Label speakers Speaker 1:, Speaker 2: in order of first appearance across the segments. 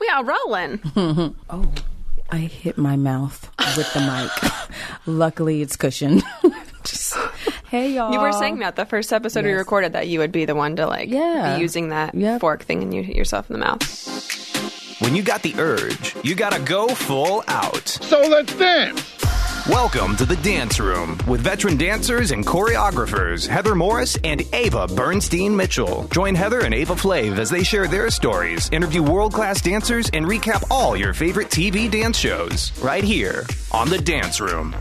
Speaker 1: now rolling.
Speaker 2: Oh, I hit my mouth with the mic. Luckily, it's cushioned. Just, hey, y'all.
Speaker 1: You were saying that the first episode we
Speaker 2: Yes.
Speaker 1: recorded that you would be the one to like
Speaker 2: Yeah.
Speaker 1: be using that
Speaker 2: Yep.
Speaker 1: fork thing and you hit yourself in the mouth.
Speaker 3: When you got the urge, you gotta go full out.
Speaker 4: So let's dance.
Speaker 3: Welcome to the Dance Room with veteran dancers and choreographers Heather Morris and Ava Bernstein Mitchell. Join Heather and Ava Flav as they share their stories, interview world class dancers, and recap all your favorite TV dance shows right here on the Dance Room.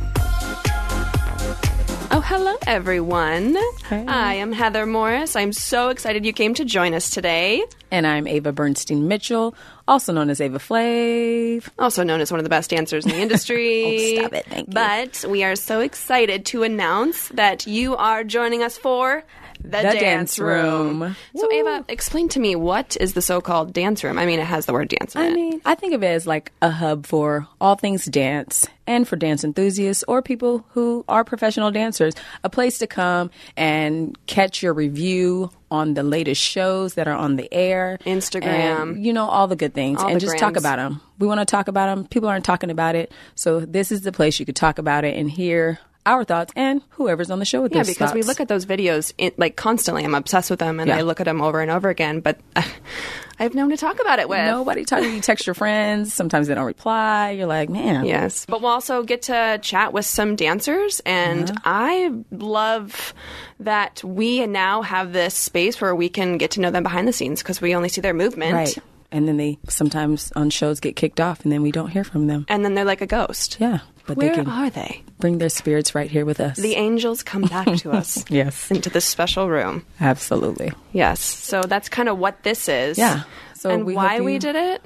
Speaker 1: Oh, hello everyone. I am Heather Morris. I'm so excited you came to join us today.
Speaker 2: And I'm Ava Bernstein Mitchell, also known as Ava Flav.
Speaker 1: also known as one of the best dancers in the industry.
Speaker 2: Oh, stop it. Thank you.
Speaker 1: But we are so excited to announce that you are joining us for the,
Speaker 2: Dance Room.
Speaker 1: So, Ava, explain to me what is the so-called dance room? I mean, it has the word dance in
Speaker 2: I
Speaker 1: it.
Speaker 2: mean, I think of it as like a hub for all things dance and for dance enthusiasts or people who are professional dancers. A place to come and catch your review on the latest shows that are on the air,
Speaker 1: Instagram.
Speaker 2: and, you know, all the good things,
Speaker 1: All
Speaker 2: and
Speaker 1: the
Speaker 2: just talk
Speaker 1: grams.
Speaker 2: about them. We want to talk about them. People aren't talking about it, so this is the place you could talk about it and hear our thoughts and whoever's on the show with
Speaker 1: yeah,
Speaker 2: their
Speaker 1: because we
Speaker 2: thoughts.
Speaker 1: look at those videos in, like constantly. I'm obsessed with them, and
Speaker 2: Yeah.
Speaker 1: I look at them over and over again. But I have no one to talk about it with.
Speaker 2: Nobody talking. You text your friends. Sometimes they don't reply. You're like, man.
Speaker 1: Yes. But we'll also get to chat with some dancers. And I love that we now have this space where we can get to know them behind the scenes because we only see their movement.
Speaker 2: Right. And then they sometimes on shows get kicked off and then we don't hear from them.
Speaker 1: And then they're like a ghost.
Speaker 2: Yeah. But
Speaker 1: Where
Speaker 2: they can
Speaker 1: are they?
Speaker 2: bring their spirits right here with us.
Speaker 1: The angels come back to us.
Speaker 2: Yes.
Speaker 1: Into this special room.
Speaker 2: Absolutely.
Speaker 1: Yes. So that's kind of what this is.
Speaker 2: Yeah. So
Speaker 1: and
Speaker 2: we
Speaker 1: why
Speaker 2: hope
Speaker 1: we
Speaker 2: you-
Speaker 1: did it?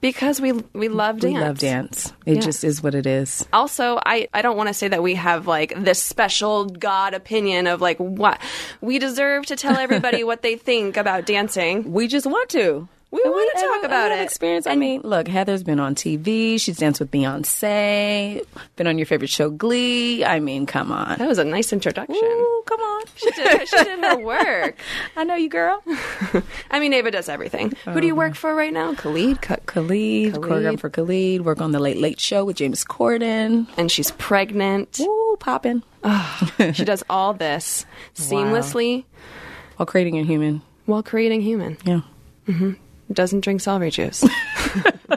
Speaker 1: Because we we love dance.
Speaker 2: We love dance. It
Speaker 1: Yeah.
Speaker 2: just is what it is.
Speaker 1: also i i don't want to say that we have like this special god opinion of like what we deserve to tell everybody what they think about dancing
Speaker 2: We just want to.
Speaker 1: We
Speaker 2: And
Speaker 1: wanna
Speaker 2: and
Speaker 1: talk
Speaker 2: we-
Speaker 1: about
Speaker 2: we have
Speaker 1: it.
Speaker 2: Experience. I mean, look, Heather's been on TV. She's danced with Beyonce. Been on your favorite show, Glee. I mean, come on.
Speaker 1: that was a nice introduction
Speaker 2: Ooh, come on.
Speaker 1: she did, she did her work
Speaker 2: I know you, girl.
Speaker 1: i mean ava does everything who do you work for right now khalid Ka-
Speaker 2: Um,
Speaker 1: Khalid.
Speaker 2: Khalid, choreographer for Khalid. Work on the Late Late Show with James Corden.
Speaker 1: and she's pregnant
Speaker 2: Ooh, popping.
Speaker 1: she does all this seamlessly
Speaker 2: While creating a human.
Speaker 1: while creating human
Speaker 2: Yeah.
Speaker 1: doesn't drink celery juice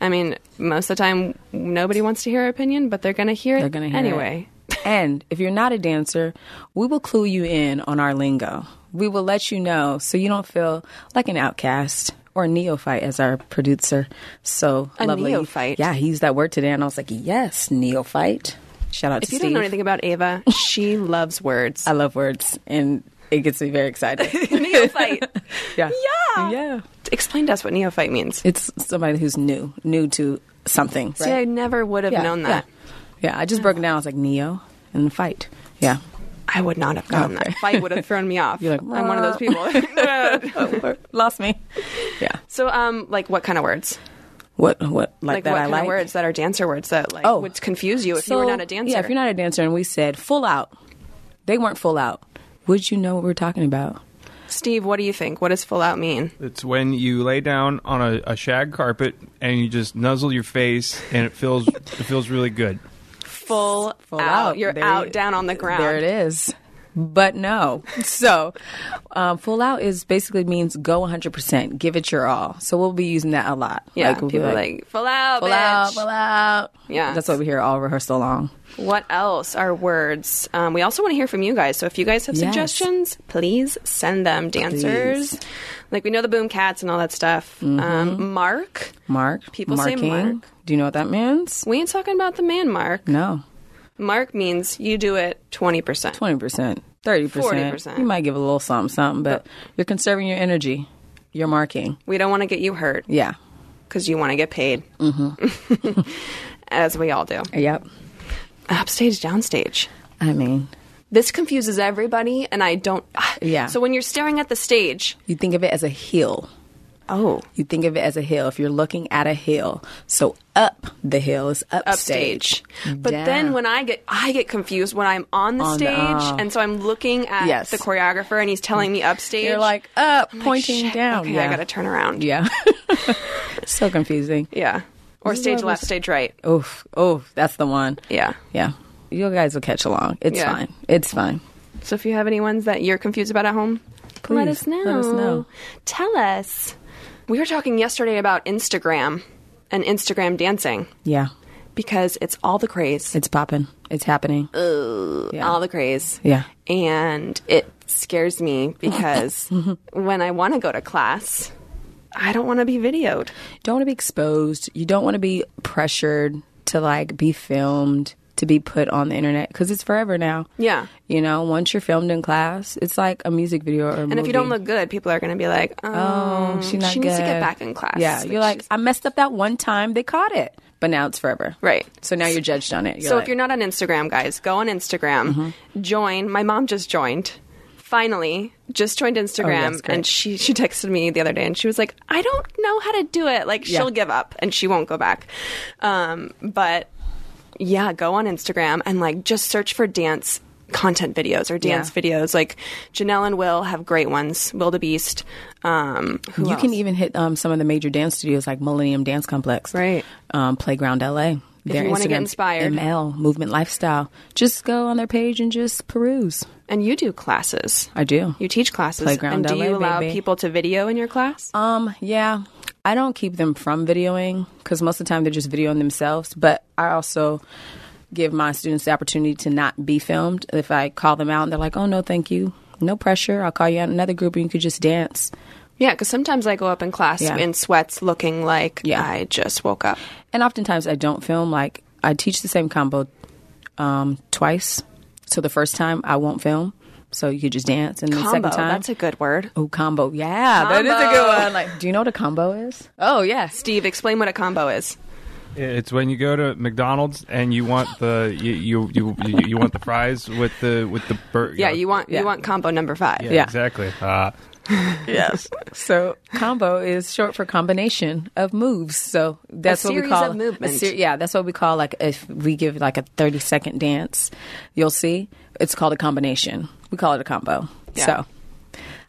Speaker 1: i mean most of the time nobody wants to hear her opinion but they're gonna hear it
Speaker 2: They're gonna hear it.
Speaker 1: anyway
Speaker 2: And if you're not a dancer, we will clue you in on our lingo. We will let you know so you don't feel like an outcast or a neophyte, as our producer so
Speaker 1: A
Speaker 2: lovely.
Speaker 1: neophyte.
Speaker 2: Yeah, he used that word today, and I was like, yes, neophyte. Shout out
Speaker 1: If
Speaker 2: to
Speaker 1: you
Speaker 2: Steve.
Speaker 1: don't know anything about Ava, she loves words.
Speaker 2: I love words, and it gets me very excited.
Speaker 1: neophyte.
Speaker 2: yeah.
Speaker 1: Yeah.
Speaker 2: Yeah.
Speaker 1: Explain to us what neophyte means.
Speaker 2: It's somebody who's new, new to something.
Speaker 1: See, I never would have
Speaker 2: yeah,
Speaker 1: known that.
Speaker 2: Yeah. Yeah, I just broke it down. I was like, neo and fight. Yeah.
Speaker 1: I would not have gotten that. Fight would have thrown me off.
Speaker 2: You're like,
Speaker 1: I'm one of those people.
Speaker 2: Lost me. Yeah.
Speaker 1: so, um, like, what kind of words?
Speaker 2: What what like,
Speaker 1: Like,
Speaker 2: that
Speaker 1: what
Speaker 2: I
Speaker 1: kind
Speaker 2: like
Speaker 1: of words that are dancer words that like
Speaker 2: Oh.
Speaker 1: would confuse you if you were
Speaker 2: So,
Speaker 1: not a dancer?
Speaker 2: Yeah, if you're not a dancer, and we said full out, they weren't full out. Would you know what we're talking about?
Speaker 1: Steve, what do you think? What does full out mean?
Speaker 5: It's when you lay down on a, a shag carpet and you just nuzzle your face, and it feels it feels really good.
Speaker 1: Full,
Speaker 2: Full
Speaker 1: out.
Speaker 2: out.
Speaker 1: You're
Speaker 2: There
Speaker 1: out
Speaker 2: you-
Speaker 1: down on the ground.
Speaker 2: There it is. But no. so um, full out is basically means go 100, percent give it your all. So we'll be using that a lot.
Speaker 1: Yeah,
Speaker 2: we'll be
Speaker 1: people are like, full out,
Speaker 2: full
Speaker 1: bitch.
Speaker 2: out, full out.
Speaker 1: Yeah.
Speaker 2: that's what we hear all rehearsal long.
Speaker 1: What else are words? Um, we also want to hear from you guys. So if you guys have
Speaker 2: Yes.
Speaker 1: suggestions, please send them. Dancers, like we know the Boom Cats and all that stuff. Um, Mark,
Speaker 2: Mark,
Speaker 1: People say
Speaker 2: marking.
Speaker 1: mark.
Speaker 2: Do you know what that means?
Speaker 1: we ain't talking about the man Mark.
Speaker 2: No.
Speaker 1: Mark means you do it twenty percent.
Speaker 2: twenty percent, thirty
Speaker 1: 40%.
Speaker 2: percent. You might give a little something, something, but you're conserving your energy. You're marking.
Speaker 1: We don't want to get you hurt
Speaker 2: Yeah.
Speaker 1: because you want to get paid, mm-hmm. as we all do.
Speaker 2: Yep.
Speaker 1: Upstage, downstage.
Speaker 2: I mean,
Speaker 1: This confuses everybody, and I don't.
Speaker 2: Yeah.
Speaker 1: So when you're staring at the stage,
Speaker 2: you think of it as a hill.
Speaker 1: oh,
Speaker 2: You think of it as a hill. If you're looking at a hill, so up the hill is upstage.
Speaker 1: upstage. But then when I get I get confused when I'm on the
Speaker 2: On the-
Speaker 1: stage
Speaker 2: oh.
Speaker 1: and so I'm looking at
Speaker 2: Yes.
Speaker 1: the choreographer and he's telling me upstage.
Speaker 2: you're like up,
Speaker 1: I'm like,
Speaker 2: pointing
Speaker 1: "Shit,
Speaker 2: down.
Speaker 1: Okay,
Speaker 2: yeah.
Speaker 1: I gotta turn around.
Speaker 2: yeah. so confusing.
Speaker 1: Yeah. Or
Speaker 2: This is
Speaker 1: stage
Speaker 2: what I
Speaker 1: left,
Speaker 2: was-
Speaker 1: stage right.
Speaker 2: Oof, oof, that's the one.
Speaker 1: Yeah.
Speaker 2: Yeah. You guys will catch along. It's
Speaker 1: Yeah.
Speaker 2: fine. It's fine.
Speaker 1: So if you have any ones that you're confused about at home, let
Speaker 2: Please,
Speaker 1: us know.
Speaker 2: let us know.
Speaker 1: Tell us. We were talking yesterday about Instagram and Instagram dancing
Speaker 2: Yeah.
Speaker 1: because it's all the craze.
Speaker 2: It's popping. It's happening. yeah.
Speaker 1: All the craze.
Speaker 2: yeah.
Speaker 1: and it scares me because when I want to go to class, I don't want to be videoed.
Speaker 2: don't want to be exposed. You don't want to be pressured to like be filmed to be put on the internet because it's forever now.
Speaker 1: Yeah.
Speaker 2: You know, once you're filmed in class, it's like a music video or a
Speaker 1: And if you don't look good, people are going to be like, "Oh,
Speaker 2: she, not
Speaker 1: she needs to
Speaker 2: good."
Speaker 1: get back in class."
Speaker 2: Yeah, you're like,
Speaker 1: she's-
Speaker 2: I messed up that one time. They caught it, but now it's forever.
Speaker 1: Right.
Speaker 2: So now you're Mm-hmm. judged on it.
Speaker 1: so if you're not on Instagram, guys, go on Instagram, join. My mom just joined. Finally, just joined Instagram,
Speaker 2: Oh, yes, great.
Speaker 1: and she she texted me the other day, and she was like, "I don't know how to do it. Like,
Speaker 2: Yeah.
Speaker 1: she'll give up, and she won't go back." Um, but yeah, go on Instagram and like just search for dance content videos or dance
Speaker 2: Yeah.
Speaker 1: videos. Like Janelle and Will have great ones. Will the Beast. Um, who
Speaker 2: you
Speaker 1: else?
Speaker 2: can even hit um, some of the major dance studios like Millennium Dance Complex,
Speaker 1: Right.
Speaker 2: Um, Playground LA. Their
Speaker 1: you wanna get
Speaker 2: Instagram's
Speaker 1: inspired.
Speaker 2: ML Movement Lifestyle. Just go on their page and just peruse.
Speaker 1: and you do classes.
Speaker 2: I do.
Speaker 1: You teach classes,
Speaker 2: Playground
Speaker 1: and do
Speaker 2: LA,
Speaker 1: you allow
Speaker 2: baby.
Speaker 1: people to video in your class?
Speaker 2: Um, yeah. I don't keep them from videoing because most of the time they're just videoing themselves. But I also give my students the opportunity to not be filmed. If I call them out and they're like, oh, no, thank you. No pressure. I'll call you out in another group and you could just dance.
Speaker 1: Yeah, because sometimes I go up in class
Speaker 2: Yeah.
Speaker 1: in sweats looking like
Speaker 2: Yeah.
Speaker 1: I just woke up.
Speaker 2: And oftentimes I don't film. Like, I teach the same combo um, twice. So the first time I won't film. So you could just dance. And the
Speaker 1: Combo,
Speaker 2: second time.
Speaker 1: that's a good word.
Speaker 2: Oh, combo. Yeah, that is a good
Speaker 1: Combo.
Speaker 2: one. Like, do you know what a combo is? Oh, yeah.
Speaker 1: Steve, explain what a combo is.
Speaker 5: It's when you go to McDonald's and you want the you you you, you, you want the fries with the with the burger.
Speaker 1: Yeah, you want
Speaker 2: Yeah.
Speaker 1: you want combo number five.
Speaker 5: Yeah,
Speaker 2: yeah.
Speaker 5: exactly. Uh,
Speaker 2: Yes. So combo is short for combination of moves. So that's
Speaker 1: A
Speaker 2: what we
Speaker 1: series
Speaker 2: call
Speaker 1: of
Speaker 2: a
Speaker 1: movements.
Speaker 2: yeah, that's what we call like if we give like a thirty second dance, you'll see it's called a combination. We call it a combo.
Speaker 1: Yeah.
Speaker 2: So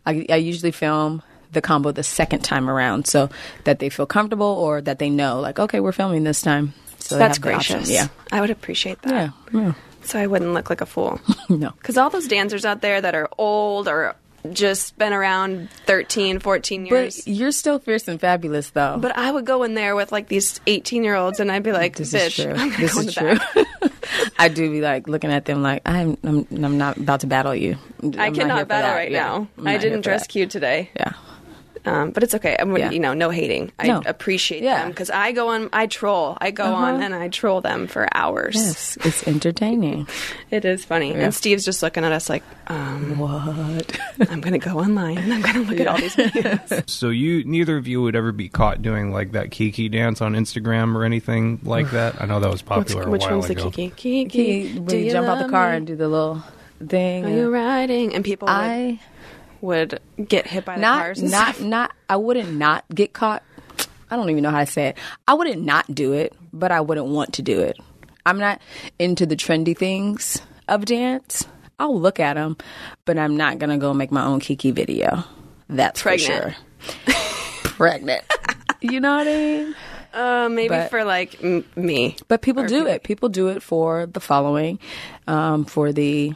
Speaker 2: I, I usually film the combo the second time around so that they feel comfortable or that they know like okay we're filming this time. So they
Speaker 1: That's
Speaker 2: have the option.
Speaker 1: gracious.
Speaker 2: Yeah.
Speaker 1: I would appreciate that.
Speaker 2: Yeah. Yeah.
Speaker 1: So I wouldn't look like a fool.
Speaker 2: No.
Speaker 1: Because all those dancers out there that are old or just been around 13, 14 years.
Speaker 2: But you're still fierce and fabulous though.
Speaker 1: But I would go in there with like these 18 year olds and I'd be like,
Speaker 2: This
Speaker 1: bitch,
Speaker 2: is true.
Speaker 1: I'm gonna
Speaker 2: This
Speaker 1: go in
Speaker 2: is
Speaker 1: the
Speaker 2: true.
Speaker 1: back.
Speaker 2: I do be like looking at them like I'm I'm, I'm not about to battle you. I'm
Speaker 1: I
Speaker 2: not here
Speaker 1: cannot
Speaker 2: for
Speaker 1: battle
Speaker 2: that.
Speaker 1: right
Speaker 2: Yeah.
Speaker 1: now.
Speaker 2: I'm
Speaker 1: I
Speaker 2: not here
Speaker 1: didn't
Speaker 2: for
Speaker 1: dress
Speaker 2: that.
Speaker 1: cute today.
Speaker 2: Yeah.
Speaker 1: Um, but it's okay. I'm,
Speaker 2: Yeah.
Speaker 1: You know, no hating. I
Speaker 2: No.
Speaker 1: appreciate
Speaker 2: Yeah. Uh-huh.
Speaker 1: them because I go on, I troll. I go on and I troll them for hours.
Speaker 2: Yes, it's entertaining.
Speaker 1: It is funny.
Speaker 2: Yeah.
Speaker 1: And Steve's just looking at us like, um,
Speaker 2: what?
Speaker 1: I'm going to go online and I'm going to look at all these videos.
Speaker 5: so you neither of you would ever be caught doing like that Kiki dance on Instagram or anything like that. I know that was popular. a
Speaker 1: Which
Speaker 5: while
Speaker 1: one's the
Speaker 5: ago.
Speaker 1: Kiki? Kiki,
Speaker 2: He, when
Speaker 1: do
Speaker 2: you jump out the
Speaker 1: love
Speaker 2: car
Speaker 1: me?
Speaker 2: and do the little thing.
Speaker 1: Are you
Speaker 2: and-
Speaker 1: riding? And people would,
Speaker 2: I
Speaker 1: would get hit by the
Speaker 2: not
Speaker 1: cars. and
Speaker 2: not
Speaker 1: stuff.
Speaker 2: not. I wouldn't not get caught. I don't even know how to say it. I wouldn't not do it, but I wouldn't want to do it. I'm not into the trendy things of dance. I'll look at them, but I'm not gonna go make my own Kiki video. That's for
Speaker 1: Pregnant.
Speaker 2: sure. Pregnant. You know what I mean?
Speaker 1: Uh, maybe
Speaker 2: but-
Speaker 1: for like m- me.
Speaker 2: But people do it. People do it for the following, um, for the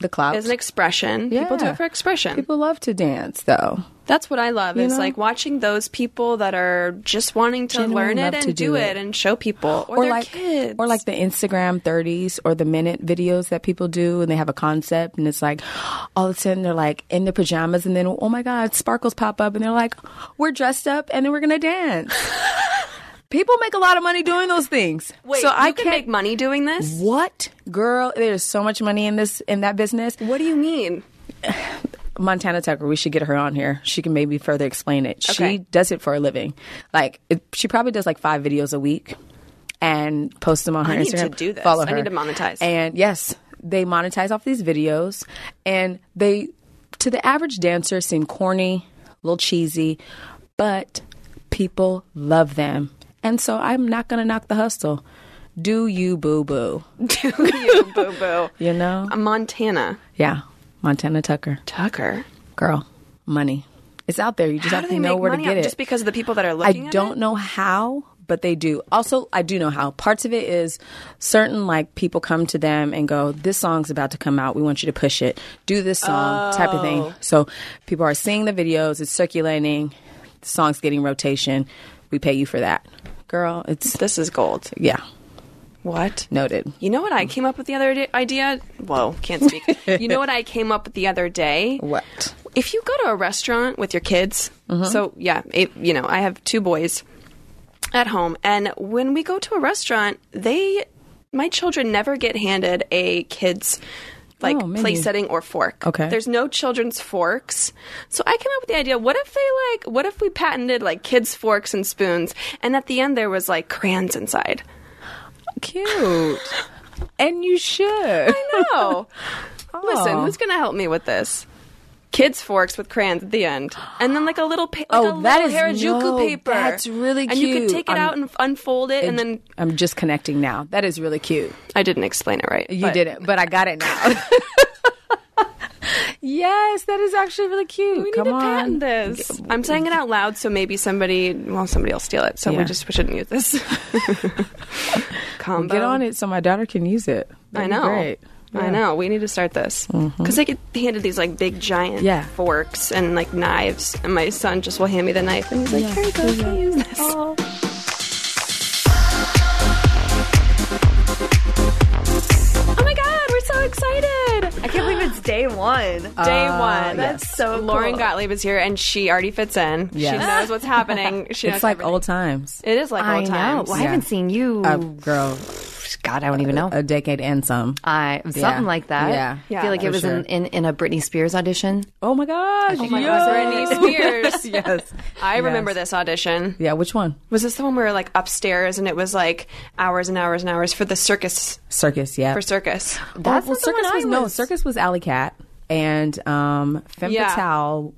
Speaker 2: the clout.
Speaker 1: As an expression. People do
Speaker 2: Yeah.
Speaker 1: it for expression.
Speaker 2: People love to dance though.
Speaker 1: That's what I love is
Speaker 2: know?
Speaker 1: like watching those people that are just wanting to
Speaker 2: Genuinely
Speaker 1: learn it
Speaker 2: love
Speaker 1: and
Speaker 2: to
Speaker 1: do
Speaker 2: do
Speaker 1: it.
Speaker 2: it.
Speaker 1: and show people or, their
Speaker 2: like
Speaker 1: kids
Speaker 2: or like the Instagram 30s or the minute videos that people do and they have a concept and it's like all of a sudden they're like in their pajamas and then oh my god sparkles pop up and they're like we're dressed up and then we're going to dance. people make a lot of money doing those things.
Speaker 1: Wait,
Speaker 2: so
Speaker 1: you
Speaker 2: I
Speaker 1: can
Speaker 2: can't-
Speaker 1: make money doing this.
Speaker 2: What? Girl, there's so much money in this in that business.
Speaker 1: What do you mean?
Speaker 2: Montana Tucker, we should get her on here. She can maybe further explain it.
Speaker 1: Okay.
Speaker 2: She does it for a living. Like it, she probably does like five videos a week and posts them on her
Speaker 1: I need
Speaker 2: Instagram.
Speaker 1: to do this.
Speaker 2: Follow
Speaker 1: I
Speaker 2: her.
Speaker 1: need to monetize.
Speaker 2: And yes, they monetize off these videos, and they to the average dancer seem corny, a little cheesy, but people love them. And so I'm not gonna knock the hustle. Do you boo boo?
Speaker 1: Do you boo boo?
Speaker 2: You know?
Speaker 1: Montana
Speaker 2: Yeah, Montana Tucker,
Speaker 1: Tucker.
Speaker 2: girl, money. It's out there. You just
Speaker 1: How
Speaker 2: have
Speaker 1: do they
Speaker 2: to know
Speaker 1: make
Speaker 2: where to
Speaker 1: money
Speaker 2: get
Speaker 1: off-
Speaker 2: it.
Speaker 1: Just because of the people that are
Speaker 2: I
Speaker 1: looking. at
Speaker 2: don't
Speaker 1: it?
Speaker 2: know how, but they do. Also, I do know how. Parts of it is certain like people come to them and go, "This song's about to come out. We want you to push it. Do this song type of
Speaker 1: Oh.
Speaker 2: thing." So people are seeing the videos. It's circulating. The song's getting rotation. We pay you for that, girl. It's
Speaker 1: This is gold.
Speaker 2: yeah,
Speaker 1: What?
Speaker 2: noted.
Speaker 1: You know what I came up with the other day- idea? Whoa, can't speak. you know what I came up with the other day?
Speaker 2: What?
Speaker 1: If you go to a restaurant with your kids,
Speaker 2: Mm-hmm.
Speaker 1: so yeah, it, you know, I have two boys at home, and when we go to a restaurant, they, my children never get handed a kid's like
Speaker 2: Oh, menu.
Speaker 1: place setting or fork.
Speaker 2: Okay.
Speaker 1: There's no children's forks. So I came up with the idea, what if they like what if we patented like kids forks and spoons and at the end there was like crayons inside.
Speaker 2: Cute. and you should.
Speaker 1: No. Listen,
Speaker 2: Oh.
Speaker 1: who's going to help me with this? Kids forks with crayons at the end, and then like a little, pa- like
Speaker 2: Oh,
Speaker 1: a
Speaker 2: that
Speaker 1: little
Speaker 2: is-
Speaker 1: Harajuku
Speaker 2: no,
Speaker 1: paper.
Speaker 2: that's really
Speaker 1: And you could
Speaker 2: cute.
Speaker 1: take it
Speaker 2: I'm-
Speaker 1: out and unfold it, and then
Speaker 2: I'm just connecting now. That is really cute.
Speaker 1: I didn't explain it right.
Speaker 2: You
Speaker 1: but-
Speaker 2: didn't, but I got it now. yes, that is actually really cute.
Speaker 1: We need
Speaker 2: Come
Speaker 1: to
Speaker 2: on.
Speaker 1: patent this. I'm saying it out loud, so maybe somebody, well, somebody will steal it. So
Speaker 2: Yeah.
Speaker 1: we just we shouldn't use this combo.
Speaker 2: Get on it so my daughter can use it.
Speaker 1: I
Speaker 2: That'd be
Speaker 1: know.
Speaker 2: Great. Mm-hmm.
Speaker 1: I know. We need to start this because they get handed these like big giant
Speaker 2: Yeah.
Speaker 1: forks and like knives, and my son just will hand me the knife and he's like, "Here you go, can you use this?"
Speaker 4: Oh my god, we're so excited! I can't believe it's day one.
Speaker 1: Day
Speaker 2: Ah,
Speaker 1: one.
Speaker 4: That's so
Speaker 1: Lauren
Speaker 4: cool.
Speaker 1: Gottlieb is here, and she already fits in. She
Speaker 2: Oh, Yes.
Speaker 1: knows what's happening. She knows
Speaker 2: It's like
Speaker 1: everything.
Speaker 2: old times.
Speaker 1: It is like
Speaker 4: I
Speaker 1: old
Speaker 4: know.
Speaker 1: times.
Speaker 4: Well, I haven't seen you.
Speaker 2: Uh, girl,
Speaker 4: God, I don't even know. Uh,
Speaker 2: a decade and some.
Speaker 4: I something
Speaker 2: Yeah.
Speaker 4: like that.
Speaker 2: Yeah.
Speaker 4: I
Speaker 1: Yeah,
Speaker 4: feel like it
Speaker 2: for
Speaker 4: was
Speaker 2: sure.
Speaker 4: in, in in a Britney Spears audition.
Speaker 2: Oh my gosh.
Speaker 4: Oh my
Speaker 2: yes.
Speaker 4: gosh,
Speaker 1: Britney Spears.
Speaker 2: yes.
Speaker 1: I remember
Speaker 2: Yes.
Speaker 1: this audition.
Speaker 2: Yeah, which one?
Speaker 1: Was this the one we were like upstairs and it was like hours and hours and hours for the circus
Speaker 2: Circus, yeah.
Speaker 1: for circus?
Speaker 4: That's
Speaker 2: Oh, well,
Speaker 4: not the
Speaker 2: circus
Speaker 4: one I
Speaker 2: was, no
Speaker 4: was-
Speaker 2: circus was Alley Cat and um Femme
Speaker 1: Yeah.
Speaker 2: Fatale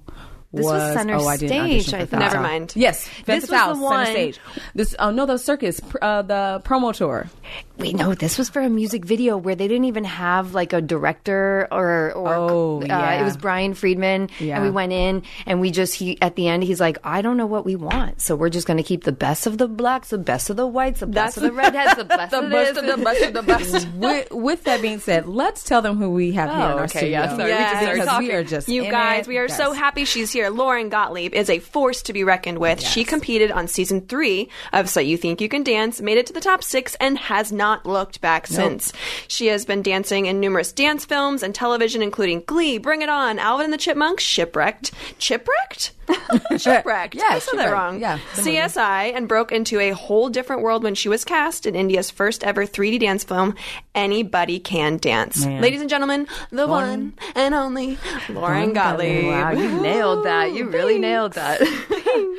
Speaker 4: This was center
Speaker 2: oh, I didn't
Speaker 4: stage,
Speaker 2: audition for
Speaker 4: I
Speaker 2: Femme
Speaker 4: thought.
Speaker 1: Never
Speaker 2: Fatale.
Speaker 1: mind.
Speaker 2: Yes, Femme
Speaker 4: This was
Speaker 2: Fatale,
Speaker 4: the
Speaker 2: center
Speaker 4: one-
Speaker 2: stage. This oh no, the circus pr- uh, the promo tour.
Speaker 4: Wait, no, this was for a music video where they didn't even have like a director or or
Speaker 2: Oh,
Speaker 4: uh,
Speaker 2: yeah.
Speaker 4: it was Brian Friedman
Speaker 2: Yeah.
Speaker 4: and we went in and we just he at the end he's like I don't know what we want so we're just going to keep the best of the blacks the best of the whites the best of the redheads the best of this
Speaker 2: best of the best. with, with that being said, let's tell them who we have
Speaker 1: Oh,
Speaker 2: here in our studio.
Speaker 1: Yes.
Speaker 2: because
Speaker 1: Because
Speaker 2: we are just
Speaker 1: you
Speaker 2: in
Speaker 1: guys.
Speaker 2: it.
Speaker 1: We are so
Speaker 2: Yes.
Speaker 1: happy she's here. Lauren Gottlieb is a force to be reckoned with. She competed on season three of So You Think You Can Dance, made it to the top six, and has not looked back since. She has been dancing in numerous dance films and television, including Glee, Bring It On, Alvin and the Chipmunks, Shipwrecked, Chipwrecked, Shipwrecked.
Speaker 2: Yeah,
Speaker 1: I said that
Speaker 2: Shipwrecked.
Speaker 1: wrong.
Speaker 2: Yeah, the movie.
Speaker 1: CSI, and broke into a whole different world when she was cast in India's first ever 3D dance film, Anybody Can Dance.
Speaker 2: Man.
Speaker 1: Ladies and gentlemen, the one and only Lauren Gottlieb.
Speaker 4: wow you nailed that you really nailed that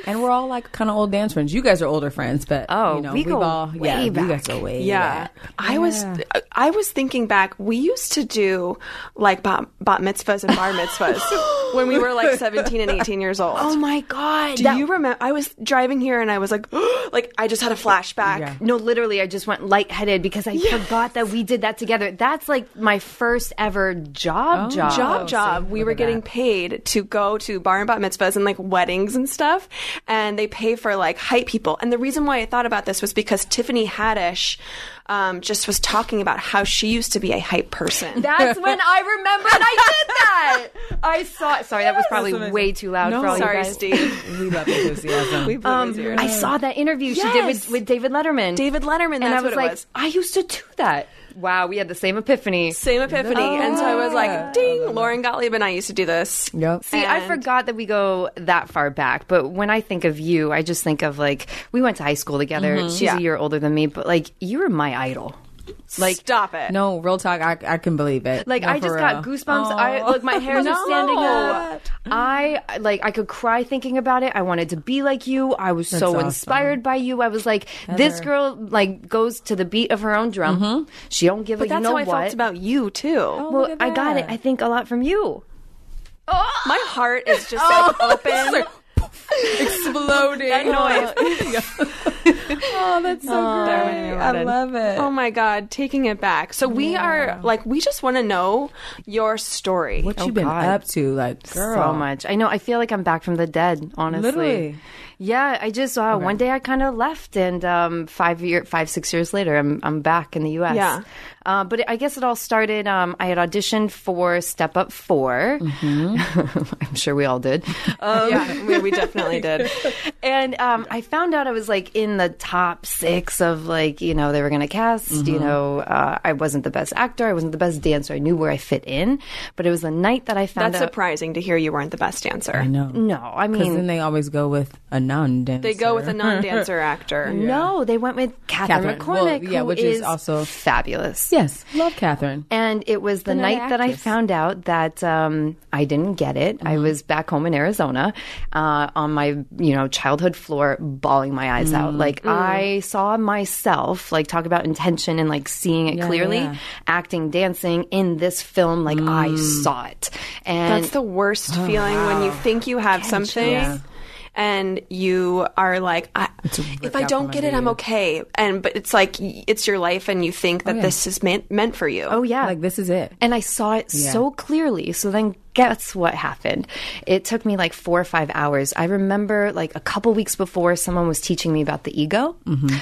Speaker 2: And we're all like kind of old dance friends. You guys are older friends, but
Speaker 4: Oh,
Speaker 2: you know,
Speaker 4: we
Speaker 2: we've
Speaker 4: go
Speaker 2: all yeah,
Speaker 4: way
Speaker 2: you guys
Speaker 4: back.
Speaker 2: go way
Speaker 1: Yeah.
Speaker 2: back.
Speaker 1: I was I was thinking back. We used to do like bat, bat mitzvahs and bar mitzvahs when we were like 17 and 18 years old.
Speaker 4: oh my god
Speaker 1: Do you remember? I was driving here and I was like, like I just had a flashback.
Speaker 2: Yeah.
Speaker 4: No, literally, I just went lightheaded because I forgot that we did that together. That's like my first ever job job.
Speaker 1: job
Speaker 2: Oh,
Speaker 1: job
Speaker 2: see,
Speaker 1: we
Speaker 2: look
Speaker 1: were
Speaker 2: at
Speaker 1: getting
Speaker 2: that.
Speaker 1: paid to go to bar and bat mitzvahs and like weddings and stuff and they pay for like hype people and the reason why i thought about this was because tiffany haddish um, just was talking about how she used to be a hype person
Speaker 4: That's when I remembered I did that. I saw. Sorry, that was probably
Speaker 2: amazing.
Speaker 4: way too loud
Speaker 2: No.
Speaker 4: for all
Speaker 1: sorry
Speaker 4: you guys.
Speaker 1: steve
Speaker 2: We love enthusiasm.
Speaker 1: We blew
Speaker 4: Um,
Speaker 1: his ear
Speaker 4: I
Speaker 1: out.
Speaker 4: saw that interview she did with,
Speaker 1: Yes.
Speaker 4: with David Letterman.
Speaker 1: david letterman
Speaker 4: and
Speaker 1: that's
Speaker 4: I was
Speaker 1: what
Speaker 4: like,
Speaker 1: it was
Speaker 4: I used to do that. Wow, we had the same epiphany.
Speaker 1: same epiphany and so i was
Speaker 2: Yeah.
Speaker 1: like ding lauren gottlieb and i used to do this
Speaker 2: Yep.
Speaker 4: See, I
Speaker 1: And-
Speaker 4: forgot that we go that far back, but when I think of you, I just think of like we went to high school together. She's
Speaker 1: Yeah.
Speaker 4: a year older than me, but like you were my idol.
Speaker 1: like stop it
Speaker 2: no, real talk, I, I can believe it.
Speaker 4: Like
Speaker 2: No,
Speaker 4: I
Speaker 2: for
Speaker 4: just got
Speaker 2: real.
Speaker 4: goosebumps. I
Speaker 2: Aw.
Speaker 4: look, my hairs
Speaker 2: No.
Speaker 4: are standing up. I like I could cry thinking about it. I wanted to be like you. I was so
Speaker 2: awesome.
Speaker 4: inspired by you. I was like, this
Speaker 2: Heather.
Speaker 4: girl like goes to the beat of her own drum. She don't give
Speaker 1: but
Speaker 4: a you
Speaker 1: that's
Speaker 4: know
Speaker 1: how i
Speaker 4: what.
Speaker 1: felt about you too
Speaker 2: look
Speaker 4: well,
Speaker 2: at
Speaker 4: I got it.
Speaker 2: that.
Speaker 4: I think a lot from you.
Speaker 1: my heart is just oh, like open Oh.
Speaker 2: Exploding.
Speaker 1: that noise
Speaker 2: Oh, that's so great. I love it.
Speaker 1: Oh my God, taking it back. So we are like, we just want to know your story.
Speaker 2: what you been
Speaker 4: Oh, God.
Speaker 2: up to, like girl?
Speaker 4: So much. I know. I feel like I'm back from the dead. Honestly.
Speaker 2: Literally.
Speaker 4: Yeah. I just uh, one day I kind of left, and um, five year, five six years later, I'm I'm back in the U.S.
Speaker 1: Yeah.
Speaker 4: Uh, but I guess it all started. Um, I had auditioned for Step Up 4 I'm sure we all did. Um,
Speaker 1: yeah, we, we definitely did.
Speaker 4: and um, I found out I was like in the top six of like you know they were gonna cast. You know, uh, I wasn't the best actor. I wasn't the best dancer. I knew where I fit in, but it was the night that I found
Speaker 1: That's
Speaker 4: out.
Speaker 1: surprising to hear you weren't the best dancer.
Speaker 2: I know.
Speaker 4: no, I
Speaker 2: Because
Speaker 4: mean
Speaker 2: then they always go with a non-dancer.
Speaker 1: They go with a non dancer actor.
Speaker 4: No, they went with Catherine,
Speaker 2: Catherine. Well,
Speaker 4: McCormick,
Speaker 2: yeah,
Speaker 4: who
Speaker 2: which is also-
Speaker 4: fabulous.
Speaker 2: Yes, love Catherine.
Speaker 4: And it was the
Speaker 2: Another
Speaker 4: night that I
Speaker 2: actress. Mm-hmm.
Speaker 4: found out that um, I didn't get it. I was back home in Arizona uh, on my you know childhood floor, bawling my eyes
Speaker 2: Mm-hmm.
Speaker 4: out. Like I saw myself, like talk about intention and like seeing it
Speaker 2: Yeah,
Speaker 4: clearly,
Speaker 2: yeah.
Speaker 4: acting, dancing in this film. Like I
Speaker 2: Mm.
Speaker 4: saw it, and
Speaker 1: That's the worst feeling when you think you have something.
Speaker 2: Yeah.
Speaker 1: And you are like, I, if I
Speaker 2: out
Speaker 1: don't
Speaker 2: from
Speaker 1: get it,
Speaker 2: under
Speaker 1: I'm
Speaker 2: you.
Speaker 1: okay. And but it's like y- it's your life, and you think that
Speaker 2: yeah.
Speaker 1: this is meant meant for you.
Speaker 4: oh yeah,
Speaker 2: Like this is it.
Speaker 4: And I saw it so clearly. So then guess what happened? It took me like four or five hours. I remember like a couple weeks before someone was teaching me about the ego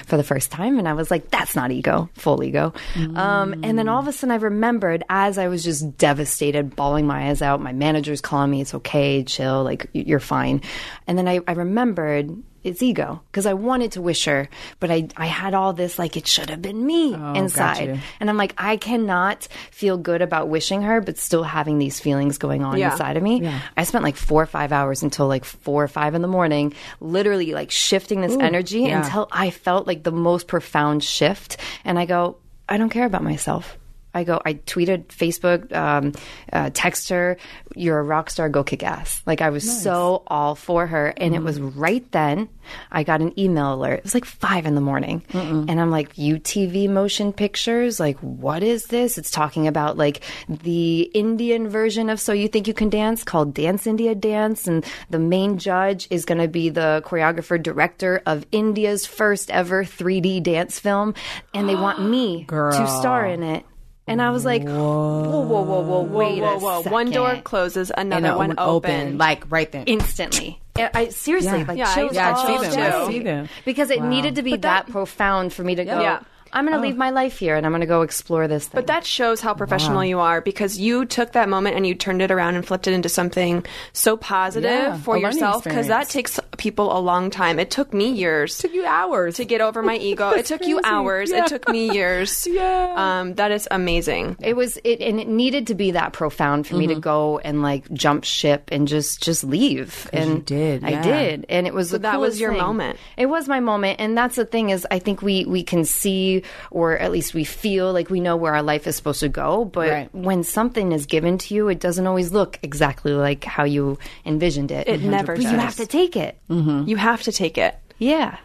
Speaker 4: for the first time. And I was like, that's not ego, full ego. Um, and then all of a sudden I remembered as I was just devastated, bawling my eyes out. My manager's calling me. It's okay. Chill. Like y- you're fine. And then I, I remembered it's ego because I wanted to wish her, but I, I had all this like it should have been me inside.
Speaker 2: gotcha.
Speaker 4: And I'm like, I cannot feel good about wishing her, but still having these feelings going on
Speaker 1: Yeah.
Speaker 4: inside of me. I spent like four or five hours until like four or five in the morning, literally like shifting this energy
Speaker 2: yeah.
Speaker 4: until I felt like the most profound shift. And I go, I don't care about myself. I go, I tweeted, Facebook, um, uh, text her, you're a rock star, go kick ass. Like I was so all for her. And it was
Speaker 1: Mm-hmm.
Speaker 4: right then I got an email alert. It was like five in the morning. And I'm like, UTV motion pictures? Like, what is this? It's talking about like the Indian version of So You Think You Can Dance called Dance India Dance. And the main judge is going to be the choreographer director of India's first ever 3D dance film. And they want me to star in it. And I was like, whoa, whoa, whoa, whoa, wait
Speaker 1: whoa,
Speaker 4: a
Speaker 1: whoa! One door
Speaker 4: second.
Speaker 1: closes,
Speaker 2: And
Speaker 1: another
Speaker 2: a-
Speaker 1: one opens.
Speaker 2: like right then.
Speaker 4: instantly. I, I- seriously
Speaker 2: Yeah.
Speaker 4: like
Speaker 1: Yeah, I
Speaker 4: chills
Speaker 1: used to
Speaker 4: all
Speaker 1: see them.
Speaker 4: down.
Speaker 1: I would
Speaker 2: see them.
Speaker 4: because it needed to be that, profound for me to go.
Speaker 1: Yeah.
Speaker 4: I'm going to leave my life here and I'm going to go explore this thing.
Speaker 1: But that shows how professional you are because you took that moment and you turned it around and flipped it into something so positive
Speaker 2: Yeah,
Speaker 1: for
Speaker 2: a learning
Speaker 1: yourself because that takes people a long time. It took me years.
Speaker 2: took you hours
Speaker 1: to get over my ego. it took you
Speaker 2: crazy.
Speaker 1: hours.
Speaker 2: Yeah.
Speaker 1: It took me years.
Speaker 2: Yeah.
Speaker 1: Um, that is amazing.
Speaker 4: it was it and it needed to be that profound for me
Speaker 1: Mm-hmm.
Speaker 4: to go and like jump ship and just just leave and
Speaker 2: you did,
Speaker 4: i
Speaker 2: yeah.
Speaker 4: did and it was the
Speaker 1: that was
Speaker 4: coolest
Speaker 1: your
Speaker 4: thing.
Speaker 1: moment.
Speaker 4: it was my moment and that's the thing is i think we we can see or at least we feel like we know where our life is supposed to go but
Speaker 2: Right.
Speaker 4: when something is given to you it doesn't always look exactly like how you envisioned it Mm-hmm.
Speaker 1: It never
Speaker 4: but you
Speaker 1: does. Mm.
Speaker 4: have to take it
Speaker 1: You have to take it,
Speaker 4: yeah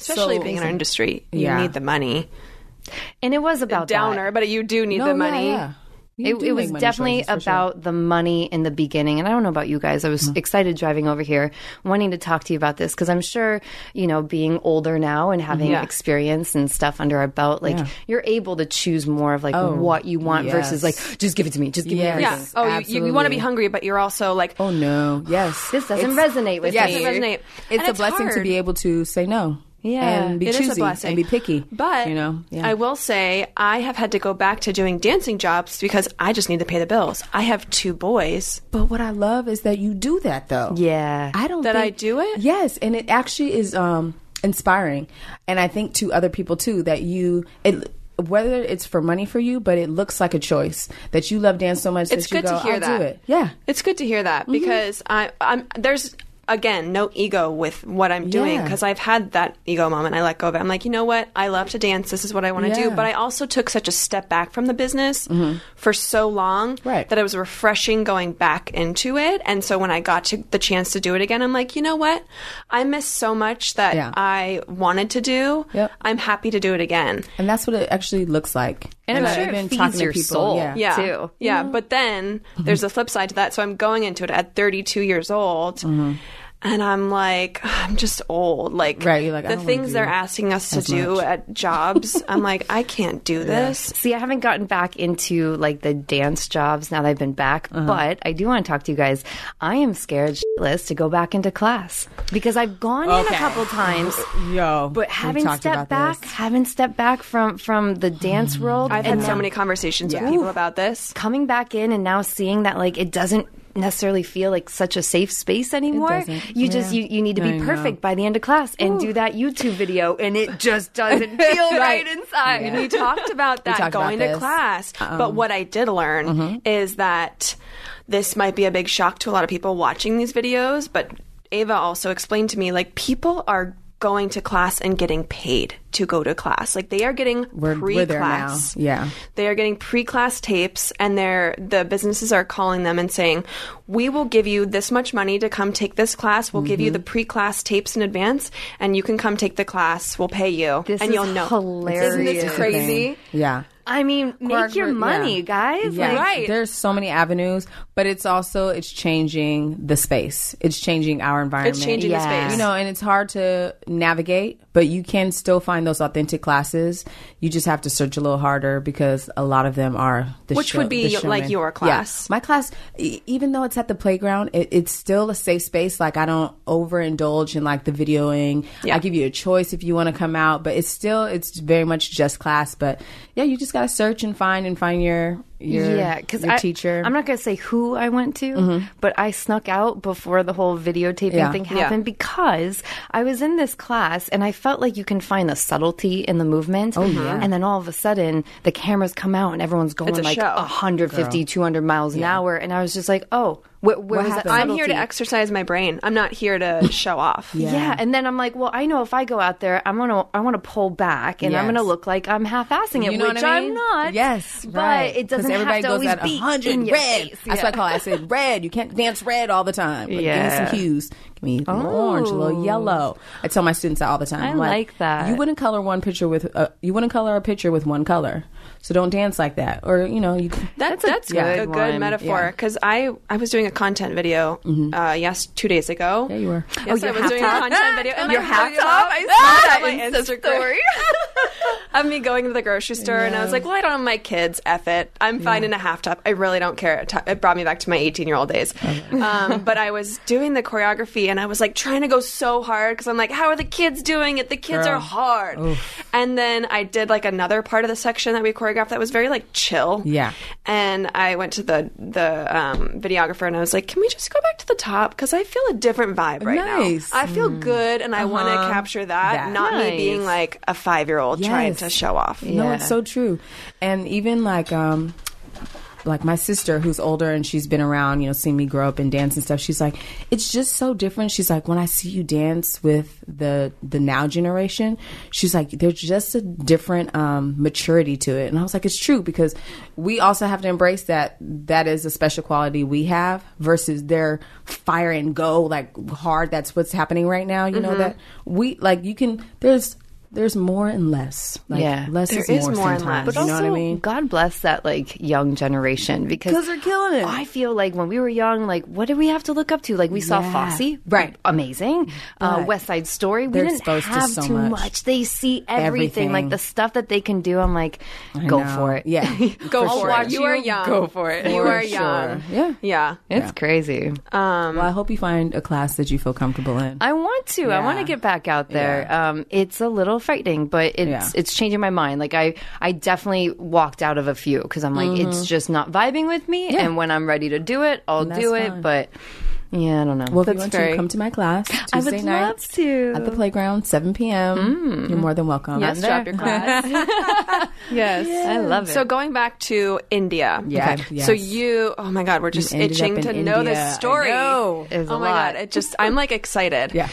Speaker 1: especially
Speaker 2: So-
Speaker 1: being in our industry. You
Speaker 2: Yeah.
Speaker 1: need the money.
Speaker 4: and it was about that.
Speaker 1: Downer, but you do need
Speaker 2: No,
Speaker 1: the
Speaker 2: Oh, yeah,
Speaker 1: money.
Speaker 2: yeah. You
Speaker 4: it,
Speaker 2: do
Speaker 4: it
Speaker 2: make
Speaker 4: was
Speaker 2: money
Speaker 4: definitely
Speaker 2: choices, for sure. Mm-hmm.
Speaker 4: about the money in the beginning and i don't know about you guys i was excited driving over here wanting to talk to you about this because i'm sure you know being older now and having
Speaker 1: Yeah.
Speaker 4: experience and stuff under our belt like
Speaker 2: Mm-hmm. Yeah. Oh,
Speaker 4: you're able to choose more of like what you want versus
Speaker 2: yes.
Speaker 4: like just give it to me just give me
Speaker 2: Yes.
Speaker 4: everything
Speaker 1: Yeah. Oh, you, you, you want to be
Speaker 2: Absolutely.
Speaker 1: hungry, but you're also like,
Speaker 2: Oh no! Yes,
Speaker 4: This doesn't resonate with
Speaker 1: yes.
Speaker 4: me.
Speaker 1: doesn't resonate. And
Speaker 2: It's a
Speaker 1: it's
Speaker 2: blessing to
Speaker 1: hard.
Speaker 2: be able to say no.
Speaker 4: Yeah.
Speaker 2: and be
Speaker 1: It is
Speaker 2: choosy
Speaker 1: a blessing.
Speaker 2: and be picky.
Speaker 1: But
Speaker 2: you know, yeah.
Speaker 1: I will say I have had to go back to doing dancing jobs because I just need to pay the bills. I have two boys.
Speaker 2: But what I love is that you do that though.
Speaker 4: Yeah.
Speaker 2: I don't
Speaker 1: That
Speaker 2: think-
Speaker 1: I do it?
Speaker 2: Yes, and it actually is um inspiring. And I think to other people too that you it whether it's for money for you, but it looks like a choice that you love dance so much
Speaker 1: It's
Speaker 2: that you
Speaker 1: good
Speaker 2: go,
Speaker 1: to hear
Speaker 2: I'll
Speaker 1: that.
Speaker 2: do it. Yeah. Mm-hmm.
Speaker 1: it's good to hear that because I, I'm there's again no ego with what I'm doing
Speaker 2: Yeah.
Speaker 1: because I've had that ego moment. I let go of it. I'm like, you know what? I love to dance. This is what I want to do.
Speaker 2: Yeah. Mm-hmm.
Speaker 1: But I also took such a step back from the business for so long
Speaker 2: Right.
Speaker 1: that it was refreshing going back into it. And so when I got to the chance to do it again, I'm like, you know what? I missed so much that
Speaker 2: Yeah.
Speaker 1: I wanted to do.
Speaker 2: Yep.
Speaker 1: I'm happy to do it again.
Speaker 2: And that's what it actually looks like.
Speaker 4: And I'm
Speaker 2: I've
Speaker 4: sure it
Speaker 2: been
Speaker 4: feeds
Speaker 2: talking to
Speaker 4: your
Speaker 2: people,
Speaker 4: soul.
Speaker 2: Yeah.
Speaker 1: yeah.
Speaker 4: too.
Speaker 2: Mm-hmm.
Speaker 1: Yeah, but then there's a flip side to that. So I'm going into it at 32 years old. and I'm like, I'm just old. Like,
Speaker 2: Right, you're like, I
Speaker 1: the
Speaker 2: don't wanna
Speaker 1: things
Speaker 2: do
Speaker 1: they're asking us to
Speaker 2: as
Speaker 1: do
Speaker 2: much.
Speaker 1: at jobs, I'm like, I can't do this.
Speaker 4: See, I haven't gotten back into like the dance jobs now that I've been back,
Speaker 2: Uh-huh.
Speaker 4: but I do want to talk to you guys. I am scared shitless to go back into class because I've gone in
Speaker 2: Okay. Uh,
Speaker 4: a couple times.
Speaker 2: Yo,
Speaker 4: But haven't stepped back, haven't stepped back from from the
Speaker 2: Mm.
Speaker 4: dance world.
Speaker 1: I've
Speaker 4: and
Speaker 1: had so many conversations with people about this.
Speaker 4: coming back in and now seeing that like it doesn't necessarily feel like such a safe space anymore.
Speaker 2: doesn't.
Speaker 4: You just
Speaker 2: Yeah.
Speaker 4: you, you need to
Speaker 2: I
Speaker 4: be
Speaker 2: know.
Speaker 4: perfect by the end of class and do that YouTube video and it just doesn't feel right. inside.
Speaker 1: We talked about that
Speaker 2: talked about
Speaker 1: going
Speaker 2: this.
Speaker 1: to
Speaker 2: Mm-hmm.
Speaker 1: class. but what I did learn is that this might be a big shock to a lot of people watching these videos, but Ava also explained to me like people are going to class and getting paid to go to class. Like they are getting
Speaker 2: We're-
Speaker 1: pre-class.
Speaker 2: we're there now. Yeah.
Speaker 1: They are getting pre-class tapes and they're the businesses are calling them and saying, "We will give you this much money to come take this class. We'll
Speaker 4: Mm-hmm.
Speaker 1: give you the pre-class tapes in advance and you can come take the class. We'll pay you."
Speaker 4: This
Speaker 1: and
Speaker 4: is
Speaker 1: you'll know.
Speaker 4: hilarious.
Speaker 1: Isn't this crazy?
Speaker 2: Yeah.
Speaker 4: I mean, make your
Speaker 2: Corporate-
Speaker 4: money,
Speaker 2: yeah.
Speaker 4: guys.
Speaker 2: Yeah.
Speaker 4: Like,
Speaker 2: There's so many avenues, but it's also it's changing the space. It's changing our environment.
Speaker 1: It's changing
Speaker 4: Yeah.
Speaker 1: the space.
Speaker 2: You know, and it's hard to navigate, but you can still find those authentic classes. You just have to search a little harder because a lot of them are the
Speaker 1: Which
Speaker 2: show-
Speaker 1: would be
Speaker 2: the showman.
Speaker 1: like your
Speaker 2: Yeah.
Speaker 1: class.
Speaker 2: My class, e- even though it's at the playground, it, it's still a safe space. Like I don't overindulge in like the videoing. I give you a choice if you want to come out, but it's still it's very much just class. But yeah, you just gotta search and find and find your your
Speaker 4: yeah, because
Speaker 2: your teacher. Mm-hmm.
Speaker 4: I'm not gonna say who I went to, but I snuck out before the whole videotaping
Speaker 2: Yeah.
Speaker 4: thing
Speaker 1: Yeah.
Speaker 4: happened because I was in this class and I felt like you can find the subtlety in the movement. Oh,
Speaker 2: yeah.
Speaker 4: And then all of a sudden, the cameras come out and everyone's going
Speaker 1: Mm-hmm. a
Speaker 4: like
Speaker 1: show.
Speaker 4: 150, 200 miles an hour, and I was just like, oh, wh- where was that
Speaker 2: happened?
Speaker 4: subtlety?
Speaker 1: I'm here to exercise my brain. I'm not here to show off.
Speaker 4: Yeah. and then I'm like, well, I know if I go out there, I'm gonna, I want to pull back, and I'm
Speaker 2: Yes.
Speaker 4: gonna look like I'm half-assing it,
Speaker 2: You know
Speaker 4: which
Speaker 2: what I mean?
Speaker 4: am not.
Speaker 2: Yes,
Speaker 4: but
Speaker 2: right.
Speaker 4: it doesn't
Speaker 2: 'Cause everybody
Speaker 4: have to
Speaker 2: goes
Speaker 4: always
Speaker 2: at
Speaker 4: be
Speaker 2: 100
Speaker 4: in your
Speaker 2: red.
Speaker 4: face.
Speaker 2: That's
Speaker 4: Yeah.
Speaker 2: why I call. it- I said red. You can't dance red all the time. Like, Give me
Speaker 4: Yeah. Oh.
Speaker 2: some hues. Give me a little orange, a little yellow. I tell my students that all the time.
Speaker 4: I
Speaker 2: I'm
Speaker 4: like that.
Speaker 2: You wouldn't color one picture with uh, you wouldn't color a picture with one color. So don't dance like that. Or you know you.
Speaker 1: That, that's,
Speaker 4: good
Speaker 1: a, good
Speaker 4: one. Mm-hmm.
Speaker 1: metaphor because I, I was doing a content video uh, yes two days ago. Yeah,
Speaker 2: you were.
Speaker 4: Oh,
Speaker 1: Yes, I was doing a content video. and
Speaker 4: Your
Speaker 1: my
Speaker 4: half
Speaker 1: video-
Speaker 4: top? I saw
Speaker 1: Ah,
Speaker 4: that
Speaker 1: my
Speaker 4: Insta
Speaker 1: Instagram
Speaker 4: story.
Speaker 1: of me going to the grocery store, and I was like, "Well, I don't have my kids. F it. I'm fine in a half top. I really don't care." It t- It brought me back to my 18 year old days. Um, but I was doing the choreography, and I was like trying to go so hard because I'm like, "How are the kids doing it? The kids
Speaker 5: Girl.
Speaker 1: are hard." And then I did like another part of the section that we choreographed that was very like chill.
Speaker 2: Yeah.
Speaker 1: And I went to the the um, videographer, and I was like, "Can we just go back to the top? Because I feel a different vibe right
Speaker 2: Nice. Mm. Uh-huh.
Speaker 1: now. I feel good, and I want to capture that,
Speaker 2: That.
Speaker 1: not me
Speaker 4: Nice.
Speaker 1: being like a five year old trying
Speaker 2: Yes.
Speaker 1: to show off.
Speaker 2: No,
Speaker 4: Yeah.
Speaker 2: it's so true. And even like um like my sister who's older and she's been around, you know, seeing me grow up and dance and stuff, she's like, it's just so different. She's like, when I see you dance with the the now generation, she's like, there's just a different um maturity to it. And I was like, it's true because we also have to embrace that that is a special quality we have versus their fire and go like hard that's what's happening right now, you know
Speaker 4: Mm-hmm.
Speaker 2: that we like you can there's there's more and less. Like,
Speaker 4: Yeah.
Speaker 2: less
Speaker 1: There
Speaker 2: is,
Speaker 1: is
Speaker 2: more,
Speaker 1: more and
Speaker 2: sometimes.
Speaker 1: less.
Speaker 2: you
Speaker 1: But
Speaker 2: know what I
Speaker 4: also,
Speaker 2: mean?
Speaker 4: God bless that like young generation because
Speaker 2: 'Cause they're killing it.
Speaker 4: I feel like when we were young, like what did we have to look up to? Like we saw
Speaker 2: Yeah.
Speaker 4: Fosse,
Speaker 2: Right.
Speaker 4: Amazing. Uh,
Speaker 2: But
Speaker 4: West Side Story. We
Speaker 2: they're
Speaker 4: didn't
Speaker 2: exposed to
Speaker 4: have
Speaker 2: so
Speaker 4: too
Speaker 2: much.
Speaker 4: much. They see everything.
Speaker 2: Everything.
Speaker 4: Like the stuff that they can do. I'm like, go
Speaker 2: know.
Speaker 4: for it.
Speaker 2: Yeah.
Speaker 1: Go
Speaker 2: I'll
Speaker 1: for
Speaker 2: watch
Speaker 1: it. You are young.
Speaker 4: Go for it.
Speaker 1: You
Speaker 2: For
Speaker 1: are
Speaker 2: sure.
Speaker 1: young.
Speaker 2: Yeah.
Speaker 1: Yeah.
Speaker 4: It's crazy.
Speaker 2: well, I hope you find a class that you feel comfortable in.
Speaker 4: I want to. I
Speaker 2: Yeah.
Speaker 4: want to get back out there. Um, it's a little frightening, but it's
Speaker 2: Yeah.
Speaker 4: it's changing my mind. Like I, I definitely walked out of a few because I'm like, it's just not vibing with me.
Speaker 2: Mm-hmm. Yeah.
Speaker 4: And when I'm ready to do it, I'll
Speaker 2: that's
Speaker 4: do it.
Speaker 2: fine.
Speaker 4: But yeah, I don't know.
Speaker 2: well, if you
Speaker 1: That's
Speaker 2: want to
Speaker 1: very-
Speaker 2: come to my class Tuesday
Speaker 4: I would love
Speaker 2: nights
Speaker 4: to. Hmm.
Speaker 2: at the playground, 7 p.m. You're more than welcome.
Speaker 1: Yes,
Speaker 4: there.
Speaker 1: drop your class. yes.
Speaker 4: I love it.
Speaker 1: So going back to India.
Speaker 2: Yeah. Okay,
Speaker 1: So
Speaker 2: yes.
Speaker 1: you, oh my God, we're just
Speaker 2: ended up
Speaker 1: itching
Speaker 2: in
Speaker 1: to know
Speaker 2: India.
Speaker 1: this story.
Speaker 2: I know.
Speaker 4: It was
Speaker 1: oh
Speaker 4: a
Speaker 1: my
Speaker 4: lot.
Speaker 1: God, it just, I'm like excited.
Speaker 2: Yeah.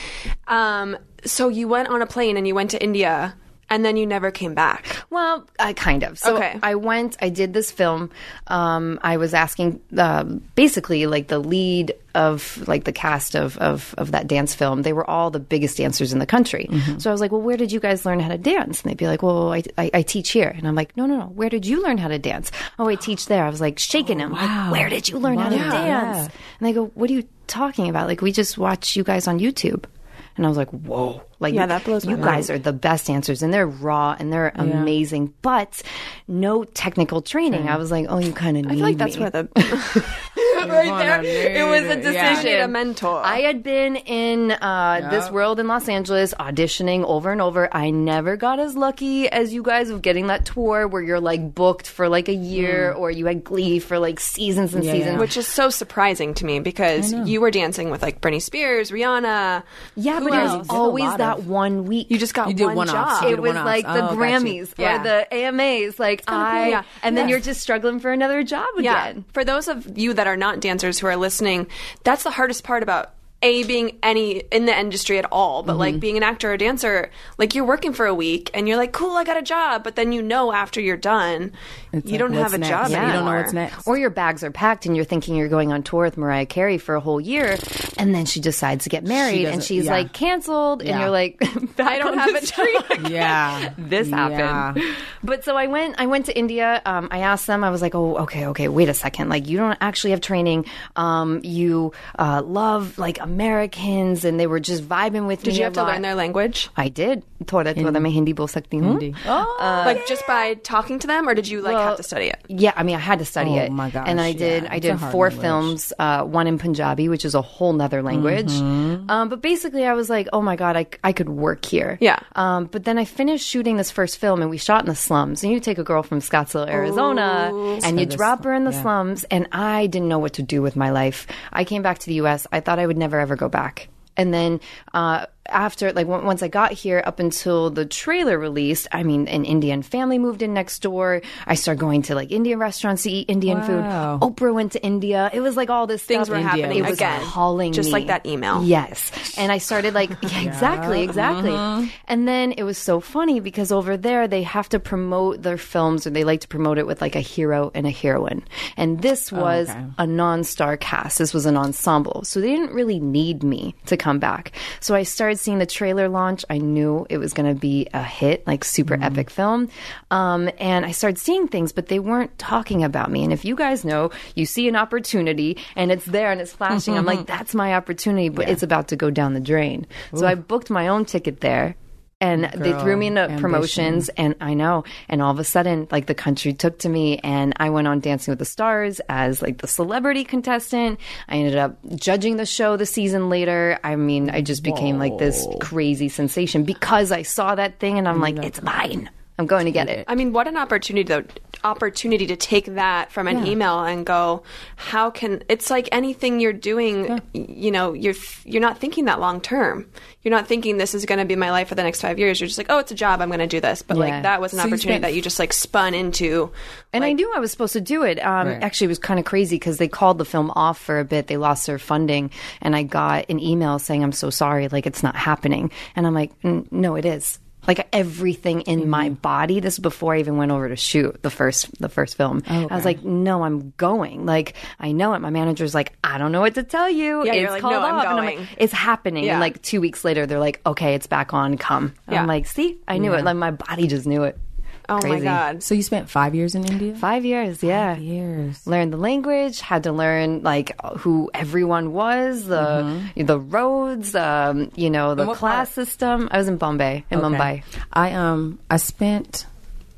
Speaker 1: Um. So you went on a plane and you went to India. and then you never came back.
Speaker 4: Well, I kind of. So
Speaker 1: Okay.
Speaker 4: I went. I did this film. Um, I was asking, uh, basically, like the lead of like the cast of, of of that dance film. They were all the biggest dancers in the country.
Speaker 1: Mm-hmm.
Speaker 4: So I was like, well, where did you guys learn how to dance? And they'd be like, well, I, I, I teach here. And I'm like, no, no, no. Where did you learn how to dance? Oh, I teach there. I was like shaking
Speaker 1: Oh,
Speaker 4: him. Like, where did you learn how to dance? And they go, what are you talking about? Like, we just watch you guys on YouTube. And I was like, whoa. Like,
Speaker 1: Yeah, that blows my
Speaker 4: you
Speaker 1: mind.
Speaker 4: guys are the best dancers and they're raw and they're amazing, but no technical training. I was like, oh, you kind of need
Speaker 1: I feel like that's
Speaker 4: me.
Speaker 1: where the
Speaker 4: right there. It was a decision.
Speaker 2: Yeah.
Speaker 1: I need a mentor.
Speaker 4: I had been in uh, this world in Los Angeles auditioning over and over. I never got as lucky as you guys of getting that tour where you're like booked for like a
Speaker 1: Mm.
Speaker 4: year or you had Glee for like seasons and seasons.
Speaker 1: which is so surprising to me because you were dancing with like Britney Spears, Rihanna.
Speaker 4: Yeah,
Speaker 1: Who else? You
Speaker 4: but there's
Speaker 1: did a
Speaker 4: always
Speaker 2: lot
Speaker 4: that
Speaker 2: of-
Speaker 4: one week.
Speaker 1: You just got
Speaker 2: You did
Speaker 1: one
Speaker 2: one-offs.
Speaker 1: job.
Speaker 2: You
Speaker 4: it
Speaker 2: did
Speaker 4: was
Speaker 2: one-offs.
Speaker 4: like the
Speaker 2: Oh, got you.
Speaker 4: Grammys
Speaker 2: Yeah.
Speaker 4: or the AMAs. Like I,
Speaker 1: yeah.
Speaker 4: and then
Speaker 1: Yeah.
Speaker 4: you're just struggling for another job
Speaker 1: yeah.
Speaker 4: again.
Speaker 1: For those of you that are not dancers who are listening, that's the hardest part about a being any in the industry at all, but
Speaker 2: Mm-hmm.
Speaker 1: like being an actor or dancer, like you're working for a week and you're like, cool, I got a job, but then you know after you're done, you
Speaker 2: like,
Speaker 1: don't have
Speaker 2: what's
Speaker 1: a
Speaker 2: next?
Speaker 1: job
Speaker 2: Yeah,
Speaker 1: anymore.
Speaker 2: you don't know what's next.
Speaker 4: Or your bags are packed and you're thinking you're going on tour with Mariah Carey for a whole year, and then she decides to get married and
Speaker 2: doesn't-
Speaker 4: she's
Speaker 2: yeah.
Speaker 4: like canceled,
Speaker 2: Yeah.
Speaker 4: and you're like,
Speaker 1: I don't have a job.
Speaker 2: yeah.
Speaker 4: this happened. But so I went. I went to India. Um, I asked them. I was like, "Oh, okay, okay. Wait a second. Like, you don't actually have training. Um, you uh, love like Americans, and they were just vibing with me."
Speaker 1: Did you
Speaker 4: a
Speaker 1: have to
Speaker 4: lot.
Speaker 1: learn their language?
Speaker 4: I did. Thoda thoda main Hindi bol sakti hoon.
Speaker 2: Oh,
Speaker 1: like just by talking to them, or did you like have
Speaker 4: Well,
Speaker 1: to study it?
Speaker 4: Yeah, I mean, I had to study
Speaker 2: Oh
Speaker 4: it.
Speaker 2: my gosh,
Speaker 4: And I did.
Speaker 2: yeah.
Speaker 4: I
Speaker 2: It's a
Speaker 4: did
Speaker 2: hard
Speaker 4: four
Speaker 2: language.
Speaker 4: films. Uh, one in Punjabi, which is a whole nother language.
Speaker 2: Mm-hmm.
Speaker 4: Um, but basically, I was like, oh my god, I, c- I could work here.
Speaker 1: Yeah.
Speaker 4: Um, but then I finished shooting this first film, and we shot in the slums. And you take a girl from Scottsdale, Arizona, and you drop her in the slums. And I didn't know what to do with my life. I came back to the U.S. I thought I would never ever go back. And then uh, after, like, on- once I got here, up until the trailer released, I mean, an Indian family moved in next door. I started going to like Indian restaurants to eat Indian
Speaker 2: Wow.
Speaker 4: food. Oprah went to India. It was like all this
Speaker 1: Things
Speaker 4: stuff.
Speaker 1: were happening
Speaker 4: It E was
Speaker 1: again,
Speaker 4: calling
Speaker 1: just
Speaker 4: me.
Speaker 1: like that email.
Speaker 4: Yes, and I started like yeah, Uh-huh. exactly, exactly. And then it was so funny because over there they have to promote their films, or they like to promote it with like a hero and a heroine. And this was
Speaker 2: okay.
Speaker 4: a non-star cast. This was an ensemble, so they didn't really need me to come back. So I started seeing the trailer launch. I knew it was going to be a hit, like super epic film. Um, and I started seeing things, but they weren't talking about me. And if you guys know, you see an opportunity and it's there and it's flashing. I'm like, that's my opportunity, but it's about to go down the drain. So I booked my own ticket there. And they threw me into
Speaker 2: ambition.
Speaker 4: promotions, and I know. And all of a sudden, like the country took to me, and I went on Dancing with the Stars as like the celebrity contestant. I ended up judging the show the season later. I mean, I just became like this crazy sensation because I saw that thing, and I'm like, it's mine. I'm going to get it.
Speaker 1: I mean, what an opportunity though opportunity to take that from an email and go how can it's like anything you're doing y- you know you're f- you're not thinking that long term you're not thinking this is going to be my life for the next 5 years you're just like oh it's a job I'm going to do this but
Speaker 4: Yeah.
Speaker 1: like that was an
Speaker 2: So you
Speaker 1: opportunity
Speaker 2: spent-
Speaker 1: that you just like spun into
Speaker 4: And I knew I was supposed to do it. Um,
Speaker 2: Right.
Speaker 4: Actually, it was kind of crazy because they called the film off for a bit. They lost their funding, and I got an email saying, "I'm so sorry, like it's not happening." And I'm like, "N- "No, it is." Like everything in my
Speaker 1: Mm.
Speaker 4: body. This is before I even went over to shoot the first the first film.
Speaker 1: Oh,
Speaker 4: I was like, "No, I'm going." Like I know it. My manager's like, "I don't know what to tell you."
Speaker 1: Yeah,
Speaker 4: it's
Speaker 1: you're like,
Speaker 4: called
Speaker 1: "No, I'm
Speaker 4: off." And
Speaker 1: going.
Speaker 4: like, it's happening.
Speaker 1: Yeah.
Speaker 4: And like two weeks later, they're like, "Okay, it's back on. Come." And
Speaker 1: Yeah.
Speaker 4: I'm like, "See, I knew it. Like my body just knew it."
Speaker 1: oh
Speaker 4: Crazy.
Speaker 1: my god
Speaker 2: So you spent five years in India?
Speaker 4: Five years, yeah.
Speaker 2: years.
Speaker 4: Learned the language, had to learn like who everyone was, the the roads, um, you know, the
Speaker 2: Mm-hmm. what
Speaker 4: class system. I was in Bombay, in Mumbai.
Speaker 2: I um I spent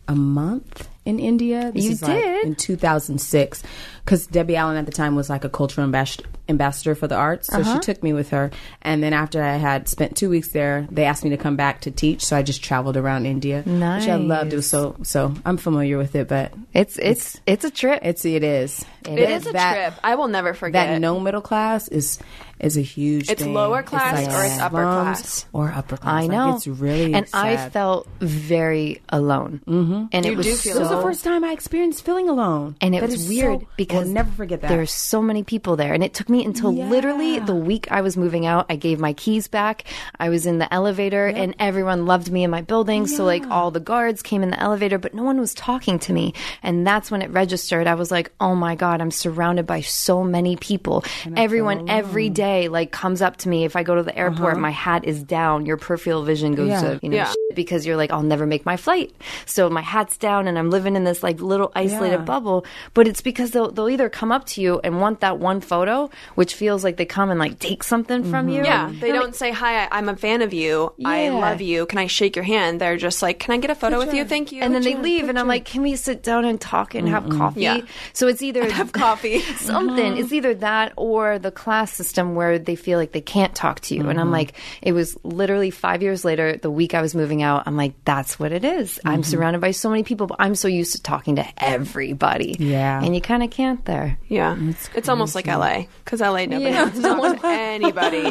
Speaker 2: a month in India. This
Speaker 4: You
Speaker 2: is, like,
Speaker 4: did?
Speaker 2: in 2006 because Debbie Allen at the time was like a cultural ambas- ambassador for the arts, so she took me with her. And then after I had spent two weeks there, they asked me to come back to teach, so I just traveled around India, which I loved. It was so so I'm familiar with it, but
Speaker 4: It's it's it's a trip.
Speaker 2: it's it is it,
Speaker 1: it is a trip I will never forget
Speaker 2: that no middle class is is a huge.
Speaker 1: It's
Speaker 2: thing.
Speaker 1: lower class or it's upper
Speaker 2: slums
Speaker 1: class.
Speaker 2: or upper class.
Speaker 4: I
Speaker 2: Like,
Speaker 4: know.
Speaker 2: it's really
Speaker 4: and I
Speaker 2: sad.
Speaker 4: felt very alone, mm-hmm. and it was
Speaker 1: do feel
Speaker 4: so
Speaker 2: It was the first time I experienced feeling alone,
Speaker 4: and it
Speaker 2: That
Speaker 4: was
Speaker 2: is
Speaker 4: weird
Speaker 2: so
Speaker 4: because because
Speaker 2: never forget that.
Speaker 4: there's so many people there. And it took me until literally the week I was moving out. I gave my keys back. I was in the elevator and everyone loved me in my building. So like all the guards came in the elevator, but no one was talking to me. And that's when it registered. I was like, oh my God, I'm surrounded by so many people. Everyone every day like comes up to me. If I go to the airport, my hat is down. Your peripheral vision goes
Speaker 2: Uh-huh. Yeah.
Speaker 4: to, you know,
Speaker 1: Yeah.
Speaker 4: because you're like, I'll never make my flight. So my hat's down and I'm living in this like little isolated
Speaker 2: Yeah.
Speaker 4: bubble. But it's because they'll, they'll either come up to you and want that one photo, which feels like they come and like take something from you.
Speaker 1: Mm-hmm. Yeah, they don't say hi. I, I'm a fan of you. I
Speaker 4: Yeah.
Speaker 1: love you. Can I shake your hand? They're just like, can I get a photo with you? Thank you.
Speaker 4: And then they leave, and I'm like, "Can we sit down and talk and have coffee?"
Speaker 1: Yeah.
Speaker 4: So it's either
Speaker 1: have coffee. Mm-hmm.
Speaker 4: something. It's either that or the class system where they feel like they can't talk to you. And I'm
Speaker 1: Mm-hmm.
Speaker 4: like, it was literally five years later, the week I was moving out, I'm like, that's what it is. I'm
Speaker 1: Mm-hmm.
Speaker 4: surrounded by so many people, but I'm so used to talking to everybody.
Speaker 2: Yeah.
Speaker 4: And you kind of can't there.
Speaker 1: yeah, it's, almost like LA because LA nobody wants to talk to anybody.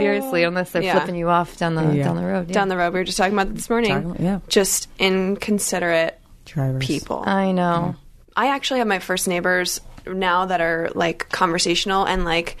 Speaker 4: Seriously, unless they're
Speaker 1: Oh. Yeah.
Speaker 4: flipping you off down the down the road. yeah.
Speaker 1: Down the road, we were just talking about this morning.
Speaker 2: Talking about- yeah. Uh,
Speaker 1: just inconsiderate
Speaker 2: Drivers.
Speaker 1: people.
Speaker 4: I know.
Speaker 1: I actually have my first neighbors now that are like conversational and like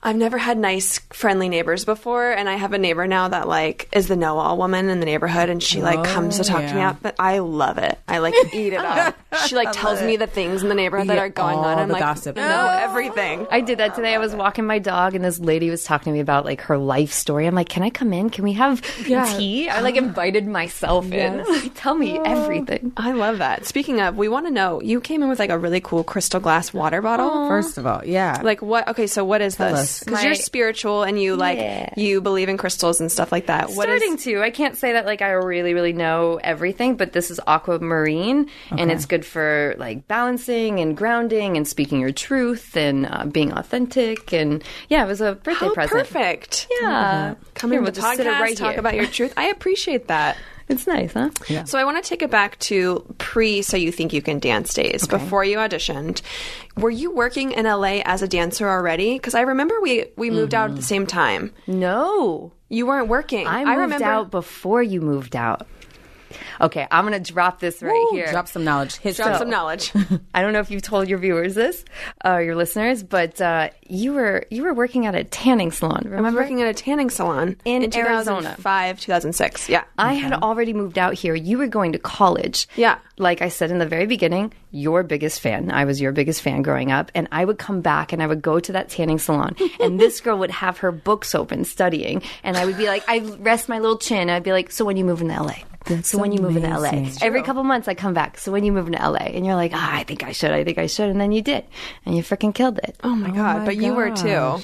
Speaker 1: I've never had nice friendly neighbors before and I have a neighbor now that like is the know-all woman in the neighborhood and she like comes to talk to me
Speaker 2: Oh, yeah.
Speaker 1: out but I love it. I like eat it up. She like tells me the things in the neighborhood that
Speaker 2: Yeah,
Speaker 1: are going
Speaker 2: all
Speaker 1: on. I'm
Speaker 2: the
Speaker 1: like
Speaker 2: gossip.
Speaker 1: know everything.
Speaker 4: I did that today. I was walking my dog, and this lady was talking to me about like her life story. I'm like, "Can I come in? Can we have tea?" I like invited myself in. Like, tell me everything.
Speaker 1: I love that. Speaking of, we want to know you came in with like a really cool crystal glass water bottle.
Speaker 2: First of all, yeah.
Speaker 1: Like what? Okay, so what is this?
Speaker 2: us.
Speaker 1: Because you're
Speaker 4: My-
Speaker 1: spiritual and you like
Speaker 4: Yeah.
Speaker 1: you believe in crystals and stuff like that. What is
Speaker 4: Starting to, I can't say that like I really, really know everything, but this is aquamarine, and it's good for like balancing and grounding and speaking your truth and uh, being authentic. And yeah, it was a birthday
Speaker 1: How
Speaker 4: present.
Speaker 1: Oh, perfect.
Speaker 4: Yeah,
Speaker 1: Come
Speaker 4: Here,
Speaker 1: in
Speaker 4: we'll
Speaker 1: with the
Speaker 4: just sit it
Speaker 1: podcast,
Speaker 4: right
Speaker 1: talk
Speaker 4: here.
Speaker 1: about your truth. I appreciate that.
Speaker 4: It's nice, huh?
Speaker 1: So I want to take it back to pre So You Think You Can Dance days before you auditioned. Were you working in LA as a dancer already? Because I remember we, we moved out at the same time.
Speaker 4: No,
Speaker 1: You weren't working.
Speaker 4: I moved
Speaker 1: remember.
Speaker 4: out before you moved out. Okay, I'm gonna drop this right
Speaker 2: Ooh,
Speaker 4: here.
Speaker 2: drop some knowledge. Hit
Speaker 1: Drop
Speaker 2: some-
Speaker 1: some knowledge.
Speaker 4: I don't know if you've told your viewers this, uh, your listeners, but uh, you were you were working at a tanning salon.
Speaker 1: I
Speaker 4: Remember?
Speaker 1: was working at a tanning salon
Speaker 4: In Arizona.
Speaker 1: 2005, 2006. Yeah.
Speaker 4: I had already moved out here. You were going to college.
Speaker 1: Yeah.
Speaker 4: Like I said in the very beginning, your biggest fan. I was your biggest fan growing up. And I would come back and I would go to that tanning salon. and this girl would have her books open studying. And I would be like, I rest my little chin. I'd be like, So when you move into LA? so when you move into LA? Every couple months I come back. So when you move into LA? And you're like, ah, I think I should. I think I should. And then you did. And you freaking killed it.
Speaker 1: Oh my God. but you were too.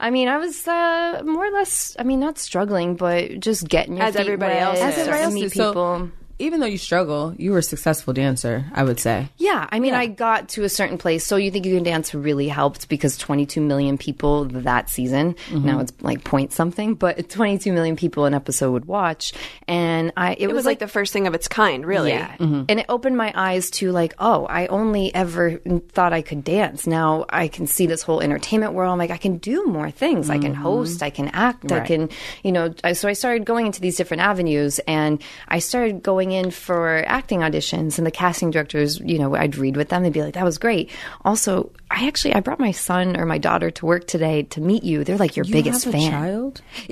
Speaker 4: I mean, I was uh, more or less. I mean, not struggling, but just getting your
Speaker 1: As
Speaker 4: feet
Speaker 1: everybody
Speaker 4: wet,
Speaker 1: else is.
Speaker 4: starting
Speaker 1: Everybody
Speaker 4: to
Speaker 1: else
Speaker 4: meet
Speaker 2: is. So-
Speaker 4: people.
Speaker 2: Even though you struggle, you were a successful dancer, I would say.
Speaker 4: Yeah, I mean, I got to a certain place. So you think you can dance really helped because 22 million people that season.
Speaker 1: Mm-hmm.
Speaker 4: Now it's like point something, but 22 million people an episode would watch, and I it,
Speaker 1: It was like the first thing of its kind, really.
Speaker 4: yeah, and it opened my eyes to like, oh, I only ever thought I could dance. Now I can see this whole entertainment world. I'm like, I can do more things. I can host. I can act. I can, you know. I, so I started going into these different avenues, and I started going in for acting auditions. And the casting directors, you know, I'd read with them. They'd be like, that was great. Also, I actually I brought my son or my daughter to work today to meet you. They're like your
Speaker 2: You
Speaker 4: biggest
Speaker 2: have a
Speaker 4: fan.
Speaker 2: child?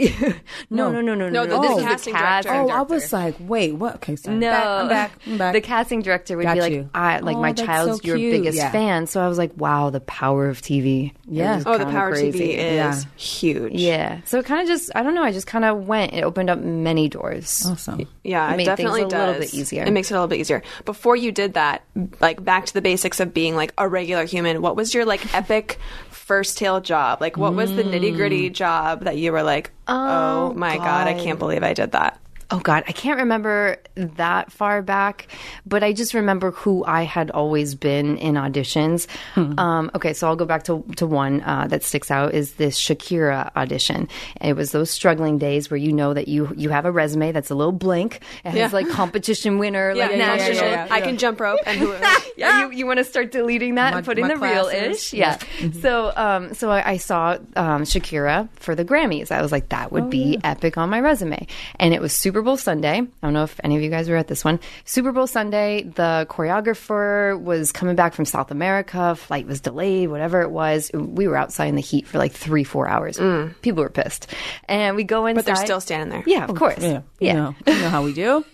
Speaker 4: No, no, no, no, no.
Speaker 1: No, this
Speaker 2: is
Speaker 4: the
Speaker 1: casting director.
Speaker 2: Oh,
Speaker 1: Director.
Speaker 2: I was like, wait, what? Okay, sorry.
Speaker 4: No,
Speaker 2: Back- I'm back. I'm back.
Speaker 4: The casting director would
Speaker 2: Got
Speaker 4: be like,
Speaker 2: you.
Speaker 4: "I like
Speaker 2: Oh,
Speaker 4: my
Speaker 2: that's
Speaker 4: child's
Speaker 2: so
Speaker 4: your
Speaker 2: cute.
Speaker 4: biggest
Speaker 2: Yeah.
Speaker 4: fan." So I was like, "Wow, the power of TV!" It
Speaker 2: Yeah.
Speaker 4: was
Speaker 1: Oh, the
Speaker 4: kinda
Speaker 1: power of
Speaker 4: crazy.
Speaker 1: TV is
Speaker 2: Yeah.
Speaker 1: huge.
Speaker 4: Yeah. So it kind of just, I don't know, I just kind of went. It opened up many doors.
Speaker 2: awesome.
Speaker 1: Yeah, it
Speaker 4: made things
Speaker 1: definitely
Speaker 4: a
Speaker 1: does.
Speaker 4: little bit easier.
Speaker 1: It makes it a little bit easier. Before you did that, like back to the basics of being like a regular human. What was your like epic first tail job? Like, what was the nitty gritty
Speaker 4: Mm.
Speaker 1: job that you were like, oh, my god. I can't believe I did that.
Speaker 4: Oh God, I can't remember that far back, but I just remember who I had always been in auditions.
Speaker 1: Hmm.
Speaker 4: Um, okay, so I'll go back to to one uh, that sticks out is this Shakira audition. And it was those struggling days where you know that you you have a resume that's a little blank. It has
Speaker 1: Yeah.
Speaker 4: like competition winner, like
Speaker 1: yeah,
Speaker 2: yeah,
Speaker 4: national.
Speaker 1: national.
Speaker 2: yeah, yeah.
Speaker 1: I can jump rope and hula.
Speaker 4: Yeah, you, you want to start deleting that
Speaker 2: My-
Speaker 4: and put in
Speaker 2: my
Speaker 4: the real ish.
Speaker 2: classes.
Speaker 4: Yeah.
Speaker 1: Mm-hmm.
Speaker 4: So, um, so I, I saw
Speaker 1: Oh,
Speaker 4: um, Shakira for the Grammys. I was like, that would be epic on my resume, and it was Super Bowl Sunday. I don't know if any of you guys were at this one. Super Bowl Sunday, the choreographer was coming back from South America. Flight was delayed, whatever it was. We were outside in the heat for like three, four hours. People were pissed. And we go inside.
Speaker 1: Mm. But they're still standing there. Oh,
Speaker 4: Yeah, of course.
Speaker 2: Yeah. You know, you know how we do.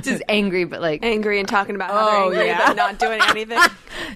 Speaker 4: Just angry, but like
Speaker 1: Angry and talking about how
Speaker 2: Oh,
Speaker 1: they're angry
Speaker 2: yeah.
Speaker 1: but not doing anything.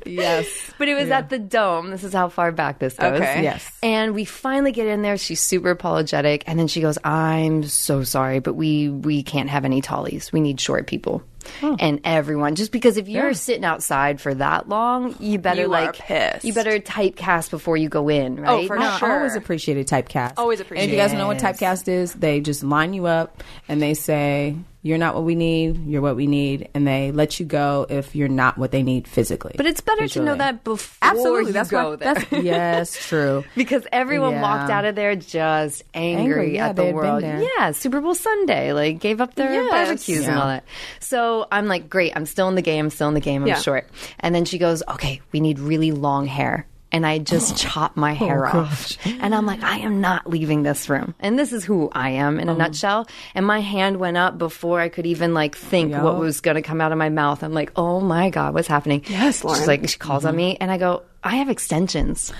Speaker 2: yes.
Speaker 4: But it was at the dome. This is how far back this goes.
Speaker 1: Okay.
Speaker 2: Yes.
Speaker 4: And we finally get in there. She's super apologetic, and then she goes, "I'm so sorry, but we we can't have any tallies. We need short people." And everyone, just because if you're sitting outside for that long, you better
Speaker 1: You are
Speaker 4: like
Speaker 1: pissed. Oh,
Speaker 4: you better typecast before you go in, right?
Speaker 1: for
Speaker 4: Not-
Speaker 1: sure.
Speaker 2: I always appreciated typecast.
Speaker 1: Always
Speaker 2: And if you guys don't know what typecast is, they just line you up and they say, You're not what we need, you're what we need, and they let you go if you're not what they need physically.
Speaker 4: But it's better to know
Speaker 2: Visually.
Speaker 4: that before
Speaker 2: Absolutely,
Speaker 4: you
Speaker 2: that's
Speaker 4: go
Speaker 2: why,
Speaker 4: there.
Speaker 2: That's, yes, true.
Speaker 4: because everyone
Speaker 2: Yeah.
Speaker 4: walked out of there just angry,
Speaker 2: Angry, yeah,
Speaker 4: at
Speaker 2: they
Speaker 4: the
Speaker 2: had been
Speaker 4: world.
Speaker 2: there.
Speaker 4: Yeah, Super Bowl Sunday, like gave up their
Speaker 1: Yes.
Speaker 4: barbecues and all that. So I'm like, great, I'm still in the game, I'm still in the game, I'm
Speaker 1: Yeah.
Speaker 4: short. And then she goes, okay, we need really long hair. And I just chop
Speaker 2: Oh,
Speaker 4: my hair off. And I'm like, I am not leaving this room. And this is who I am
Speaker 2: Oh.
Speaker 4: in a nutshell. And my hand went up before I could even like think what was gonna come out of my mouth. I'm like, oh my God, what's happening?
Speaker 1: Yes,
Speaker 4: She's
Speaker 1: Lauren.
Speaker 4: like, she calls
Speaker 2: Mm-hmm.
Speaker 4: on me and I go, I have extensions,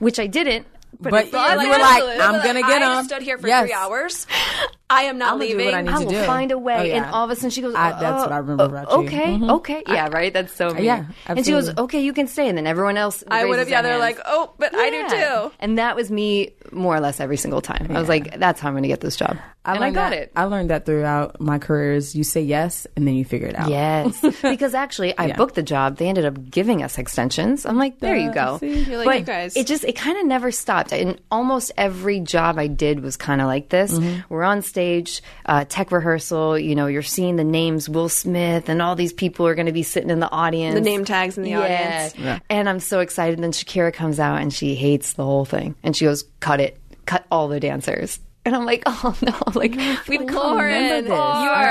Speaker 4: which I didn't. But,
Speaker 2: But
Speaker 4: it's
Speaker 2: you
Speaker 4: like,
Speaker 2: were like, I'm
Speaker 1: Like,
Speaker 2: gonna get
Speaker 1: I
Speaker 2: them.
Speaker 1: stood here for
Speaker 2: Yes.
Speaker 1: three hours. I am not
Speaker 2: I'm gonna do
Speaker 1: leaving.
Speaker 2: what I need
Speaker 4: I
Speaker 2: to
Speaker 4: will
Speaker 2: do.
Speaker 4: find a way.
Speaker 2: Oh, yeah.
Speaker 4: And all of a sudden she goes,
Speaker 2: I- that's what I
Speaker 4: "Uh,
Speaker 2: remember
Speaker 4: uh,
Speaker 2: about you. Mm-hmm.
Speaker 4: Okay, okay. Yeah, right? That's so me.
Speaker 2: yeah,
Speaker 4: And she goes,
Speaker 2: absolutely.
Speaker 4: okay, you can stay. And then everyone else
Speaker 1: I would have.
Speaker 4: raises
Speaker 1: Yeah,
Speaker 4: their
Speaker 1: they're
Speaker 4: hands.
Speaker 1: like, oh, but I do
Speaker 4: Yeah.
Speaker 1: too.
Speaker 4: And that was me more or less every single time. I was like, that's how I'm going to get this job. and I
Speaker 2: learned
Speaker 4: got
Speaker 2: that-
Speaker 4: it.
Speaker 2: I learned that throughout my career is you say yes and then you figure it
Speaker 1: Oh.
Speaker 2: out.
Speaker 4: Yes, because actually, I booked the job. They ended up giving us extensions. I'm like, there you go.
Speaker 2: see?
Speaker 1: You're like,
Speaker 4: but
Speaker 1: you guys.
Speaker 4: it just it kind of never stopped. And almost every job I did was kind of like this.
Speaker 1: Mm-hmm.
Speaker 4: We're on stage, uh, tech rehearsal. You know, you're seeing the names Will Smith and all these people are going to be sitting in the audience.
Speaker 1: The name tags in the audience.
Speaker 4: And I'm so excited. And then Shakira comes out and she hates the whole thing. And she goes, cut it, cut all the dancers. And I'm like, oh no, like
Speaker 2: I
Speaker 4: we've
Speaker 2: remember
Speaker 1: Lauren,
Speaker 2: this.
Speaker 1: you are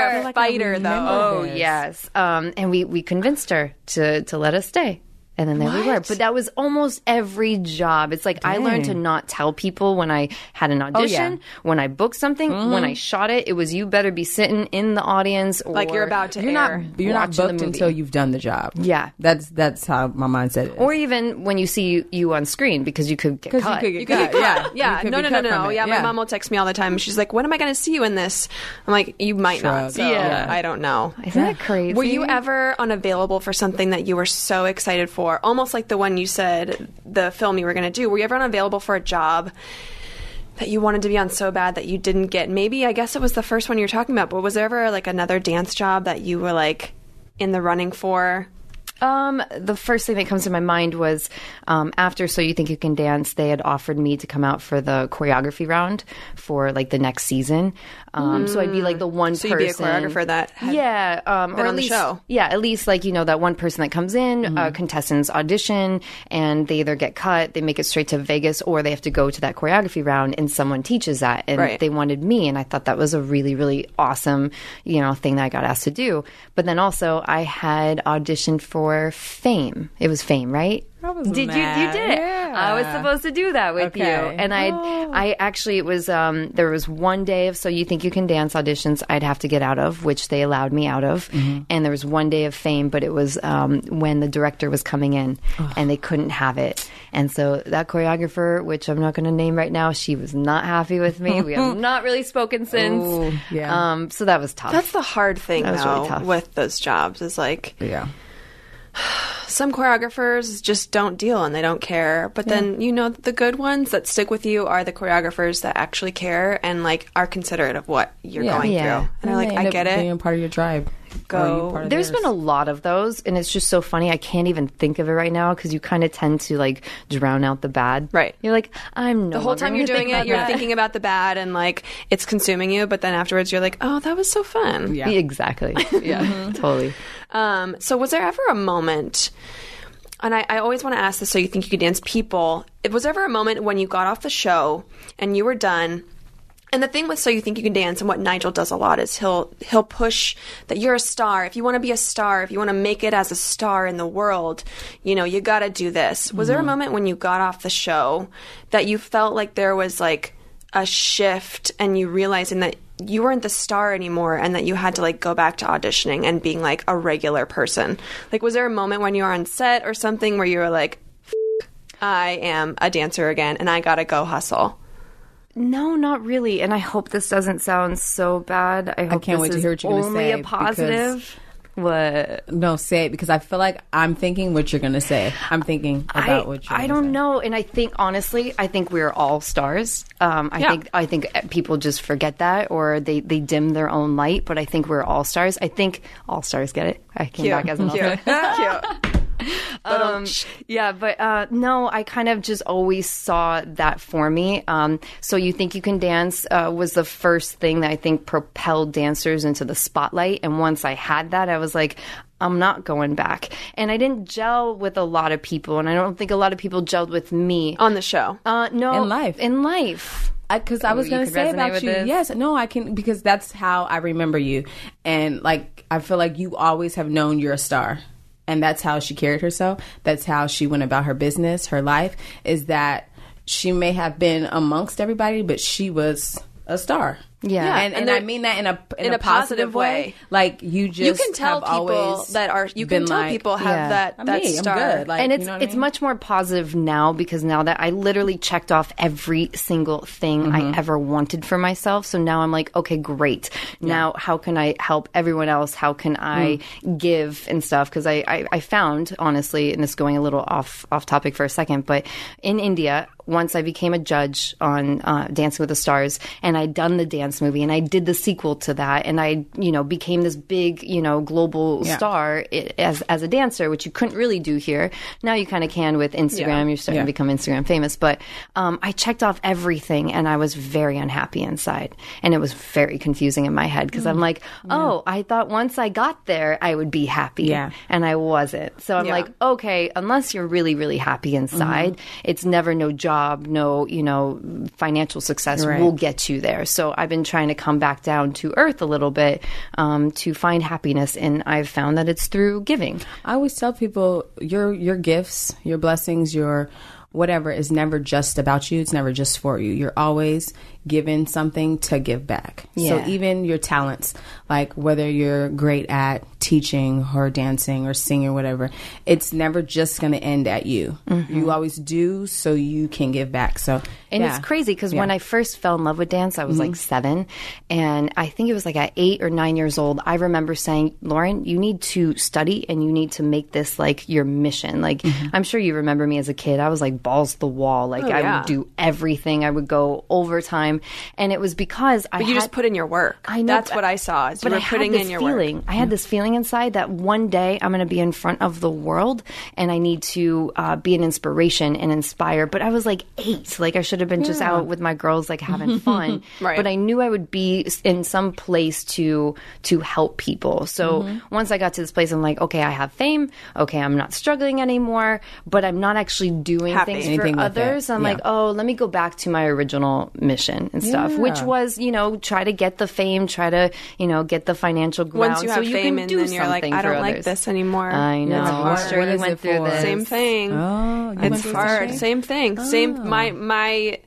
Speaker 2: I feel
Speaker 1: a
Speaker 2: like I
Speaker 1: fighter, though.
Speaker 2: remember
Speaker 1: Oh,
Speaker 4: Oh
Speaker 2: this.
Speaker 4: yes, um, and we we convinced her to to let us stay, and then there we were. But that was almost every job. It's like I learned to not tell people when I had an audition, when I booked something, when I shot it. It was you better be sitting in the audience, or
Speaker 1: Like you're about to
Speaker 2: You're
Speaker 1: air.
Speaker 2: not you're not
Speaker 4: watching the
Speaker 2: booked
Speaker 4: movie.
Speaker 2: until you've done the job.
Speaker 4: Yeah.
Speaker 2: That's that's how my mindset is.
Speaker 4: or even when you see you on screen because you could get
Speaker 2: 'Cause
Speaker 4: cut.
Speaker 2: you could get
Speaker 1: You
Speaker 2: cut.
Speaker 1: could
Speaker 2: Yeah.
Speaker 1: cut. Yeah.
Speaker 2: You could
Speaker 1: No,
Speaker 2: be
Speaker 1: no, no,
Speaker 2: cut
Speaker 1: no,
Speaker 2: from
Speaker 1: no.
Speaker 2: it.
Speaker 1: Yeah, my mom will text me all the time. She's like, when am I going to see you in this? I'm like, you might not.
Speaker 2: Shrug.
Speaker 1: So
Speaker 4: Yeah.
Speaker 1: I don't know.
Speaker 4: Isn't that crazy?
Speaker 1: Were you ever unavailable for something that you were so excited for? Almost like the one you said, the film you were going to do. Were you ever unavailable for a job that you wanted to be on so bad that you didn't get? Maybe, I guess it was the first one you were talking about, but was there ever like another dance job that you were like in the running for?
Speaker 4: Um, the first thing that comes to my mind was um, after So You Think You Can Dance, they had offered me to come out for the choreography round for like the next season. Um, So I'd be like the one
Speaker 1: Mm. So you'd
Speaker 4: person.
Speaker 1: be a choreographer that had
Speaker 4: yeah, um, or
Speaker 1: on
Speaker 4: at
Speaker 1: the
Speaker 4: least,
Speaker 1: show.
Speaker 4: Yeah, at least like you know that one person that comes in,
Speaker 2: Mm-hmm.
Speaker 4: uh, contestants audition, and they either get cut, they make it straight to Vegas, or they have to go to that choreography round, and someone teaches that, and
Speaker 1: Right.
Speaker 4: they wanted me, and I thought that was a really really awesome you know thing that I got asked to do. But then also I had auditioned for Fame. It was Fame, right?
Speaker 2: was
Speaker 4: did you you
Speaker 2: mad.
Speaker 4: did it? I was
Speaker 2: Yeah.
Speaker 4: supposed to do that with you,
Speaker 2: Okay. Oh,
Speaker 4: and I
Speaker 1: Oh.
Speaker 4: I actually it was um there was one day of so you think you can dance auditions I'd have to get out of which they allowed me out of
Speaker 1: Mm-hmm.
Speaker 4: and there was one day of fame but it was um when the director was coming in and they couldn't have it and so that choreographer which I'm not going to name right now she was not happy with me we have not really spoken since
Speaker 2: Ooh, yeah.
Speaker 4: um so that was
Speaker 1: Oh,
Speaker 4: tough
Speaker 1: That's the hard thing,
Speaker 4: That was really
Speaker 1: though,
Speaker 4: tough.
Speaker 1: with those jobs is like
Speaker 2: yeah.
Speaker 1: some choreographers just don't deal and they don't care. But then you know the good ones that stick with you are the choreographers that actually care and like are considerate of what you're
Speaker 2: Yeah.
Speaker 1: going
Speaker 4: Yeah.
Speaker 1: through. And, they're
Speaker 2: they
Speaker 1: like,
Speaker 2: end
Speaker 1: I
Speaker 2: up
Speaker 1: get it.
Speaker 2: Being part of your tribe.
Speaker 1: Go.
Speaker 4: There's been a lot of those, and it's just so funny. I can't even think of it right now because you kind of tend to like drown out the bad.
Speaker 1: Right.
Speaker 4: You're like, I'm no
Speaker 1: the whole
Speaker 4: longer
Speaker 1: time you're doing
Speaker 4: gonna think
Speaker 1: it,
Speaker 4: about
Speaker 1: you're
Speaker 4: that.
Speaker 1: thinking about the bad and like it's consuming you. But then afterwards, you're like, oh, that was so fun.
Speaker 2: Yeah.
Speaker 4: Exactly. Yeah. Mm-hmm. Totally.
Speaker 1: Um, so was there ever a moment? And I, I always want to ask this so you think you could dance people. It was there ever a moment when you got off the show and you were done. And the thing with so you think you can dance and what Nigel does a lot is he'll he'll push that you're a star. If you want to be a star, if you want to make it as a star in the world, you know, you got to do this. Was there a moment when you got off the show that you felt like there was like a shift and you realizing that you weren't the star anymore and that you had to like go back to auditioning and being like a regular person? Like, was there a moment when you were on set or something where you were like, "F- I am a dancer again and I gotta go hustle?
Speaker 4: No, not really. And I hope this doesn't sound so bad. I hope
Speaker 2: can't
Speaker 4: this
Speaker 2: wait to
Speaker 4: is
Speaker 2: hear what you're gonna
Speaker 4: only
Speaker 2: say,
Speaker 4: a positive. What
Speaker 2: No, say it because I feel like I'm thinking what you're gonna say. I'm thinking about
Speaker 4: I,
Speaker 2: what you're.
Speaker 4: I
Speaker 2: gonna
Speaker 4: don't
Speaker 2: say.
Speaker 4: know, and I think honestly, I think we're all stars. Um, I think I think people just forget that, or they, they dim their own light. But I think we're all stars. I think all stars get it. I came back as an all star. Um, yeah, but uh, no, I kind of just always saw that for me. Um, so you think you can dance uh, was the first thing that I think propelled dancers into the spotlight. And once I had that, I was like. I'm not going back. And I didn't gel with a lot of people, and I don't think a lot of people gelled with me.
Speaker 1: On the show.
Speaker 4: Uh, no,
Speaker 2: Oh. In life.
Speaker 4: in life,
Speaker 2: because I, was
Speaker 4: you
Speaker 2: going to
Speaker 4: could
Speaker 2: say
Speaker 4: resonate
Speaker 2: about
Speaker 4: with
Speaker 2: you.
Speaker 4: this?
Speaker 2: Yes, no, I can because that's how I remember you, and like I feel like you always have known you're a star, and that's how she carried herself. That's how she went about her business, her life. Is that she may have been amongst everybody, but she was a star.
Speaker 4: Yeah. Yeah,
Speaker 2: and, and,
Speaker 1: there-
Speaker 2: I mean that in a in,
Speaker 1: in
Speaker 2: a,
Speaker 1: a
Speaker 2: positive
Speaker 1: positive
Speaker 2: way.
Speaker 1: way.
Speaker 2: Like you just
Speaker 1: you can tell
Speaker 2: have
Speaker 1: people
Speaker 2: always
Speaker 1: that are, you
Speaker 2: been
Speaker 1: can tell
Speaker 2: like,
Speaker 1: people have
Speaker 4: yeah,
Speaker 1: that,
Speaker 2: I'm
Speaker 1: that
Speaker 2: me, I'm
Speaker 1: star.
Speaker 2: good, like-
Speaker 4: and
Speaker 2: you
Speaker 4: it's
Speaker 2: know what I
Speaker 4: it's
Speaker 2: mean?
Speaker 4: much more positive now because now that I literally checked off every single thing
Speaker 2: Mm-hmm.
Speaker 4: I ever wanted for myself, so now I'm like, okay, great. Now how can I help everyone else? How can I
Speaker 2: Mm.
Speaker 4: give and stuff? Because I, I I found honestly, and this is going a little off off topic for a second, but in India. Once I became a judge on uh, Dancing with the Stars, and I'd done the dance movie, and I did the sequel to that, and I, you know, became this big, you know, global
Speaker 2: Yeah.
Speaker 4: star are i- as as a dancer, which you couldn't really do here. Now you kind of can with Instagram. You're starting to
Speaker 2: Yeah.
Speaker 4: become Instagram famous. But um, I checked off everything, and I was very unhappy inside, and it was very confusing in my head because
Speaker 2: Mm.
Speaker 4: I'm like, oh, I thought once I got there, I would be happy,
Speaker 2: Yeah.
Speaker 4: and I wasn't. So I'm like, okay, unless you're really really happy inside,
Speaker 2: Mm-hmm.
Speaker 4: it's never no job, no you know financial success
Speaker 2: Right.
Speaker 4: will get you there. So I've been trying to come back down to earth a little bit um, to find happiness, and I've found that it's through giving.
Speaker 2: I always tell people your your gifts, your blessings, your whatever is never just about you. It's never just for you. You're always given something to give back.
Speaker 4: Yeah.
Speaker 2: So even your talents, like whether you're great at teaching or dancing or singing or whatever, it's never just going to end at you. You always do so you can give back. So
Speaker 4: Mm-hmm. And
Speaker 2: yeah.
Speaker 4: it's crazy because when I first fell in love with dance, I was
Speaker 1: Mm-hmm.
Speaker 4: like seven. And I think it was like at eight or nine years old, I remember saying, Lauren, you need to study and you need to make this like your mission. Like,
Speaker 1: Mm-hmm.
Speaker 4: I'm sure you remember me as a kid. I was like balls to the wall. Like,
Speaker 1: Oh,
Speaker 4: I
Speaker 1: yeah.
Speaker 4: would do everything, I would go overtime. And it was because I
Speaker 1: But you
Speaker 4: had-
Speaker 1: just put in your work.
Speaker 4: I know,
Speaker 1: That's
Speaker 4: but-
Speaker 1: what I saw. Is you
Speaker 4: but
Speaker 1: were
Speaker 4: I had
Speaker 1: putting
Speaker 4: this
Speaker 1: in your work.
Speaker 4: feeling. I had this feeling inside that one day I'm going to be in front of the world and I need to uh, be an inspiration and inspire. But I was like eight. Like I should have been just out with my girls, like having fun.
Speaker 1: Right.
Speaker 4: But I knew I would be s- in some place to to help people. So
Speaker 1: Mm-hmm.
Speaker 4: once I got to this place, I'm like, okay, I have fame. Okay, I'm not struggling anymore. But I'm not actually doing
Speaker 1: Happy.
Speaker 4: things
Speaker 2: Anything
Speaker 4: for
Speaker 2: with it.
Speaker 4: others. I'm
Speaker 2: Yeah.
Speaker 4: like, oh, let me go back to my original mission and stuff, which
Speaker 2: Yeah.
Speaker 4: was, you know, try to get the fame, try to, you know, get the financial ground.
Speaker 1: Once you have
Speaker 4: so
Speaker 1: fame
Speaker 4: you can
Speaker 1: and
Speaker 4: do
Speaker 1: then you're like,
Speaker 4: something
Speaker 1: I
Speaker 4: for
Speaker 1: don't like
Speaker 4: others.
Speaker 1: this anymore.
Speaker 4: I know.
Speaker 2: It's
Speaker 4: I'm
Speaker 2: hard.
Speaker 4: sure
Speaker 2: What
Speaker 4: you
Speaker 2: is
Speaker 4: went
Speaker 2: it
Speaker 4: through
Speaker 2: for?
Speaker 4: this.
Speaker 1: Same thing.
Speaker 2: Oh, you went
Speaker 1: it's
Speaker 2: through the
Speaker 1: hard.
Speaker 2: same? Oh.
Speaker 1: Same thing. Same. My my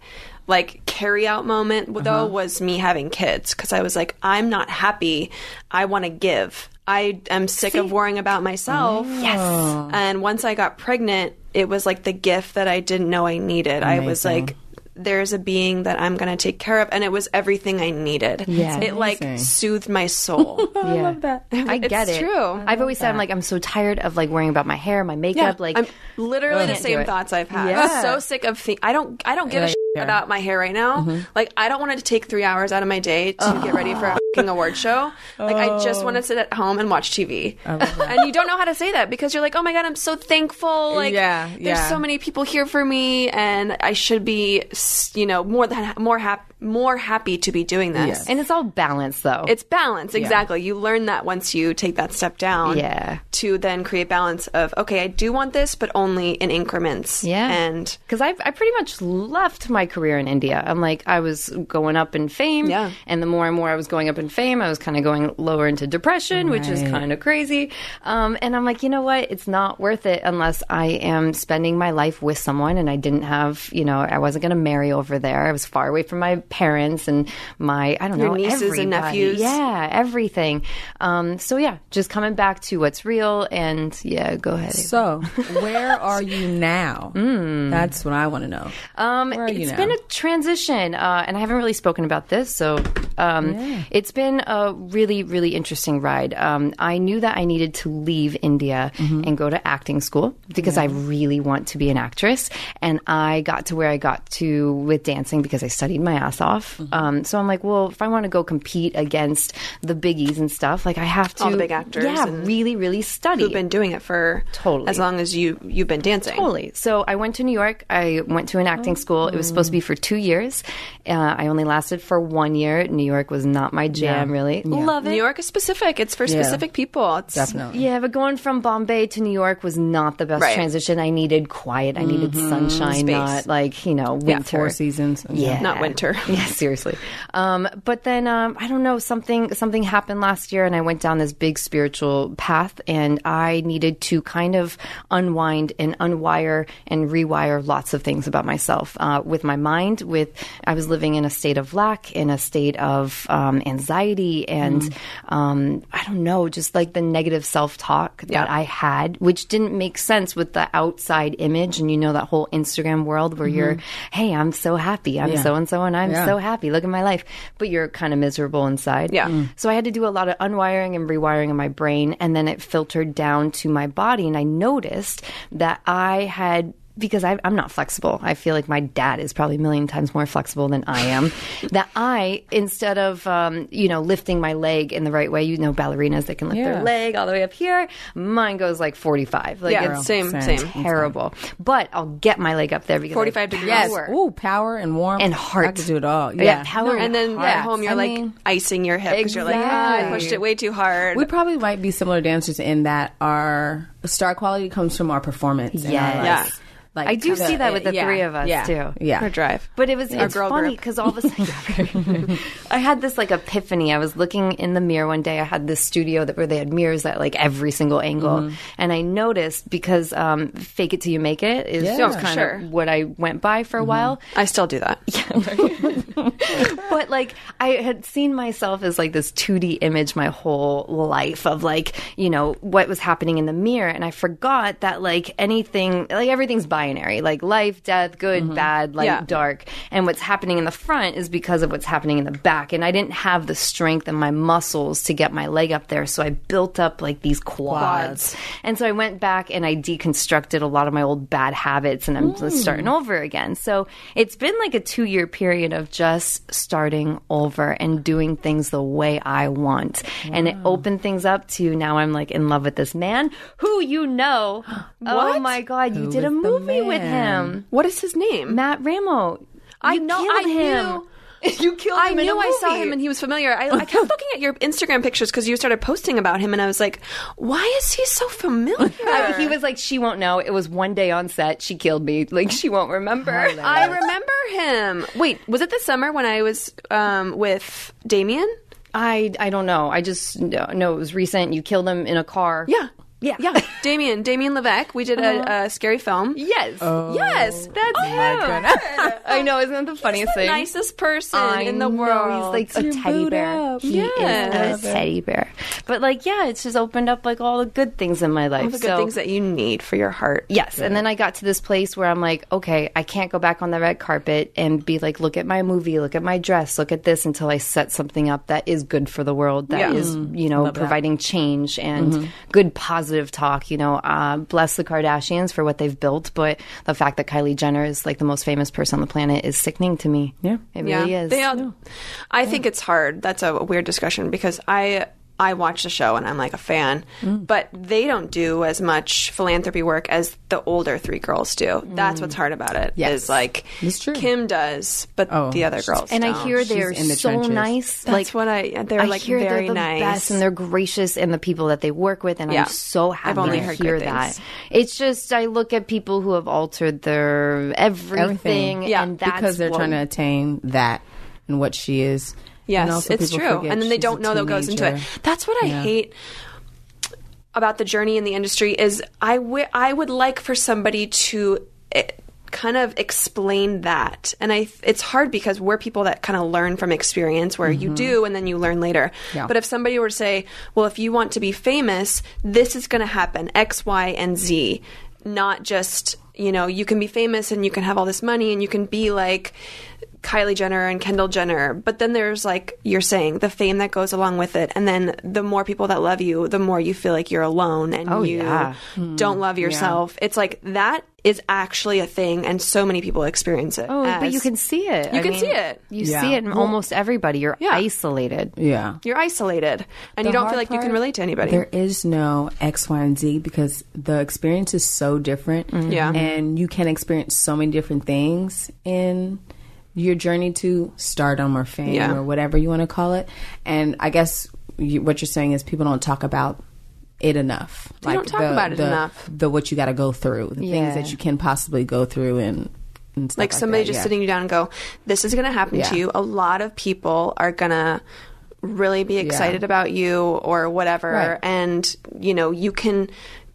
Speaker 1: like carry out moment
Speaker 2: Uh-huh.
Speaker 1: though was me having kids because I was like, I'm not happy. I want to give. I am sick of worrying about myself.
Speaker 2: Oh.
Speaker 1: Yes. And once I got pregnant, it was like the gift that I didn't know I needed. I was
Speaker 2: Amazing.
Speaker 1: like. There's a being that I'm gonna take care of, and it was everything I needed.
Speaker 4: Yeah. That's
Speaker 1: it like
Speaker 2: amazing.
Speaker 1: soothed my soul.
Speaker 4: I love that. I
Speaker 1: It's
Speaker 4: get it.
Speaker 1: true. I
Speaker 4: I've always said I'm like I'm so tired of like worrying about my hair, my makeup, like
Speaker 1: I'm literally the
Speaker 4: Can't do
Speaker 1: same
Speaker 4: it.
Speaker 1: thoughts I've had.
Speaker 4: Yeah.
Speaker 1: I'm so sick of thi- I don't I don't give a
Speaker 2: Like,
Speaker 1: shit
Speaker 2: yeah.
Speaker 1: about my hair right now. Like I don't want to take 3 hours out of my day to get ready for a fucking award show. Like I just want to sit at home and watch TV. and you don't know how to say that because you're like, "Oh my god, I'm so thankful." Like
Speaker 2: Yeah,
Speaker 1: there's
Speaker 2: yeah.
Speaker 1: so many people here for me and I should be, s- you know, more than more hap- more happy to be doing this.
Speaker 2: Yes.
Speaker 4: and it's all balance though.
Speaker 1: It's balance, exactly. You learn that once you take that step down.
Speaker 4: Yeah.
Speaker 1: To then create balance of okay, I do want this, but only in increments.
Speaker 4: Yeah.
Speaker 1: And
Speaker 4: because I I pretty much left my career in India. I'm like I was going up in fame,
Speaker 1: Yeah.
Speaker 4: and the more and more I was going up in in fame. I was kind of going lower into depression, which is kind of crazy. Um, and I'm like, you know what? It's not worth it unless I am spending my life with someone. And I didn't have, you know, I wasn't going to marry over there. I was far away from my parents and my, I don't
Speaker 1: Your
Speaker 4: know,
Speaker 1: nieces and
Speaker 4: everybody.
Speaker 1: nephews.
Speaker 4: Yeah, everything. Um, so yeah, just coming back to what's real. And yeah, go ahead.
Speaker 2: So, where are you now?
Speaker 4: Mm.
Speaker 2: That's what I want to know.
Speaker 4: Um,
Speaker 2: Where are you
Speaker 4: it's
Speaker 2: now?
Speaker 4: been a transition, uh, and I haven't really spoken about this, so um, it's been a really, really interesting ride. Um, I knew that I needed to leave India
Speaker 1: Mm-hmm.
Speaker 4: and go to acting school because I really want to be an actress, and I got to where I got to with dancing because I studied my ass off.
Speaker 1: Mm-hmm.
Speaker 4: Um, so I'm like, well, if I want to go compete against the biggies and stuff, like I have to
Speaker 1: All the big actors
Speaker 4: yeah,
Speaker 1: and
Speaker 4: really, really study.
Speaker 1: who've been doing it for
Speaker 4: Totally.
Speaker 1: as long as you you've been dancing.
Speaker 4: Totally. So I went to New York. I went to an acting school. It was supposed to be for two years. Uh, I only lasted for one year. New York was not my jam, really. Love
Speaker 1: New
Speaker 4: it.
Speaker 1: York is specific. It's for specific people. It's
Speaker 2: Definitely.
Speaker 4: Yeah, but going from Bombay to New York was not the best
Speaker 1: Right. Mm-hmm.
Speaker 4: transition. I needed quiet. I needed sunshine,
Speaker 1: Space.
Speaker 4: not like you know winter.
Speaker 2: Four seasons.
Speaker 4: Yeah.
Speaker 1: Not winter.
Speaker 4: yeah, seriously. Um, but then um, I don't know something something happened last year, and I went down this big spiritual path, and I needed to kind of unwind and unwire and rewire lots of things about myself uh, with my mind. With I was living in a state of lack, in a state of um, anxiety, and um, I don't know, just like the negative self talk that
Speaker 1: Yeah.
Speaker 4: I had, which didn't make sense with the outside image, and you know that whole Instagram world where you're, hey, I'm so happy, I'm
Speaker 2: Yeah.
Speaker 4: so and so, and I'm
Speaker 2: Yeah.
Speaker 4: so happy. Look at my life. But you're kind of miserable inside.
Speaker 1: Yeah. Mm.
Speaker 4: So I had to do a lot of unwiring and rewiring in my brain. And then it filtered down to my body. And I noticed that I had. Because I, I'm not flexible. I feel like my dad is probably a million times more flexible than I am. that I, instead of, um, you know, lifting my leg in the right way, you know, ballerinas, they can lift
Speaker 2: Yeah.
Speaker 4: their leg all the way up here. Mine goes like 45. Like,
Speaker 1: yeah,
Speaker 4: it's
Speaker 1: same,
Speaker 2: same.
Speaker 1: same.
Speaker 4: terrible. But I'll get my leg up there because I
Speaker 1: 45 degrees.
Speaker 4: power.
Speaker 1: Yes.
Speaker 2: Ooh, power and warmth
Speaker 4: And
Speaker 2: I
Speaker 4: heart.
Speaker 2: could do it all. Yeah,
Speaker 4: Yeah, power
Speaker 1: And then
Speaker 4: Heart.
Speaker 1: at home, you're
Speaker 4: I
Speaker 1: like
Speaker 4: mean-
Speaker 1: icing your hip because you're like, ah, I pushed it way too hard.
Speaker 2: We probably might be similar dancers in that our star quality comes from our performance. and our, like-
Speaker 1: Yeah.
Speaker 2: like,
Speaker 4: I do
Speaker 2: kinda-
Speaker 4: see that with the
Speaker 2: yeah,
Speaker 4: three of us,
Speaker 2: yeah,
Speaker 4: too.
Speaker 2: Yeah,
Speaker 1: Or drive.
Speaker 4: But it was
Speaker 1: Or
Speaker 4: it's
Speaker 1: girl
Speaker 4: funny
Speaker 1: group.
Speaker 4: because all of a sudden I had this like epiphany. I was looking in the mirror one day. I had this studio that where they had mirrors at like every single angle, and I noticed because um, "Fake It Till You Make It" is
Speaker 2: Yeah.
Speaker 4: kind
Speaker 1: Sure.
Speaker 4: of what I went by for a while.
Speaker 1: I still do that.
Speaker 4: but like I had seen myself as like this 2D image my whole life of like, you know, what was happening in the mirror and I forgot that like anything like everything's binary, like life, death, good, bad, light,
Speaker 1: Yeah.
Speaker 4: dark. And what's happening in the front is because of what's happening in the back. And I didn't have the strength in my muscles to get my leg up there, so I built up like these quads. And so I went back and I deconstructed a lot of my old bad habits and I'm
Speaker 1: Hmm.
Speaker 4: just starting over again. So it's been like a two year period of just starting over and doing things the way I want. And it opened things up to now I'm like in love with this man who you know. Oh my God, you did a
Speaker 2: is the
Speaker 4: movie with
Speaker 2: man?
Speaker 4: him.
Speaker 1: What is his name?
Speaker 4: Matt Ramo.
Speaker 1: I
Speaker 4: You
Speaker 1: know-
Speaker 4: killed
Speaker 1: I
Speaker 4: him.
Speaker 1: knew.
Speaker 4: You killed
Speaker 1: I
Speaker 4: him in a
Speaker 1: knew I saw
Speaker 4: movie.
Speaker 1: him and he was familiar. I, I kept looking at your Instagram pictures because you started posting about him, and I was like, why is he so familiar?
Speaker 4: I- he was like, she won't know. It was one day on set. She killed me. Like she won't remember.
Speaker 1: I remember him. Wait, was it the summer when I was um, with Damien?
Speaker 4: I I don't know. I just no, no, it was recent. You killed him in a car.
Speaker 1: Yeah.
Speaker 4: Yeah.
Speaker 1: Yeah. Uh-huh. Damien. Damien Levesque. We did a, a scary film.
Speaker 4: Yes.
Speaker 1: Oh. Yes. That's him.
Speaker 4: I know. Isn't that the funniest
Speaker 1: He's the
Speaker 4: thing?
Speaker 1: nicest person
Speaker 4: I
Speaker 1: in the
Speaker 4: know,
Speaker 1: world.
Speaker 4: He's like a teddy
Speaker 2: boot
Speaker 4: bear.
Speaker 2: up.
Speaker 4: He
Speaker 1: Yes.
Speaker 4: is a teddy bear. But like, yeah, it's just opened up like all the good things in my life.
Speaker 1: all the good
Speaker 4: so,
Speaker 1: things that you need for your heart.
Speaker 4: Yes. And then I got to this place where I'm like, okay, I can't go back on the red carpet and be like, look at my movie, look at my dress, look at this until I set something up that is good for the world, Mm-hmm. that Mm-hmm.
Speaker 1: Yeah.
Speaker 4: is, you know, providing change and good positive talk. You know, uh, bless the Kardashians for what they've built, but the fact that Kylie Jenner is like the most famous person on the planet is sickening to me.
Speaker 2: Yeah.
Speaker 4: It really is.
Speaker 1: They all, I think it's hard. That's a weird discussion because I I watch the show and I'm like a fan,
Speaker 4: Mm.
Speaker 1: but they don't do as much philanthropy work as the older three girls do. That's
Speaker 4: Mm.
Speaker 1: what's hard about it. Is
Speaker 2: Yes.
Speaker 1: like
Speaker 2: It's true.
Speaker 1: Kim does, but
Speaker 2: Oh.
Speaker 1: the other girls.
Speaker 4: and
Speaker 1: don't.
Speaker 4: I hear they're
Speaker 2: in the
Speaker 4: so
Speaker 2: trenches.
Speaker 4: nice.
Speaker 1: that's
Speaker 4: like
Speaker 1: what I. They're
Speaker 4: I
Speaker 1: like
Speaker 4: hear
Speaker 1: very
Speaker 4: they're the
Speaker 1: nice
Speaker 4: best and they're gracious and the people that they work with and
Speaker 1: Yeah.
Speaker 4: I'm so happy
Speaker 1: I've only
Speaker 4: to
Speaker 1: heard
Speaker 4: hear
Speaker 1: good
Speaker 4: that.
Speaker 1: things.
Speaker 4: It's just I look at people who have altered their everything,
Speaker 2: Everything.
Speaker 1: Yeah,
Speaker 4: and that's
Speaker 2: because they're
Speaker 4: what-
Speaker 2: trying to attain that and what she is. And
Speaker 1: Yes,
Speaker 2: also
Speaker 1: it's
Speaker 2: people
Speaker 1: true.
Speaker 2: forget
Speaker 1: And then they
Speaker 2: she's a
Speaker 1: don't know that goes into it.
Speaker 2: teenager.
Speaker 1: That's what I
Speaker 2: Yeah.
Speaker 1: hate about the journey in the industry is I wi- I would like for somebody to eh, kind of explain that. And I it's hard because we're people that kind of learn from experience where you do and then you learn later.
Speaker 2: Mm-hmm. Yeah.
Speaker 1: But if somebody were to say, "Well, if you want to be famous, this is going to happen X, Y, and Z." Not just, you know, you can be famous and you can have all this money and you can be like Kylie Jenner and Kendall Jenner, but then there's like you're saying the fame that goes along with it, and then the more people that love you, the more you feel like you're alone and
Speaker 4: Oh,
Speaker 1: you
Speaker 4: yeah.
Speaker 1: don't love yourself. It's like that is actually a thing, and so many people experience it.
Speaker 4: Oh, but
Speaker 1: as-
Speaker 4: you can see it.
Speaker 1: You can see it.
Speaker 4: You
Speaker 2: Yeah.
Speaker 4: see it in almost everybody. You're
Speaker 1: Yeah.
Speaker 4: isolated.
Speaker 2: Yeah.
Speaker 1: You're isolated, and you
Speaker 2: The
Speaker 1: don't
Speaker 2: hard
Speaker 1: feel like you can
Speaker 2: part,
Speaker 1: relate to anybody.
Speaker 2: There is no X, Y, and Z because the experience is so different.
Speaker 1: Mm-hmm. Yeah.
Speaker 2: And you can experience so many different things in your journey to stardom or fame
Speaker 1: Yeah.
Speaker 2: or whatever you want to call it. And I guess you, what you're saying is people don't talk about it enough. They
Speaker 1: don't talk about it
Speaker 2: the,
Speaker 1: enough.
Speaker 2: The what you got to go through, the
Speaker 4: Yeah.
Speaker 2: things that you can possibly go through, and, and stuff
Speaker 1: like somebody
Speaker 2: that,
Speaker 1: just
Speaker 2: yeah.
Speaker 1: sitting you down and go, "This is going to happen
Speaker 2: Yeah.
Speaker 1: to you." A lot of people are going to really be excited about you or whatever,
Speaker 2: Right.
Speaker 1: and you know you can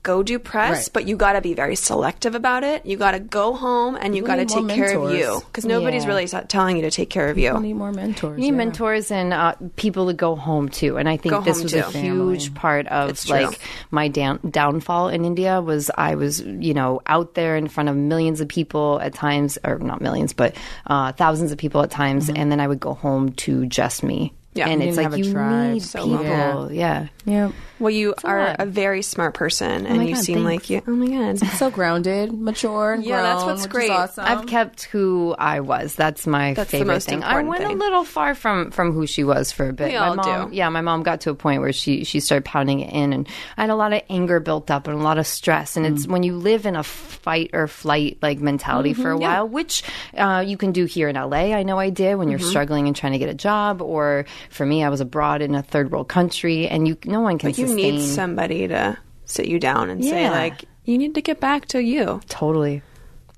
Speaker 1: go do press,
Speaker 2: Right.
Speaker 1: but you got to be very selective about it. You got to go home and you
Speaker 2: People
Speaker 1: got to
Speaker 2: need more
Speaker 1: take care of
Speaker 2: mentors.
Speaker 1: you because nobody's
Speaker 4: Yeah.
Speaker 1: really t- telling you to take care of
Speaker 2: You
Speaker 1: you.
Speaker 2: need more mentors.
Speaker 4: You need
Speaker 2: yeah.
Speaker 4: mentors and uh, people to go home to. And I think
Speaker 1: Go
Speaker 4: this
Speaker 1: home
Speaker 4: was a
Speaker 1: to.
Speaker 4: huge part
Speaker 1: It's
Speaker 4: of
Speaker 1: true.
Speaker 4: like my down- downfall in India was I was you know out there in front of millions of people at times, or not millions, but uh, thousands of people at times, and then I would go home to just me.
Speaker 1: Yeah.
Speaker 4: and
Speaker 1: You
Speaker 2: Mm-hmm. didn't
Speaker 4: it's like
Speaker 2: have a
Speaker 4: you
Speaker 2: tribe,
Speaker 4: need
Speaker 2: so
Speaker 4: people.
Speaker 2: lonely.
Speaker 4: yeah.
Speaker 2: Yeah.
Speaker 1: Well, you are
Speaker 4: lot.
Speaker 1: a very smart person,
Speaker 4: my
Speaker 1: and you
Speaker 4: God,
Speaker 1: seem
Speaker 4: thanks.
Speaker 1: like you. Oh my god.
Speaker 2: So grounded, mature, and
Speaker 1: Yeah, that's
Speaker 2: grown,
Speaker 1: what's
Speaker 2: which is
Speaker 1: great.
Speaker 2: awesome.
Speaker 4: I've kept who I was. That's my
Speaker 1: That's the
Speaker 4: favorite
Speaker 1: most
Speaker 4: thing. I
Speaker 1: important
Speaker 4: went
Speaker 1: thing.
Speaker 4: a little far from from who she was for a bit.
Speaker 1: We
Speaker 4: my
Speaker 1: all
Speaker 4: mom,
Speaker 1: do.
Speaker 4: Yeah, my mom got to a point where she she started pounding it in, and I had a lot of anger built up and a lot of stress. And
Speaker 1: Mm.
Speaker 4: it's when you live in a fight or flight like mentality for
Speaker 1: Mm-hmm.
Speaker 4: a while, which uh, you can do here in LA. I know I did when
Speaker 1: Mm-hmm.
Speaker 4: you're struggling and trying to get a job, or for me, I was abroad in a third world country, and you no one can
Speaker 1: But you
Speaker 4: sustain.
Speaker 1: need somebody to sit you down and say
Speaker 4: Yeah.
Speaker 1: like, "You need to get back to you."
Speaker 4: Totally.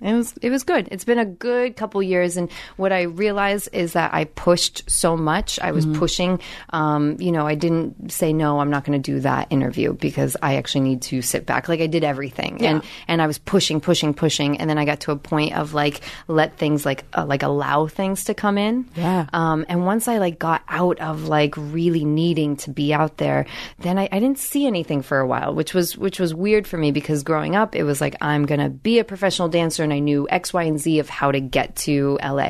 Speaker 4: It was it was good. It's been a good couple years, and what I realized is that I pushed so much. I was pushing. Um, you know, I didn't say no. I'm not going to do that interview because I actually need to sit back. Like I did everything, and and I was pushing, pushing, pushing, and then I got to a point of like let things like uh, like allow things to come in.
Speaker 2: Yeah.
Speaker 4: Um, and once I like got out of like really needing to be out there, then I, I didn't see anything for a while, which was which was weird for me because growing up it was like I'm gonna be a professional dancer and I knew X, Y, and Z of how to get to LA.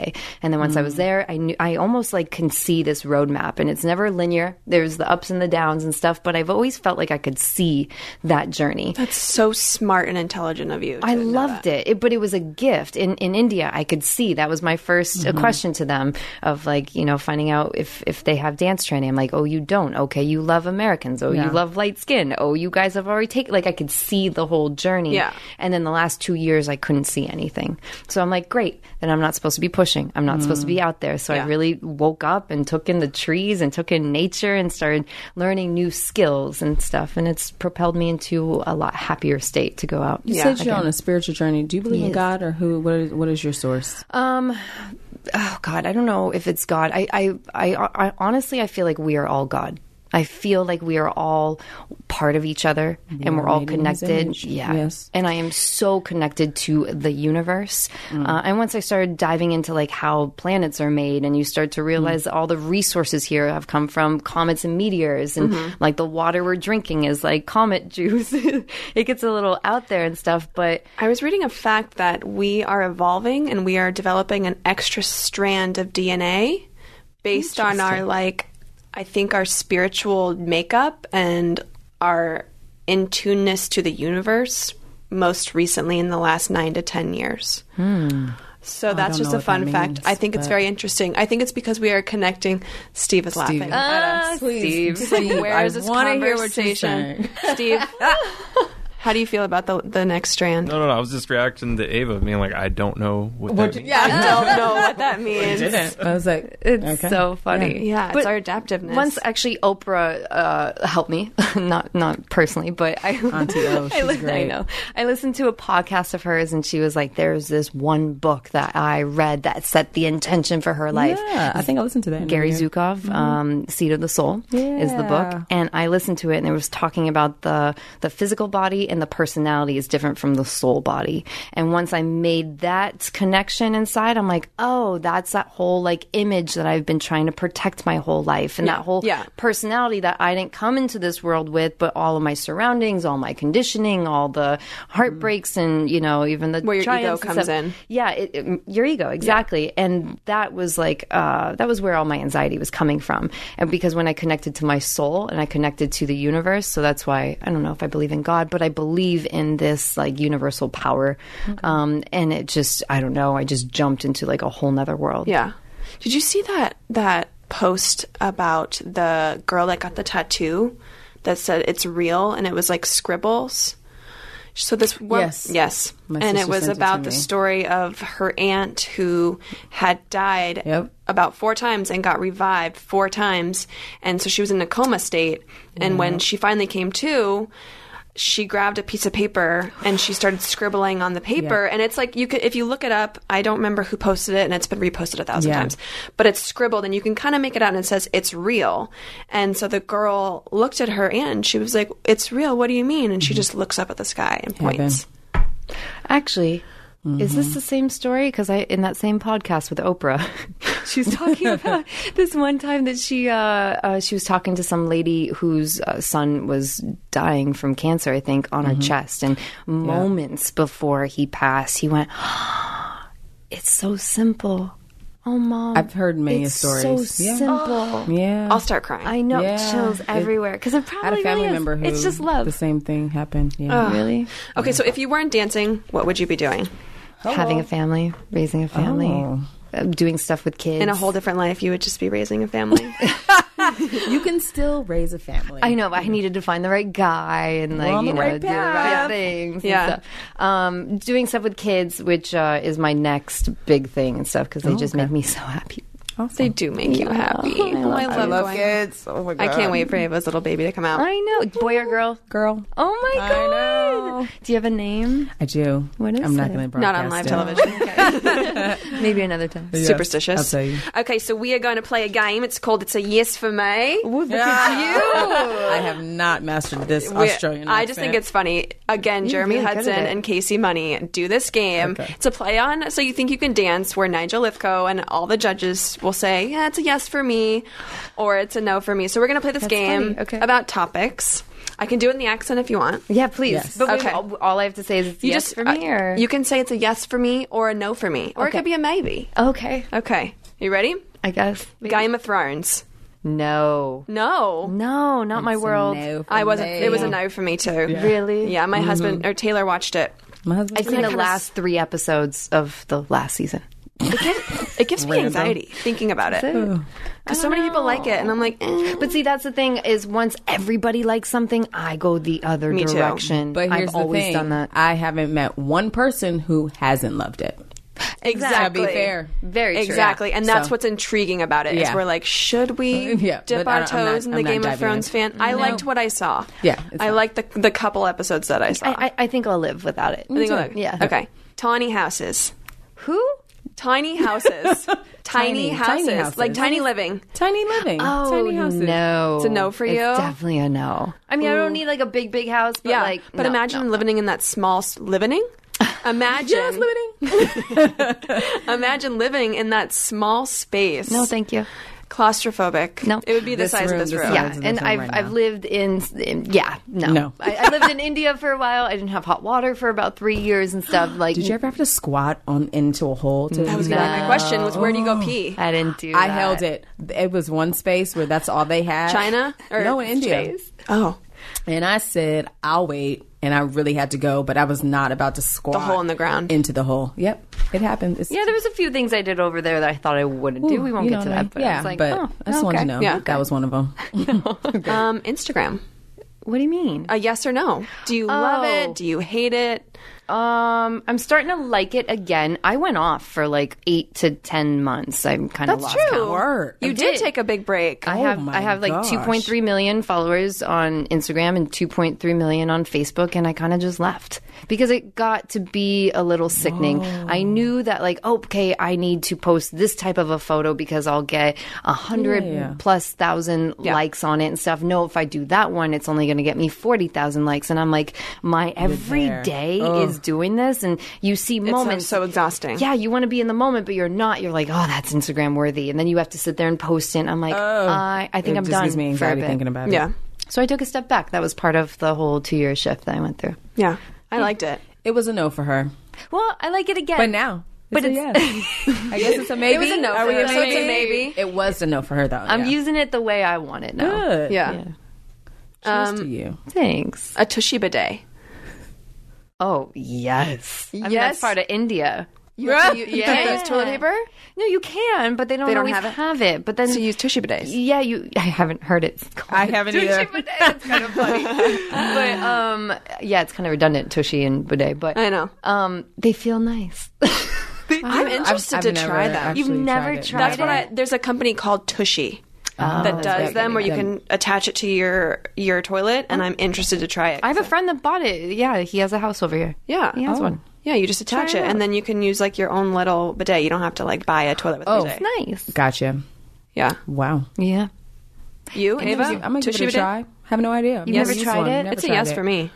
Speaker 4: And then once I was there, I knew I almost like can see this roadmap and it's never linear. There's the ups and the downs and stuff, but I've always felt like I could see that journey.
Speaker 1: That's so smart and intelligent of you.
Speaker 4: I
Speaker 1: to know that.
Speaker 4: loved it. it, but it was a gift. In in India, I could see that was my 1st
Speaker 1: Mm-hmm.
Speaker 4: uh question to them of like you know finding out if if they have dance training. I'm like, oh, you don't. Okay, you love Americans. Oh, you love light skin. Oh, you guys have already taken. Like I could see the whole journey.
Speaker 1: Yeah.
Speaker 4: And then the last two years, I couldn't see anything. So I'm like, great. Then I'm not supposed to be pushing. I'm not supposed to be out there. So
Speaker 1: Mm. Yeah.
Speaker 4: I really woke up and took in the trees and took in nature and started learning new skills and stuff. And it's propelled me into a lot happier state to go out.
Speaker 2: You
Speaker 1: Yeah.
Speaker 2: said you're on a spiritual journey. Do you believe in God or who? What is, what is your source?
Speaker 4: Um, oh god i don't know if it's god I, I i i honestly i feel like we are all god i feel like we are all part of each other and we're all
Speaker 2: made in his
Speaker 4: connected
Speaker 2: image.
Speaker 4: yeah
Speaker 2: Yes.
Speaker 4: and i am so connected to the universe
Speaker 2: Mm.
Speaker 4: uh, and once i started diving into like how planets are made and you start
Speaker 2: Mm.
Speaker 4: to realize all the resources here have come from comets and meteors and
Speaker 2: Mm-hmm.
Speaker 4: like the water we're drinking is like comet juice it gets a little out there and stuff but
Speaker 1: I was reading a fact that we are evolving and we are developing an extra strand of DNA based on our like I think our spiritual makeup and our in tuneness to the universe most recently in the last 9 to 10 years. So that's
Speaker 2: Hmm. don't
Speaker 1: just
Speaker 2: know
Speaker 1: a
Speaker 2: what
Speaker 1: fun
Speaker 2: that
Speaker 1: fact.
Speaker 2: means,
Speaker 1: I think it's
Speaker 2: but-
Speaker 1: very interesting. I think it's because we are connecting. Steve is laughing
Speaker 2: Steve.
Speaker 4: Ah,
Speaker 1: at us.
Speaker 2: Please, Uh, Steve,
Speaker 1: Where is this
Speaker 2: wanna
Speaker 1: conversation?
Speaker 2: saying.
Speaker 1: Steve. How do you feel about the the next strand?
Speaker 5: No, no, no. I was just reacting to Ava being like, I don't know what.
Speaker 2: What-
Speaker 5: that
Speaker 2: yeah,
Speaker 1: I don't know what that means.
Speaker 2: I was like,
Speaker 4: It's
Speaker 2: okay.
Speaker 4: so funny.
Speaker 1: Yeah, it's
Speaker 4: But
Speaker 1: our adaptiveness.
Speaker 4: Once actually Oprah uh, helped me, not not personally, but I
Speaker 2: Auntie O,
Speaker 4: I,
Speaker 2: she's
Speaker 4: li- I
Speaker 2: great.
Speaker 4: know. I listened to a podcast of hers, and she was like, "There's this one book that I read that set the intention for her life."
Speaker 2: Yeah, I think I listened to that.
Speaker 4: Gary
Speaker 2: interview.
Speaker 4: Zukov,
Speaker 1: Mm-hmm.
Speaker 4: um, Seed of the Soul is the
Speaker 2: Yeah.
Speaker 4: book. And I listened to it and it was talking about the, the physical body and the personality is different from the soul body. And once I made that connection inside, I'm like, oh, that's that whole like image that I've been trying to protect my whole life and that whole
Speaker 1: Yeah.
Speaker 4: personality that I didn't come into this world with, but all of my surroundings, all my conditioning, all the heartbreaks and, you know, even the
Speaker 1: Where your ego
Speaker 4: triumphs and
Speaker 1: comes
Speaker 4: stuff.
Speaker 1: in.
Speaker 4: Yeah, it, it- your ego exactly, and that was like uh, that was where all my anxiety was coming from, and because when I connected to my soul and I connected to the universe, so that's why I don't know if I believe in God, but I believe in this like universal power, um, and it just I don't know, I just jumped into like a whole nother world.
Speaker 1: Yeah. Did you see that that post about the girl that got the tattoo that said it's real and it was like scribbles? So this one,
Speaker 2: Yes.
Speaker 1: yes,
Speaker 2: My
Speaker 1: and it
Speaker 2: sister
Speaker 1: was
Speaker 2: sent it to
Speaker 1: about the
Speaker 2: me.
Speaker 1: story of her aunt who had died
Speaker 2: Yep.
Speaker 1: about four times and got revived four times, and so she was in a coma state. And when she finally came to, she grabbed a piece of paper and she started scribbling on the paper. And it's like you could, if you look it up, I don't remember who posted it, and it's been reposted a thousand
Speaker 2: Yeah.
Speaker 1: times but it's scribbled and you can kind of make it out and it says it's real and so the girl looked at her aunt and she was like it's real what do you mean and she just looks up at the sky and points
Speaker 4: Actually, is
Speaker 2: Mm-hmm.
Speaker 4: this the same story? Because I in that same podcast with Oprah, she's talking about this one time that she uh, uh, she was talking to some lady whose uh, son was dying from cancer, I think, on
Speaker 2: Mm-hmm.
Speaker 4: her chest, and moments before he passed, he went, "Oh, "It's so simple." Oh, mom!
Speaker 2: I've heard many
Speaker 4: it's
Speaker 2: stories.
Speaker 4: So
Speaker 2: Yeah.
Speaker 4: simple.
Speaker 2: Yeah.
Speaker 1: i'll start crying
Speaker 4: I know
Speaker 2: Yeah.
Speaker 4: chills
Speaker 2: It-
Speaker 4: everywhere because it
Speaker 2: I had
Speaker 4: probably
Speaker 2: a family
Speaker 4: really is.
Speaker 2: member who
Speaker 4: It's just love.
Speaker 2: The same thing happened. Yeah.
Speaker 4: Really,
Speaker 1: okay so if you weren't dancing what would you be doing
Speaker 4: having a family, raising a family, uh, doing stuff with kids
Speaker 1: in a whole different life you would just be raising a family
Speaker 2: You can still raise a family.
Speaker 4: I know, but I needed to find the right guy and like
Speaker 2: on the
Speaker 4: you know
Speaker 2: right
Speaker 4: do the
Speaker 2: path.
Speaker 4: right things.
Speaker 1: Yeah.
Speaker 4: and stuff. Um, doing stuff with kids, which uh, is my next big thing and stuff because they just make me so happy.
Speaker 1: they do make you happy
Speaker 4: I
Speaker 1: oh, I
Speaker 4: love-
Speaker 1: love,
Speaker 4: I
Speaker 1: going-
Speaker 2: kids. Oh my
Speaker 1: i can't wait for ava's little baby to come out
Speaker 4: I know, boy or girl.
Speaker 2: Girl,
Speaker 4: Oh my
Speaker 2: I
Speaker 4: god!
Speaker 2: know.
Speaker 4: Do you have a name?
Speaker 2: I do.
Speaker 4: What is
Speaker 2: I'm not
Speaker 4: it?
Speaker 2: going to
Speaker 1: not on live television
Speaker 4: Maybe another time.
Speaker 2: Yeah.
Speaker 1: superstitious
Speaker 2: I'll tell you.
Speaker 1: okay so we are going to play a game it's called it's a yes for me
Speaker 2: I have not mastered this
Speaker 1: We-
Speaker 2: Australian.
Speaker 1: I just think it's funny. Again, Jeremy
Speaker 4: really good at
Speaker 1: Hudson
Speaker 4: it.
Speaker 1: and Casey Money do this game.
Speaker 2: Okay.
Speaker 1: It's a play on So You Think You Can Dance, where Nigel Lithgow and all the judges will say, yeah, it's a yes for me, or it's a no for me. So we're going to play this game
Speaker 4: funny. Okay.
Speaker 1: about topics. I can do it in the accent if you want.
Speaker 4: Yeah, please.
Speaker 2: Yes.
Speaker 4: But we-
Speaker 1: Okay.
Speaker 4: all, all I have to say is it's
Speaker 1: You
Speaker 4: yes
Speaker 1: just
Speaker 4: for me.
Speaker 1: uh,
Speaker 4: Or
Speaker 1: you can say it's a yes for me or a no for me, or
Speaker 4: Okay.
Speaker 1: it could be a maybe.
Speaker 4: okay?
Speaker 1: Okay, you ready?
Speaker 4: I guess.
Speaker 1: Game of Thrones.
Speaker 4: No,
Speaker 1: No,
Speaker 4: no, not my world.
Speaker 1: I wasn't. It was a no for me too.
Speaker 4: Really?
Speaker 1: Yeah, my
Speaker 2: Mm-hmm.
Speaker 1: husband or Taylor watched it.
Speaker 2: My husband.
Speaker 4: I've seen the
Speaker 1: kinda s-
Speaker 4: last three episodes of the last season.
Speaker 1: It gives me anxiety thinking about it. Because so many people like it, and I'm like, eh.
Speaker 4: But see, that's the thing is once everybody likes something, I go the other
Speaker 1: Me too.
Speaker 4: direction.
Speaker 2: But here's
Speaker 4: I've
Speaker 2: the
Speaker 4: always
Speaker 2: thing.
Speaker 4: done that.
Speaker 2: I haven't met one person who hasn't loved it.
Speaker 1: exactly.
Speaker 2: To be fair.
Speaker 4: Very true.
Speaker 1: Exactly, and that's
Speaker 2: So-
Speaker 1: what's intriguing about it. is
Speaker 2: Yeah.
Speaker 1: we're like, should we
Speaker 2: Yeah,
Speaker 1: dip
Speaker 2: but
Speaker 1: our
Speaker 2: I don't- I'm not-
Speaker 1: toes in
Speaker 2: I'm
Speaker 1: the
Speaker 2: not
Speaker 1: Game of
Speaker 2: diving
Speaker 1: Thrones
Speaker 2: in.
Speaker 1: fan? I
Speaker 2: No.
Speaker 1: liked what I saw.
Speaker 2: Yeah, it's
Speaker 1: I
Speaker 2: not.
Speaker 1: liked the the couple episodes that I saw.
Speaker 4: I, I, I think I'll live without it.
Speaker 1: think
Speaker 2: too.
Speaker 1: I'll-
Speaker 4: Yeah.
Speaker 1: Okay. Tawny houses,
Speaker 4: Who?
Speaker 1: tiny houses, tiny,
Speaker 2: Tiny, tiny
Speaker 1: houses, like
Speaker 2: houses.
Speaker 1: tiny living.
Speaker 2: Tiny living.
Speaker 4: Oh
Speaker 2: tiny houses.
Speaker 4: no!
Speaker 1: It's a no for
Speaker 4: It's
Speaker 1: you?
Speaker 4: definitely a no. I mean, I don't need like a big, big house, but
Speaker 1: yeah,
Speaker 4: like,
Speaker 1: but
Speaker 4: no,
Speaker 1: imagine
Speaker 4: no.
Speaker 1: living in that small s- living. Imagine
Speaker 2: Yes, living.
Speaker 1: imagine living in that small space.
Speaker 4: No, thank you.
Speaker 1: claustrophobic.
Speaker 4: No.
Speaker 1: it would be the
Speaker 2: This
Speaker 1: size of
Speaker 2: room,
Speaker 1: this
Speaker 2: this
Speaker 1: room.
Speaker 2: size.
Speaker 4: Yeah,
Speaker 2: it's in
Speaker 4: and
Speaker 2: this room
Speaker 4: I've
Speaker 2: right
Speaker 4: I've
Speaker 2: now.
Speaker 4: lived in, in- yeah no,
Speaker 2: No.
Speaker 4: I, I lived in India for a while. I didn't have hot water for about three years and stuff. Like
Speaker 2: Did you ever have to squat on into a hole? To
Speaker 1: That was gonna be my question. Was where do you go pee?
Speaker 4: I didn't do.
Speaker 2: Oh. I
Speaker 4: that.
Speaker 2: held it. It was one space where that's all they had.
Speaker 1: China or
Speaker 2: no, in India.
Speaker 1: space? Oh,
Speaker 2: And I said, "I'll wait." And I really had to go, but I was not about to squat
Speaker 1: hole in the ground.
Speaker 2: into the hole. Yep, it happened. It's,
Speaker 4: Yeah, there was a few things I did over there that I thought I wouldn't do. We won't
Speaker 2: you
Speaker 4: get
Speaker 2: know
Speaker 4: to
Speaker 2: what I mean?
Speaker 4: that, but
Speaker 2: yeah,
Speaker 4: I was like,
Speaker 2: but
Speaker 4: oh,
Speaker 2: I just wanted
Speaker 4: okay.
Speaker 2: to know.
Speaker 1: Yeah.
Speaker 2: that was one of them.
Speaker 1: um, Instagram.
Speaker 4: What do you mean?
Speaker 1: A yes or no? Do you love
Speaker 4: Oh.
Speaker 1: it? Do you hate it?
Speaker 4: Um, I'm starting to like it again. I went off for like eight to ten months. I'm kind of lost count.
Speaker 2: Word.
Speaker 1: You
Speaker 4: I
Speaker 1: did
Speaker 4: did.
Speaker 1: take a big break.
Speaker 4: I have
Speaker 2: my
Speaker 4: I have like
Speaker 2: gosh.
Speaker 4: 2.3 million followers on Instagram and 2.3 million on Facebook and I kind of just left because it got to be a little sickening. I knew that like oh, okay, I need to post this type of a photo because I'll get a 100 plus thousand likes on it and stuff. No, if I do that one it's only going to get me 40,000 likes and I'm like my every day is doing this and you see moments
Speaker 1: so exhausting.
Speaker 4: yeah, you want to be in the moment, but you're not. You're like, oh, that's Instagram worthy, and then you have to sit there and post it. And I'm like, I, I think
Speaker 2: it
Speaker 4: I'm
Speaker 2: just
Speaker 4: done
Speaker 2: gives me
Speaker 4: for a
Speaker 2: anxiety
Speaker 4: bit.
Speaker 2: thinking about it.
Speaker 1: Yeah.
Speaker 4: So I took a step back. That was part of the whole two year shift that I went through.
Speaker 1: Yeah. I liked it.
Speaker 2: It was a no for her.
Speaker 4: Well, I like it again,
Speaker 2: But now.
Speaker 4: But
Speaker 2: it's,
Speaker 4: it's-
Speaker 2: a yes. I guess it's a maybe.
Speaker 4: was a no
Speaker 2: Are we
Speaker 4: for
Speaker 2: a
Speaker 4: her.
Speaker 1: So it's a
Speaker 2: maybe?
Speaker 1: maybe.
Speaker 2: It was a no for her though.
Speaker 4: I'm
Speaker 2: yeah.
Speaker 4: using it the way I want it now.
Speaker 2: Good.
Speaker 1: Yeah.
Speaker 2: Cheers to you.
Speaker 4: Thanks.
Speaker 1: A Toshiba day.
Speaker 4: Oh yes, I mean, that's
Speaker 1: Yes.
Speaker 4: part of India.
Speaker 1: You, have to u- you can't use toilet paper?
Speaker 4: No, you can, but they don't
Speaker 1: They don't
Speaker 4: always
Speaker 1: have it?
Speaker 4: But then
Speaker 1: So you use Toshiba days.
Speaker 4: Yeah, you. I haven't heard it. It's called
Speaker 2: I haven't either.
Speaker 4: Touche Bidet. It's kind of funny, but um, yeah, it's kind of redundant, Tushy and Bidet. But
Speaker 1: I know.
Speaker 4: um, they feel nice.
Speaker 1: I'm interested
Speaker 2: I've
Speaker 1: to
Speaker 2: never
Speaker 1: try that.
Speaker 2: actually
Speaker 4: You've never
Speaker 2: it.
Speaker 4: tried
Speaker 1: That's
Speaker 4: it?
Speaker 1: what I. There's a company called Tushy that does
Speaker 4: that's
Speaker 1: them,
Speaker 4: good.
Speaker 1: where you
Speaker 4: Yeah.
Speaker 1: can attach it to your your toilet. And I'm interested to try it.
Speaker 4: I have a friend that bought it. Yeah, he has a house over here.
Speaker 1: yeah, Oh.
Speaker 4: he has one.
Speaker 1: Yeah, you just attach it,
Speaker 4: it out.
Speaker 1: and then you can use like your own little bidet. You don't have to like buy a toilet with a bidet.
Speaker 4: Nice.
Speaker 2: Gotcha.
Speaker 1: Yeah,
Speaker 2: Wow.
Speaker 4: Yeah.
Speaker 1: you Ava,
Speaker 2: I'm gonna give
Speaker 1: Tushy
Speaker 2: it a
Speaker 1: bidet?
Speaker 2: try. Have no idea. You've
Speaker 4: never tried it?
Speaker 1: It's a yes for me.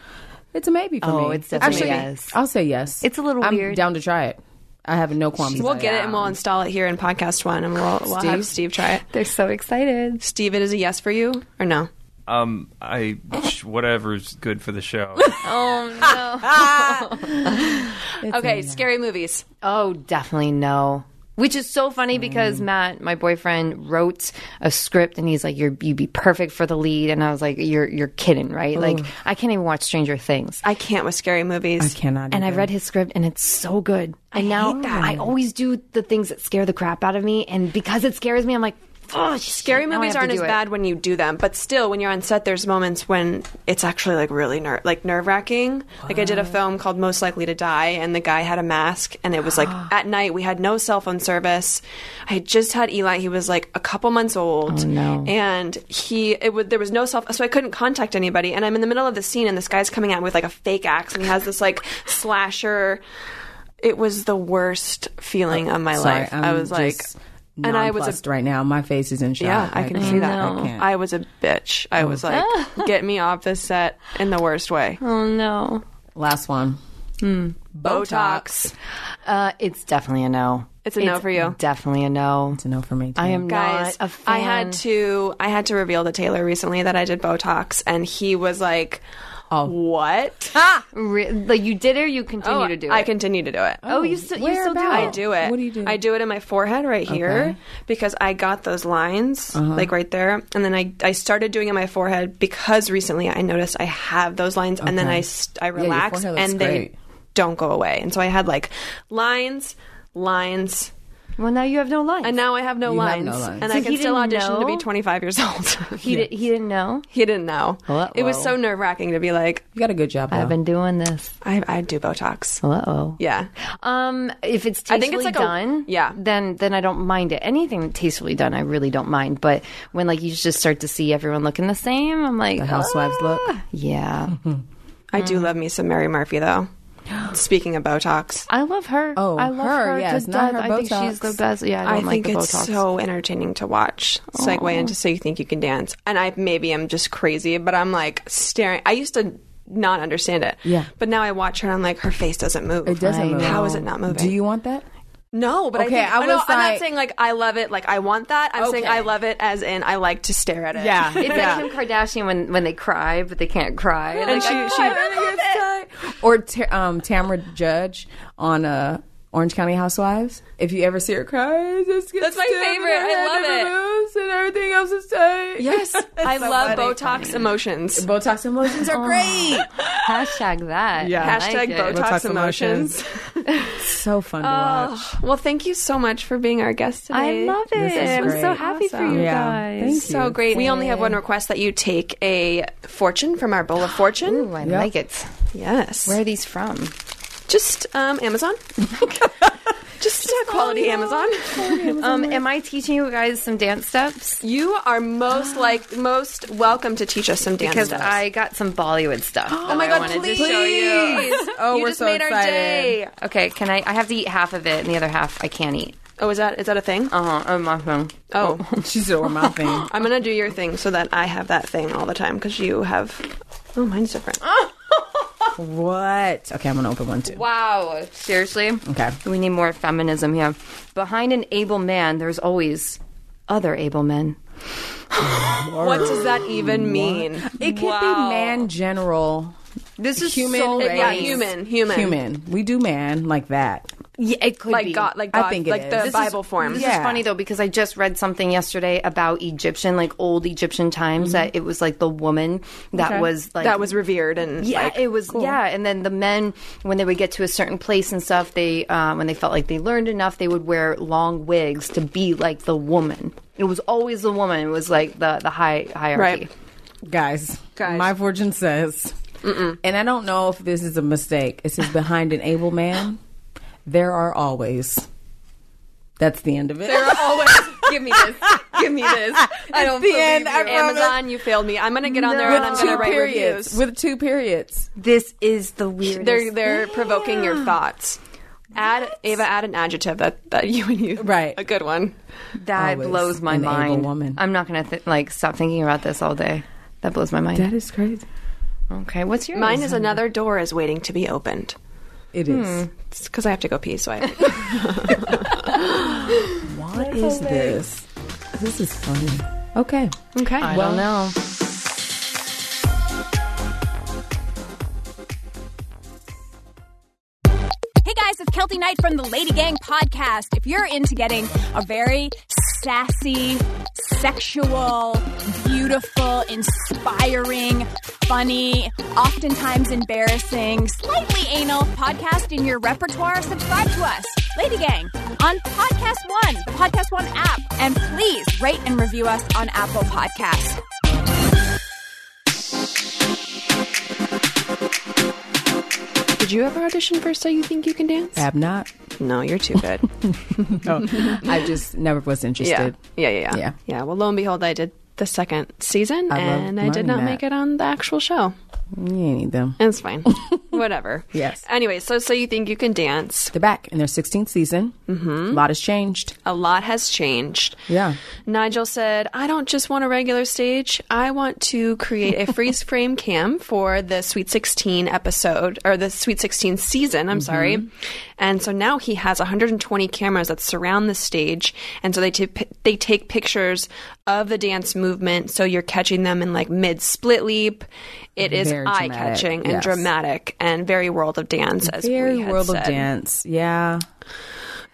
Speaker 2: It's a maybe for me.
Speaker 4: Oh, it's definitely
Speaker 2: Actually,
Speaker 4: a yes.
Speaker 2: I'll say yes.
Speaker 4: It's a little
Speaker 2: I'm
Speaker 4: weird.
Speaker 2: down to try it. I have no qualms.
Speaker 1: We'll
Speaker 2: about
Speaker 1: get it and we'll install it here in podcast one, and we'll we'll have Steve try it.
Speaker 4: They're so excited.
Speaker 1: Steve, it is a yes for you or no?
Speaker 5: Um, I whatever's good for the show.
Speaker 1: Okay, scary movies.
Speaker 4: Oh, definitely no. Which is so funny because Matt, my boyfriend, wrote a script and he's like, "You're you'd be perfect for the lead," and I was like, "You're you're kidding, right? Like, I can't even watch Stranger Things."
Speaker 1: I can't with scary movies.
Speaker 2: I cannot.
Speaker 4: and I
Speaker 2: even.
Speaker 4: read his script, and it's so good. And now I always do the things that scare the crap out of me, and because it scares me, I'm like, "Oh,
Speaker 1: Scary movies aren't as bad when you do them, but still, when you're on set, there's moments when it's actually like really ner- like nerve wracking. Like I did a film called Most Likely to Die, and the guy had a mask, and it was like at night we had no cell phone service. I had just had Eli; he was like a couple months
Speaker 2: Oh,
Speaker 1: old,
Speaker 4: no.
Speaker 1: and he it was there was no cell, so I couldn't contact anybody. And I'm in the middle of the scene, and this guy's coming at me with like a fake axe, and he has this like slasher. It was the worst feeling of my
Speaker 2: Sorry,
Speaker 1: life.
Speaker 2: I'm
Speaker 1: I was like.
Speaker 2: just
Speaker 1: and I was a
Speaker 2: nonplussed right now. My face is in shock.
Speaker 1: yeah, I can see that.
Speaker 2: Oh, I can't.
Speaker 1: I was a bitch. I was like, get me off this set in the worst way.
Speaker 4: Oh no,
Speaker 2: Last one.
Speaker 1: Hmm. Botox.
Speaker 4: uh, it's definitely a no.
Speaker 1: It's a no for you.
Speaker 4: Definitely a no.
Speaker 2: It's a no for me. Too.
Speaker 4: I am
Speaker 1: Guys,
Speaker 4: not a fan.
Speaker 1: I had to I had to reveal to Taylor recently that I did Botox and he was like,
Speaker 2: Oh.
Speaker 1: "What?"
Speaker 4: Re- like you did it, or you continue
Speaker 1: Oh,
Speaker 4: to do it.
Speaker 1: I continue to do it.
Speaker 4: Oh, you still you
Speaker 2: where
Speaker 4: still do it.
Speaker 2: about?
Speaker 1: I do it.
Speaker 2: What do you do?
Speaker 1: I do it in my forehead right here because I got those lines
Speaker 2: Uh-huh.
Speaker 1: like right there, and then I, I started doing it in my forehead because recently I noticed I have those lines, and then
Speaker 2: Okay.
Speaker 1: I st- I
Speaker 2: your
Speaker 1: relax
Speaker 2: forehead looks
Speaker 1: and
Speaker 2: great.
Speaker 1: they don't go away, and so I had like lines, lines,
Speaker 4: Well, now you have no lines.
Speaker 1: and now I have no,
Speaker 2: You have
Speaker 1: lines,
Speaker 2: no lines.
Speaker 1: and
Speaker 4: So
Speaker 1: I can
Speaker 4: he
Speaker 1: still
Speaker 4: didn't
Speaker 1: audition to be
Speaker 4: know?
Speaker 1: 25 years old.
Speaker 4: he di- he didn't know.
Speaker 1: he didn't know.
Speaker 4: Well,
Speaker 1: It was
Speaker 4: well.
Speaker 1: so nerve wracking to be like,
Speaker 2: You got a good job. Though.
Speaker 4: I've been doing this.
Speaker 1: I I do Botox.
Speaker 4: Uh oh.
Speaker 1: Yeah,
Speaker 4: Um, if it's
Speaker 1: I
Speaker 4: tastefully
Speaker 1: think it's like a-
Speaker 4: done,
Speaker 1: yeah.
Speaker 4: then then I don't mind it. Anything tastefully done, I really don't mind. But when like you just start to see everyone looking the same, I'm like, "Ah."
Speaker 2: The housewives look.
Speaker 4: yeah,
Speaker 1: I
Speaker 2: Mm.
Speaker 1: do love me some Mary Murphy though. Speaking of Botox.
Speaker 4: I love her.
Speaker 2: Oh,
Speaker 4: I love
Speaker 2: her,
Speaker 4: her.
Speaker 2: yes,
Speaker 4: to
Speaker 2: not
Speaker 4: death.
Speaker 2: her
Speaker 4: I think
Speaker 2: Botox.
Speaker 4: she's the best. Yeah,
Speaker 1: I,
Speaker 4: I don't like
Speaker 1: think
Speaker 4: the
Speaker 1: it's
Speaker 4: Botox.
Speaker 1: so entertaining to watch. Segue into So You Think You Can Dance. And I maybe I'm just crazy, but I'm like staring. I used to not understand it.
Speaker 2: Yeah.
Speaker 1: But now I watch her and I'm like, her face doesn't move.
Speaker 2: It doesn't
Speaker 4: I
Speaker 2: move.
Speaker 1: How is it not moving?
Speaker 2: Do you want that?
Speaker 1: No, but
Speaker 2: Okay,
Speaker 1: I, think,
Speaker 2: I
Speaker 1: I no,
Speaker 2: was
Speaker 1: I'm
Speaker 2: like-
Speaker 1: not saying like I love it, like I want that. I'm saying
Speaker 2: Okay.
Speaker 1: I love it as in I like to stare at it.
Speaker 2: Yeah.
Speaker 4: It's like Kim Kardashian when when they cry but they can't cry.
Speaker 1: and
Speaker 4: Like,
Speaker 1: she,
Speaker 4: I-
Speaker 1: she
Speaker 2: Or Ta- um, Tamra Judge on uh, Orange County Housewives. If you ever see her cry, it just gets
Speaker 1: That's my
Speaker 2: stiff and
Speaker 1: favorite.
Speaker 2: her
Speaker 1: I
Speaker 2: head
Speaker 1: love
Speaker 2: never
Speaker 1: it.
Speaker 2: Moves and everything else is tight.
Speaker 1: yes, I
Speaker 2: so
Speaker 1: love
Speaker 2: funny.
Speaker 1: Botox emotions. Oh.
Speaker 2: Botox emotions are great.
Speaker 4: hashtag that.
Speaker 2: Yeah.
Speaker 4: I
Speaker 1: Hashtag
Speaker 4: like it.
Speaker 1: Botox,
Speaker 2: Botox
Speaker 1: emotions.
Speaker 2: emotions. so fun to watch.
Speaker 1: Oh, Well, thank you so much for being our guest
Speaker 4: I
Speaker 1: today.
Speaker 4: love
Speaker 2: This
Speaker 4: it.
Speaker 2: is
Speaker 4: I'm so
Speaker 2: great.
Speaker 4: happy for
Speaker 1: Awesome.
Speaker 4: you
Speaker 2: Yeah.
Speaker 4: guys.
Speaker 2: Thank
Speaker 1: So
Speaker 2: you.
Speaker 1: great. We only have one request that you take a fortune from our bowl of fortune.
Speaker 4: Ooh, I like it.
Speaker 1: Yes.
Speaker 4: Where are these from?
Speaker 1: Just um, Amazon. Just uh, quality Amazon.
Speaker 4: Um, am I teaching you guys some dance steps?
Speaker 1: You are most like most welcome to teach us some dance
Speaker 4: Because
Speaker 1: steps.
Speaker 4: I got some Bollywood stuff.
Speaker 1: oh my god,
Speaker 4: wanted
Speaker 1: please!
Speaker 4: to show you.
Speaker 2: Oh,
Speaker 1: you
Speaker 2: we're
Speaker 1: just
Speaker 2: so
Speaker 1: made our
Speaker 2: excited.
Speaker 1: day.
Speaker 4: Okay, can I? I have to eat half of it, and the other half I can't eat.
Speaker 1: Oh, is that is that a thing?
Speaker 4: Uh huh. I'm off home.
Speaker 1: Oh,
Speaker 2: She's doing my thing.
Speaker 1: I'm gonna do your thing so that I have that thing all the time because you have. Oh, mine's different.
Speaker 2: What? Okay, I'm gonna open one too.
Speaker 4: Wow. Seriously?
Speaker 2: Okay.
Speaker 4: We need more feminism here. Behind an able man, there's always other able men.
Speaker 1: What does that even mean?
Speaker 2: It could
Speaker 4: Wow.
Speaker 2: be man general.
Speaker 4: This is
Speaker 2: Human
Speaker 4: so
Speaker 2: race.
Speaker 1: Yeah,
Speaker 4: raised.
Speaker 1: human, human,
Speaker 2: Human. We do man like that.
Speaker 4: Yeah, it could
Speaker 1: Like
Speaker 4: be.
Speaker 1: God, like
Speaker 2: I
Speaker 1: God,
Speaker 2: think it
Speaker 1: like
Speaker 2: is.
Speaker 1: the
Speaker 2: This is-
Speaker 1: Bible form.
Speaker 4: This
Speaker 2: Yeah.
Speaker 4: is funny though because I just read something yesterday about Egyptian, like old Egyptian times, that it was like the woman Mm-hmm. that
Speaker 2: Okay.
Speaker 4: was like
Speaker 1: that was revered and
Speaker 4: Yeah,
Speaker 1: like,
Speaker 4: it was. Yeah, and then the men, when they would get to a certain place and stuff, they um, when they felt like they learned enough, they would wear long wigs to be like the woman. It was always the woman. It was like the the high hierarchy.
Speaker 1: Right.
Speaker 2: Guys,
Speaker 1: Guys.
Speaker 2: my fortune says, and I don't know if this is a mistake. It says behind an able man, there are always. That's the end of it.
Speaker 1: They're always give me this. Give me this. I don't
Speaker 2: the
Speaker 1: believe
Speaker 2: end,
Speaker 1: you.
Speaker 2: I promise.
Speaker 1: Amazon, you failed me. I'm gonna get on there
Speaker 4: No.
Speaker 1: and I'm
Speaker 4: With
Speaker 1: gonna
Speaker 2: two
Speaker 1: write reviews.
Speaker 2: periods. With two periods.
Speaker 4: This is the weirdest.
Speaker 1: They're they're provoking your thoughts. Add Ava, add an adjective that, that you and you
Speaker 2: Right.
Speaker 1: a good one.
Speaker 4: that
Speaker 2: Always
Speaker 4: blows my
Speaker 2: an able
Speaker 4: mind.
Speaker 2: woman.
Speaker 4: I'm not gonna th- like stop thinking about this all day. That blows my mind.
Speaker 2: is crazy.
Speaker 4: Okay, what's yours?
Speaker 1: Mine is another door is waiting to be opened.
Speaker 2: It is.
Speaker 1: It's because I have to go pee. So I
Speaker 2: What is this? This is funny. Okay.
Speaker 1: okay.
Speaker 4: I don't know.
Speaker 6: Hey guys, it's Kelty Knight from the Lady Gang podcast. If you're into getting a very sassy, sexual, beautiful, inspiring, funny, oftentimes embarrassing, slightly anal podcast in your repertoire, subscribe to us, Lady Gang, on Podcast One, the Podcast One app. And please rate and review us on Apple Podcasts.
Speaker 1: Did you ever audition for So You Think You Can Dance?
Speaker 2: Ab not.
Speaker 1: No, you're too good.
Speaker 2: Oh, I just never was
Speaker 1: yeah.
Speaker 2: interested.
Speaker 1: yeah, yeah, yeah,
Speaker 2: Yeah.
Speaker 1: Well, lo and behold, I did the second season,
Speaker 2: I love
Speaker 1: and I did
Speaker 2: learning
Speaker 1: not
Speaker 2: that.
Speaker 1: make it on the actual show.
Speaker 2: You ain't need them.
Speaker 1: It's fine. Whatever.
Speaker 2: Yes.
Speaker 1: Anyway, so so you think you can dance?
Speaker 2: They're back in their 16th season. Mm-hmm. A lot has changed.
Speaker 1: A lot has changed.
Speaker 2: Yeah.
Speaker 1: Nigel said, "I don't just want a regular stage. I want to create a freeze frame cam for the Sweet 16 episode or the Sweet 16 season,
Speaker 2: Mm-hmm.
Speaker 1: I'm sorry." And so now he has 120 cameras that surround the stage, and so they t- they take pictures of the dance movement so you're catching them in like mid split leap. It is
Speaker 2: Very
Speaker 1: eye
Speaker 2: dramatic,
Speaker 1: catching and
Speaker 2: yes.
Speaker 1: dramatic and very world of dance as
Speaker 2: Very
Speaker 1: we had
Speaker 2: world of
Speaker 1: said.
Speaker 2: dance. Yeah.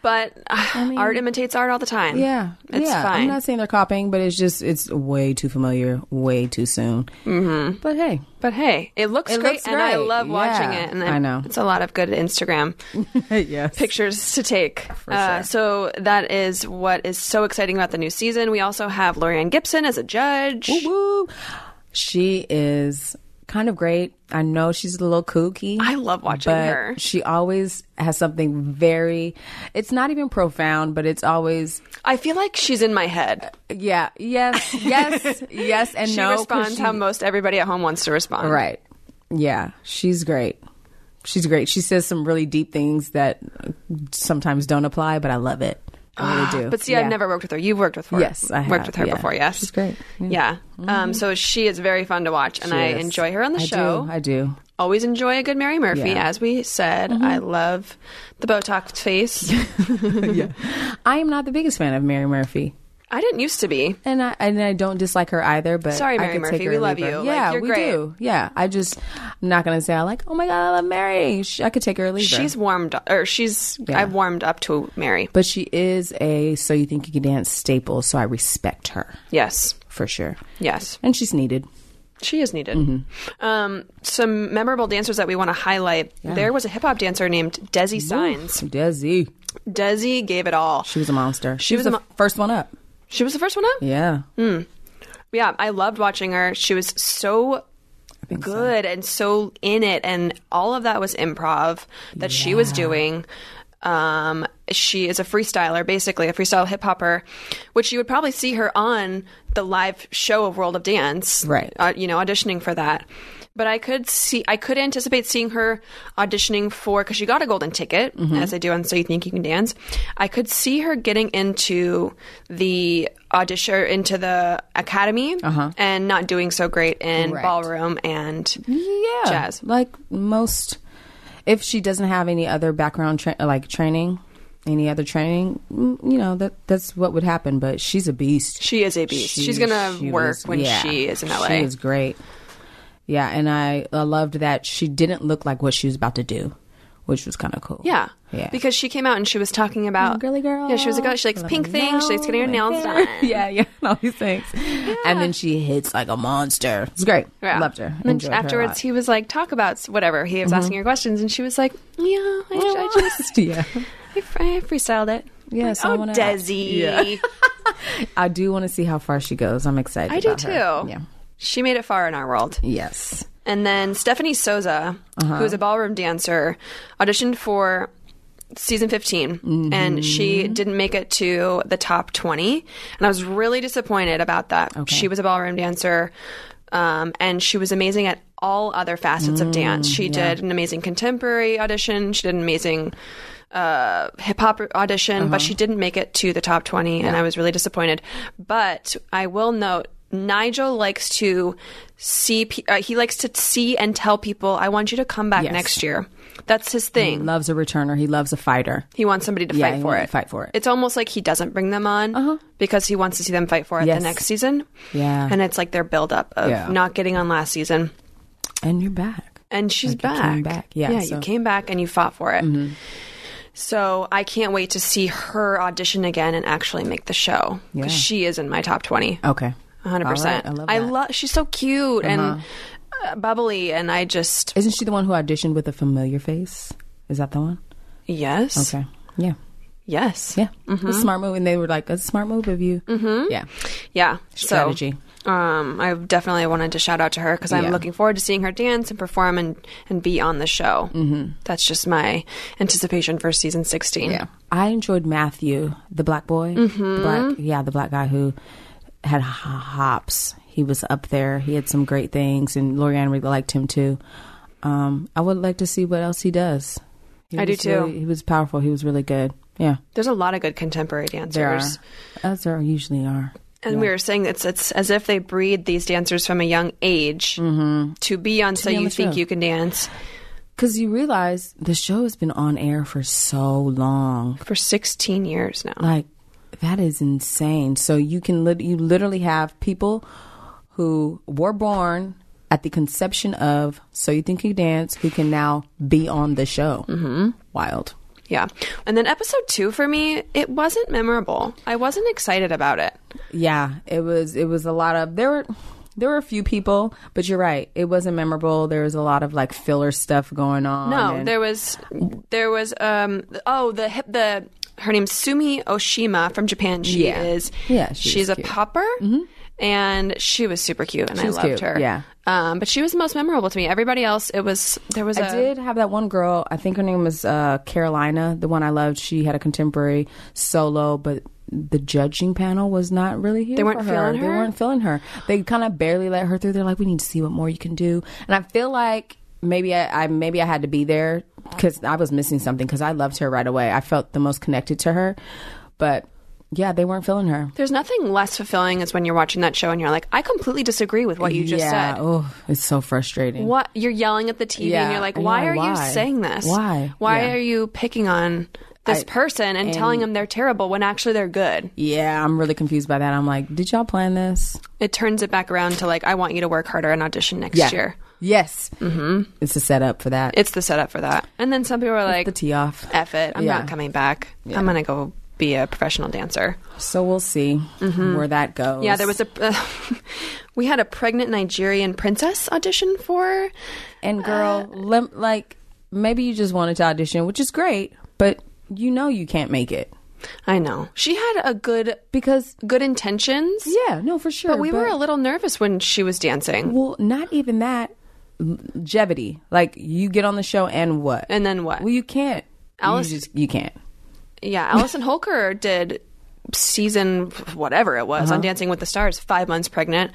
Speaker 1: But art imitates art all the time.
Speaker 2: Yeah.
Speaker 1: It's
Speaker 2: yeah.
Speaker 1: fine.
Speaker 2: I'm not saying they're copying, but it's just, it's way too familiar, way too soon. Mm-hmm. But hey,
Speaker 1: But hey, it looks
Speaker 2: It
Speaker 1: great,
Speaker 2: looks
Speaker 1: and I
Speaker 2: great.
Speaker 1: love watching
Speaker 2: Yeah,
Speaker 1: it. And
Speaker 2: I know.
Speaker 1: it's a lot of good Instagram
Speaker 2: yes.
Speaker 1: pictures to take. Uh,
Speaker 2: sure.
Speaker 1: so that is what is so exciting about the new season. We also have Lorianne Gibson as a judge.
Speaker 2: Woo. She is kind of great. I know she's a little kooky.
Speaker 1: I love watching
Speaker 2: but
Speaker 1: her.
Speaker 2: She always has something very. It's not even profound, but it's always
Speaker 1: I feel like she's in my head.
Speaker 2: yeah, yes, yes, yes, and
Speaker 1: She
Speaker 2: Uh, no. 'cause
Speaker 1: responds
Speaker 2: she-
Speaker 1: how most everybody at home wants to respond.
Speaker 2: right. Yeah, she's great. She's great. She says some really deep things that sometimes don't apply, but I love it. I really do.
Speaker 1: Ah, But see,
Speaker 2: Yeah.
Speaker 1: I've never worked with her. You've worked with her.
Speaker 2: Yes, I have.
Speaker 1: worked with her
Speaker 2: Yeah.
Speaker 1: before. Yes,
Speaker 2: She's great.
Speaker 1: Yeah.
Speaker 2: Yeah.
Speaker 1: Um, so she is very fun to watch, and I
Speaker 2: Yes.
Speaker 1: enjoy her on the
Speaker 2: I do,
Speaker 1: show.
Speaker 2: I do.
Speaker 1: always enjoy a good Mary Murphy,
Speaker 2: Yeah. Mm-hmm.
Speaker 1: as we said. I love the Botox face.
Speaker 2: I am not the biggest fan of Mary Murphy.
Speaker 1: I didn't used to be.
Speaker 2: And I and I don't dislike her either, but
Speaker 1: Sorry,
Speaker 2: I
Speaker 1: Mary
Speaker 2: could take
Speaker 1: Murphy,
Speaker 2: her
Speaker 1: we
Speaker 2: or
Speaker 1: love
Speaker 2: leave her.
Speaker 1: you. Like,
Speaker 2: Yeah,
Speaker 1: you're
Speaker 2: we
Speaker 1: great.
Speaker 2: do. Yeah, I just I'm not gonna say I like. Oh my god, I love Mary. She, I could take her or leave her.
Speaker 1: She's warmed up, or she's
Speaker 2: Yeah.
Speaker 1: I've warmed up to Mary.
Speaker 2: but she is a so you think you can dance staple. So I respect her
Speaker 1: Yes,
Speaker 2: for sure,
Speaker 1: yes.
Speaker 2: and she's needed.
Speaker 1: She is needed.
Speaker 2: Mm-hmm.
Speaker 1: Um, some memorable dancers that we want to highlight. There was a hip hop dancer named Desi Signs.
Speaker 2: Desi.
Speaker 1: Desi gave it all.
Speaker 2: She was a monster. She,
Speaker 1: was
Speaker 2: was,
Speaker 1: a
Speaker 2: the
Speaker 1: mo-
Speaker 2: first one up.
Speaker 1: She was the first one up.
Speaker 2: Yeah.
Speaker 1: Yeah, I loved watching her. She was so
Speaker 2: think so.
Speaker 1: good and so in it, and all of that was improv that she was doing. Um, she is a freestyler, basically a freestyle hip hopper, which you would probably see her on the live show of World of Dance,
Speaker 2: Right.
Speaker 1: Uh, you know, auditioning for that. But I could see, I could anticipate seeing her auditioning for because she got a golden ticket, as I do on So You Think You Can Dance. I could see her getting into the audition or into the academy and not doing so great in
Speaker 2: Right. Mm-hmm.
Speaker 1: ballroom and
Speaker 2: Yeah.
Speaker 1: jazz.
Speaker 2: Like most, if she doesn't have any other background, tra- like training, any other training, mm, you know, that that's what would happen. But she's a beast.
Speaker 1: She is a beast. She's gonna work when she is in LA.
Speaker 2: She is great. Yeah. And I, I loved that she didn't look like what she was about to do, which was kind of cool.
Speaker 1: Yeah.
Speaker 2: Yeah.
Speaker 1: Because she came out and she was talking about
Speaker 2: girly girl.
Speaker 1: Uh, Yeah, she was a girl. She likes
Speaker 2: Let
Speaker 1: pink
Speaker 2: me
Speaker 1: things. She likes getting her
Speaker 2: know,
Speaker 1: nails
Speaker 2: like
Speaker 1: done.
Speaker 2: that. yeah, yeah, and all these things. And then she hits like a monster. It's great.
Speaker 1: Yeah.
Speaker 2: Loved her.
Speaker 1: And
Speaker 2: Enjoyed
Speaker 1: then
Speaker 2: her a
Speaker 1: afterwards,
Speaker 2: lot. Uh-huh.
Speaker 1: he was like, "Talk about s- whatever." He was asking her questions, and she was like, "Yeah, I, I just
Speaker 2: yeah.
Speaker 1: I, fr- I freestyled it."
Speaker 2: Yeah,
Speaker 1: Like,
Speaker 2: so I
Speaker 1: oh,
Speaker 2: wanna-
Speaker 1: Desi.
Speaker 2: I do want to see how far she goes. I'm excited.
Speaker 1: I do
Speaker 2: about
Speaker 1: too.
Speaker 2: her. Yeah.
Speaker 1: She made it far in our world.
Speaker 2: Yes.
Speaker 1: And then Stephanie Souza, who is a ballroom dancer, auditioned for season 15 and she didn't make it to the top 20. And I was really disappointed about that. She was a ballroom dancer um, and she was amazing at all other facets of dance. She did an amazing contemporary audition, she did an amazing uh, hip hop audition, but she didn't make it to the top 20, and I was really disappointed. But I will note Nigel likes to see, pe- uh, he likes to see and tell people, I want you to come back
Speaker 2: Yes.
Speaker 1: next year. That's his thing.
Speaker 2: Loves a returner. He loves a fighter.
Speaker 1: he wants somebody to
Speaker 2: Yeah,
Speaker 1: fight
Speaker 2: he
Speaker 1: for
Speaker 2: wants
Speaker 1: it.
Speaker 2: to fight for it. Uh-huh.
Speaker 1: It's almost like he doesn't bring them on because he wants to see them fight for it
Speaker 2: Yes.
Speaker 1: the next season.
Speaker 2: Yeah.
Speaker 1: And it's like their buildup of
Speaker 2: Yeah.
Speaker 1: not getting on last season
Speaker 2: And you're back.
Speaker 1: and she's
Speaker 2: Like, you
Speaker 1: back.
Speaker 2: came back. Yeah, so- Mm-hmm.
Speaker 1: you came back and you fought for it. So I can't wait to see her audition again and actually make the show
Speaker 2: Yeah.
Speaker 1: because she is in my top twenty.
Speaker 2: Okay.
Speaker 1: hundred percent.
Speaker 2: All right, I love
Speaker 1: I
Speaker 2: that. Uh-huh.
Speaker 1: love. She's so cute and uh, bubbly, and I just
Speaker 2: Isn't she the one who auditioned with a familiar face? Is that the one?
Speaker 1: yes,
Speaker 2: Okay. Yeah.
Speaker 1: yes,
Speaker 2: Yeah. It's
Speaker 1: Mm-hmm.
Speaker 2: a smart move. And they were like, it's a smart move of you. Mm-hmm. Yeah.
Speaker 1: yeah.
Speaker 2: Strategy.
Speaker 1: So, um, I definitely wanted to shout out to her because I'm
Speaker 2: Yeah.
Speaker 1: looking forward to seeing her dance and perform and and be on the show. Mm-hmm. That's just my anticipation for season sixteen.
Speaker 2: I enjoyed Matthew, the black boy.
Speaker 1: Mm-hmm.
Speaker 2: The black, yeah, the black guy who had h- hops. He was up there. He had some great things, and Lorianne really liked him too. Um, I would like to see what else he does. He
Speaker 1: I do
Speaker 2: was
Speaker 1: too.
Speaker 2: really- he was powerful. He was really good. Yeah,
Speaker 1: There's a lot of good contemporary dancers.
Speaker 2: there are. As there usually are.
Speaker 1: And we were saying it's it's as if they breed these dancers from a young age to be on So
Speaker 2: Mm-hmm. be on
Speaker 1: You
Speaker 2: the
Speaker 1: Think
Speaker 2: show.
Speaker 1: You Can Dance
Speaker 2: Because you realize the show has been on air for so long.
Speaker 1: for 16 years now.
Speaker 2: Like that is insane. So you can lit- you literally have people who were born at the conception of So You Think You Dance who can now be on the show. Mm-hmm. Wild.
Speaker 1: Yeah. And then episode 2 for me, it wasn't memorable. I wasn't excited about it.
Speaker 2: Yeah, it was it was a lot of there were there were a few people, but you're right. It wasn't memorable. There was a lot of like filler stuff going on.
Speaker 1: No,
Speaker 2: and-
Speaker 1: there was there was um oh, the hip the her name's Sumi Oshima from Japan. She
Speaker 2: Yeah.
Speaker 1: is
Speaker 2: Yeah,
Speaker 1: she's,
Speaker 2: she's
Speaker 1: a
Speaker 2: cute. Mm-hmm.
Speaker 1: popper. And she was super cute, and I
Speaker 2: was
Speaker 1: loved
Speaker 2: cute,
Speaker 1: her.
Speaker 2: yeah.
Speaker 1: um, but she was the most memorable to me. Everybody else, it was there was a
Speaker 2: I did have that one girl. I think her name was uh, Carolina, the one I loved. She had a contemporary solo, but the judging panel was not really here.
Speaker 1: They weren't
Speaker 2: for
Speaker 1: feeling
Speaker 2: They
Speaker 1: her?
Speaker 2: weren't feeling her. They kind of barely let her through. They're like, "We need to see what more you can do." And I feel like maybe I, I maybe I had to be there because I was missing something because I loved her right away. I felt the most connected to her, but yeah, they weren't feeling her.
Speaker 1: There's nothing less fulfilling as when you're watching that show and you're like, I completely disagree with what you just
Speaker 2: yeah.
Speaker 1: said.
Speaker 2: Oh, it's so frustrating.
Speaker 1: What you're yelling at the TV and
Speaker 2: Yeah,
Speaker 1: you're like,
Speaker 2: and
Speaker 1: why
Speaker 2: you're
Speaker 1: are
Speaker 2: like,
Speaker 1: you
Speaker 2: why?
Speaker 1: saying this?
Speaker 2: Why?
Speaker 1: Why
Speaker 2: Yeah.
Speaker 1: are you picking on this
Speaker 2: I-
Speaker 1: person and, telling them they're terrible when actually they're good?
Speaker 2: Yeah, I'm really confused by that. I'm like, did y'all plan this?
Speaker 1: It turns it back around to like, I want you to work harder and audition next year.
Speaker 2: Yes. Mm-hmm. It's a setup for that.
Speaker 1: It's the setup for that. And then some people are like,
Speaker 2: the tee off.
Speaker 1: F it, I'm
Speaker 2: Yeah.
Speaker 1: not coming back. I'm gonna go be a professional dancer.
Speaker 2: So we'll see where that goes.
Speaker 1: Mm-hmm. Yeah, there was a. we had a pregnant Nigerian princess audition for.
Speaker 2: And girl, lem- like maybe you just wanted to audition, which is great, but you know you can't make it
Speaker 1: I know she had a good
Speaker 2: because
Speaker 1: good intentions.
Speaker 2: yeah, no, for sure.
Speaker 1: But we were a little nervous when she was dancing.
Speaker 2: well, not even that longevity. Like you get on the show and what?
Speaker 1: And then what?
Speaker 2: well, you can't.
Speaker 1: Alice-
Speaker 2: you, just, you can't.
Speaker 1: yeah, Allison Holker did season whatever it was
Speaker 2: Uh-huh.
Speaker 1: on Dancing with the Stars, five months pregnant.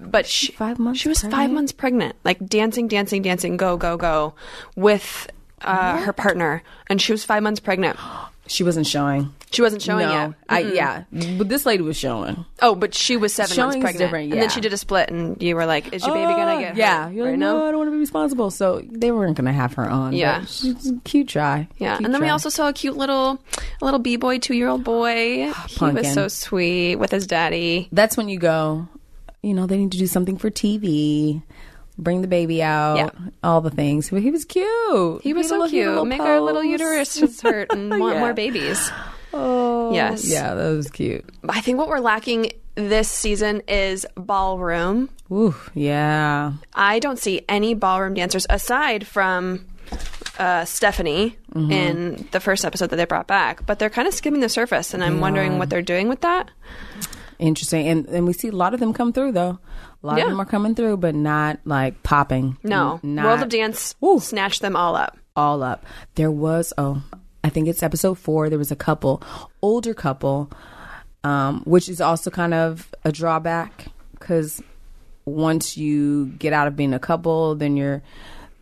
Speaker 1: But she
Speaker 2: five months
Speaker 1: She was five
Speaker 2: pregnant?
Speaker 1: months pregnant, like dancing, dancing, dancing, go, go, go, with uh, her partner, and she was five months pregnant.
Speaker 2: She wasn't showing.
Speaker 1: She wasn't showing
Speaker 2: no,
Speaker 1: yet. Mm-hmm.
Speaker 2: I yeah, but this lady was showing.
Speaker 1: Oh, but she was seven
Speaker 2: Showing
Speaker 1: months
Speaker 2: is
Speaker 1: pregnant,
Speaker 2: different,
Speaker 1: and
Speaker 2: yeah.
Speaker 1: then she did a split, and you were like, "Is your baby gonna
Speaker 2: Oh,
Speaker 1: get hurt
Speaker 2: yeah you're
Speaker 1: right
Speaker 2: like,
Speaker 1: now?"
Speaker 2: no i don't want to be responsible so they weren't gonna have her on
Speaker 1: Yeah.
Speaker 2: but she's a cute try
Speaker 1: Yeah,
Speaker 2: Cute
Speaker 1: and then we
Speaker 2: try.
Speaker 1: also saw a cute little, a little b boy, two year old boy. he
Speaker 2: Ah, Pumpkin.
Speaker 1: was so sweet with his daddy.
Speaker 2: that's when you go you know they need to do something for tv bring the baby out
Speaker 1: Yeah.
Speaker 2: all the things but he was cute
Speaker 1: He was
Speaker 2: had a
Speaker 1: so
Speaker 2: little- had a
Speaker 1: cute.
Speaker 2: little
Speaker 1: Make our little
Speaker 2: pose.
Speaker 1: uteruses hurt and want
Speaker 2: Yeah.
Speaker 1: more babies.
Speaker 2: oh
Speaker 1: Yes.
Speaker 2: yeah that was cute
Speaker 1: I think what we're lacking this season is ballroom.
Speaker 2: Ooh, yeah
Speaker 1: I don't see any ballroom dancers aside from uh, Stephanie
Speaker 2: Mm-hmm.
Speaker 1: in the first episode that they brought back, but they're kind of skimming the surface, and I'm wondering what they're doing with that.
Speaker 2: interesting and and we see a lot of them come through though a lot
Speaker 1: Yeah.
Speaker 2: of them are coming through but not like popping
Speaker 1: No,
Speaker 2: N- not
Speaker 1: World of Dance
Speaker 2: Ooh.
Speaker 1: snatched them all up.
Speaker 2: all up. There was oh, I think it's episode four. There was a couple, older couple, um, which is also kind of a drawback because once you get out of being a couple, then you're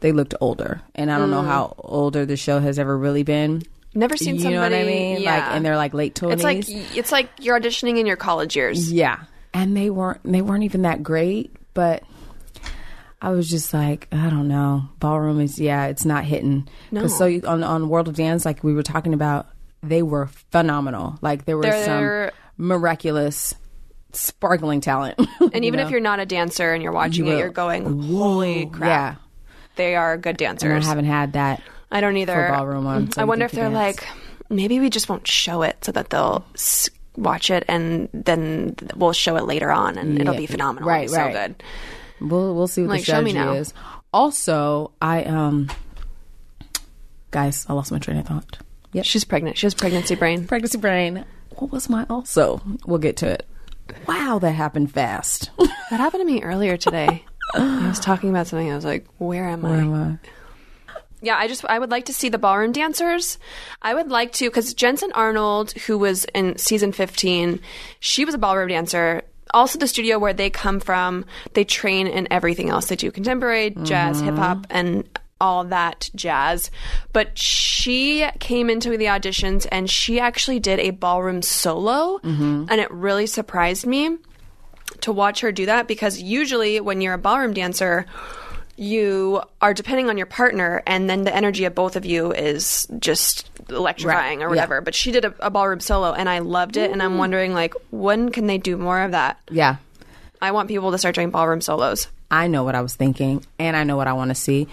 Speaker 2: they looked older, and I don't know how older the show has ever really been.
Speaker 1: Mm. Never seen
Speaker 2: you
Speaker 1: somebody.
Speaker 2: know what I mean?
Speaker 1: Yeah.
Speaker 2: Like, and they're like late twenties.
Speaker 1: It's like it's like you're auditioning in your college years.
Speaker 2: Yeah, and they weren't they weren't even that great, but I was just like, I don't know, ballroom is yeah, it's not hitting.
Speaker 1: No.
Speaker 2: 'Cause So you- on on World of Dance, like we were talking about, they were phenomenal. Like there was some
Speaker 1: They're-
Speaker 2: miraculous, sparkling talent.
Speaker 1: And even if you're not a dancer and you're watching it,
Speaker 2: will-
Speaker 1: you're going, "Holy crap!
Speaker 2: yeah,
Speaker 1: They are good
Speaker 2: and I
Speaker 1: dancers."
Speaker 2: haven't had that.
Speaker 1: I don't either.
Speaker 2: ballroom on, so
Speaker 1: I
Speaker 2: you
Speaker 1: wonder if
Speaker 2: think
Speaker 1: they're
Speaker 2: you dance.
Speaker 1: like, maybe we just won't show it so that they'll s- watch it and then th- we'll show it later on and it'll be phenomenal.
Speaker 2: Mm, Right,
Speaker 1: It'll be
Speaker 2: right.
Speaker 1: So good.
Speaker 2: We'll we'll see what
Speaker 1: Like,
Speaker 2: the
Speaker 1: show me
Speaker 2: strategy
Speaker 1: now.
Speaker 2: is. Also, I um, guys, I lost my train of thought. Yep.
Speaker 1: She's pregnant. She has pregnancy brain.
Speaker 2: pregnancy brain. What was my also? We'll get to it. Wow, that happened fast.
Speaker 1: That happened to me earlier today. I was talking about something. I was like, where am I? yeah, I just I would like to see the ballroom dancers. I would like to because Jensen Arnold, who was in season fifteen, she was a ballroom dancer. Also, the studio where they come from, they train in everything else. They do contemporary jazz, hip hop, and all that jazz. But she came into the auditions and she actually did a ballroom solo, and it really surprised me to watch her do that because usually when you're a ballroom dancer you are depending on your partner and then the energy of both of you is just electrifying
Speaker 2: Right.
Speaker 1: or whatever but she did a, a ballroom solo and i loved it and i'm wondering like when can they do more of that
Speaker 2: Yeah,
Speaker 1: i want people to start doing ballroom solos
Speaker 2: I know what I was thinking, and I know what I want to see.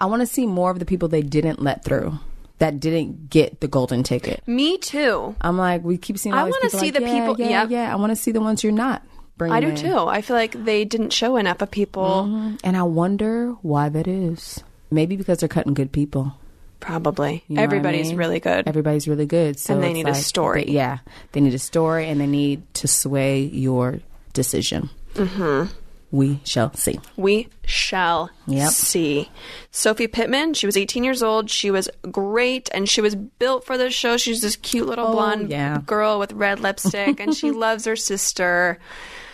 Speaker 2: I want to see more of the people they didn't let through, that didn't get the golden ticket.
Speaker 1: me too
Speaker 2: I'm like, we keep seeing.
Speaker 1: I
Speaker 2: All want
Speaker 1: wanna
Speaker 2: to
Speaker 1: see the
Speaker 2: yeah,
Speaker 1: people-
Speaker 2: Yeah,
Speaker 1: yep.
Speaker 2: yeah. I want to see the ones you're not. Bringing
Speaker 1: i do
Speaker 2: in.
Speaker 1: too i feel like they didn't show enough of people
Speaker 2: And I wonder why that is. Maybe because they're cutting good people.
Speaker 1: probably
Speaker 2: You know what I
Speaker 1: everybody's
Speaker 2: mean?
Speaker 1: really good
Speaker 2: Everybody's really good. So
Speaker 1: And they
Speaker 2: it's
Speaker 1: need a
Speaker 2: like-
Speaker 1: story.
Speaker 2: they- yeah, they need a story, and they need to sway your decision. Mm-hmm. We shall see.
Speaker 1: We shall
Speaker 2: Yep.
Speaker 1: see. Sophie Pittman, she was 18 years old. She was great and she was built for this show. She's this cute little blonde
Speaker 2: Oh, yeah.
Speaker 1: girl with red lipstick and she loves her sister.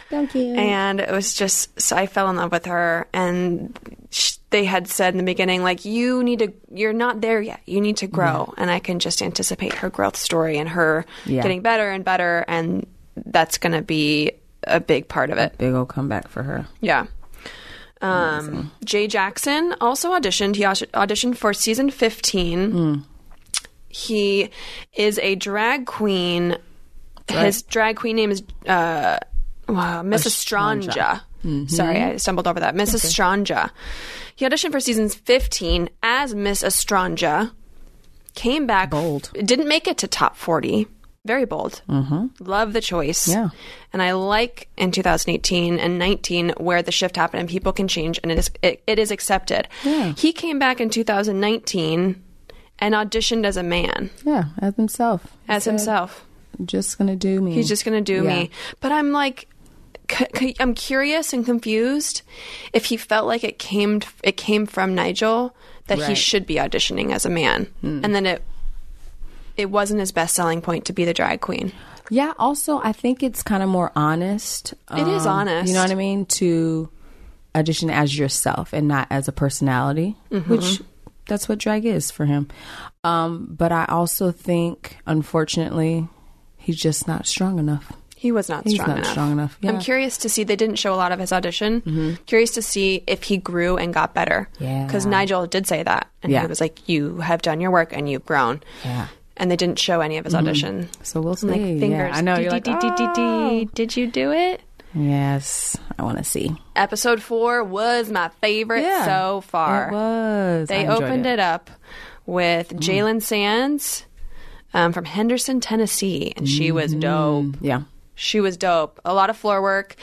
Speaker 2: Thank you.
Speaker 1: And it was just, so I fell in love with her. And sh they had said in the beginning, like, you need to, you're not there yet. You need to grow. And I can just anticipate her growth story and her
Speaker 2: Yeah.
Speaker 1: getting better and better. And that's going to be a big part of it.
Speaker 2: Big old comeback for her.
Speaker 1: Yeah. Um, Jay Jackson also auditioned. He audi- auditioned for season 15. He is a drag queen. His drag queen name is uh, wow, Miss Estranja. Sorry, I stumbled over that. Miss Estranja. He auditioned for season 15 as Miss Estranja. Came back.
Speaker 2: Bold.
Speaker 1: Didn't make it to top 40 Very bold. Mm-hmm. Love the choice.
Speaker 2: Yeah.
Speaker 1: And I like in 2018 and 19 where the shift happened and people can change and it is it, it is accepted.
Speaker 2: Yeah.
Speaker 1: He came back in 2019 and auditioned as a man,
Speaker 2: Yeah, as himself. He
Speaker 1: as
Speaker 2: said,
Speaker 1: himself.
Speaker 2: "I'm just gonna do me.
Speaker 1: He's just going to do
Speaker 2: Yeah.
Speaker 1: me. But I'm like, c- c- I'm curious and confused if he felt like it came it came from Nigel that he
Speaker 2: Right. Hmm.
Speaker 1: should be auditioning as a man, and then it it wasn't his best selling point to be the drag queen.
Speaker 2: Yeah. Also, I think it's kind of more honest. um,
Speaker 1: It is honest.
Speaker 2: You know what I mean? To audition as yourself and not as a personality,
Speaker 1: Mm-hmm.
Speaker 2: which that's what drag is for him. Um, but I also think, unfortunately, he's just not strong enough.
Speaker 1: He was not
Speaker 2: He's
Speaker 1: strong
Speaker 2: not
Speaker 1: enough.
Speaker 2: strong enough, yeah. Mm-hmm.
Speaker 1: I'm curious to see. They didn't show a lot of his audition. Curious to see if he grew and got better.
Speaker 2: Yeah.
Speaker 1: Because Nigel did say that, and
Speaker 2: Yeah.
Speaker 1: he was like, "You have done your work and you've grown."
Speaker 2: Yeah. Mm-hmm.
Speaker 1: And they didn't show any of his audition.
Speaker 2: So we'll see.
Speaker 1: I'm like fingers.
Speaker 2: Yeah, I know.
Speaker 1: Dee,
Speaker 2: You're like, "Oh."
Speaker 1: dee, dee, dee, dee. Did you do it?
Speaker 2: Yes, I want to see.
Speaker 1: Episode four was my favorite
Speaker 2: Yeah,
Speaker 1: so far.
Speaker 2: It was.
Speaker 1: They
Speaker 2: I enjoyed Mm-hmm.
Speaker 1: opened it. up with Jalen Sands um, from Henderson, Tennessee, and she was
Speaker 2: Mm-hmm.
Speaker 1: dope.
Speaker 2: Mm, Yeah.
Speaker 1: She was dope. A lot of floor work,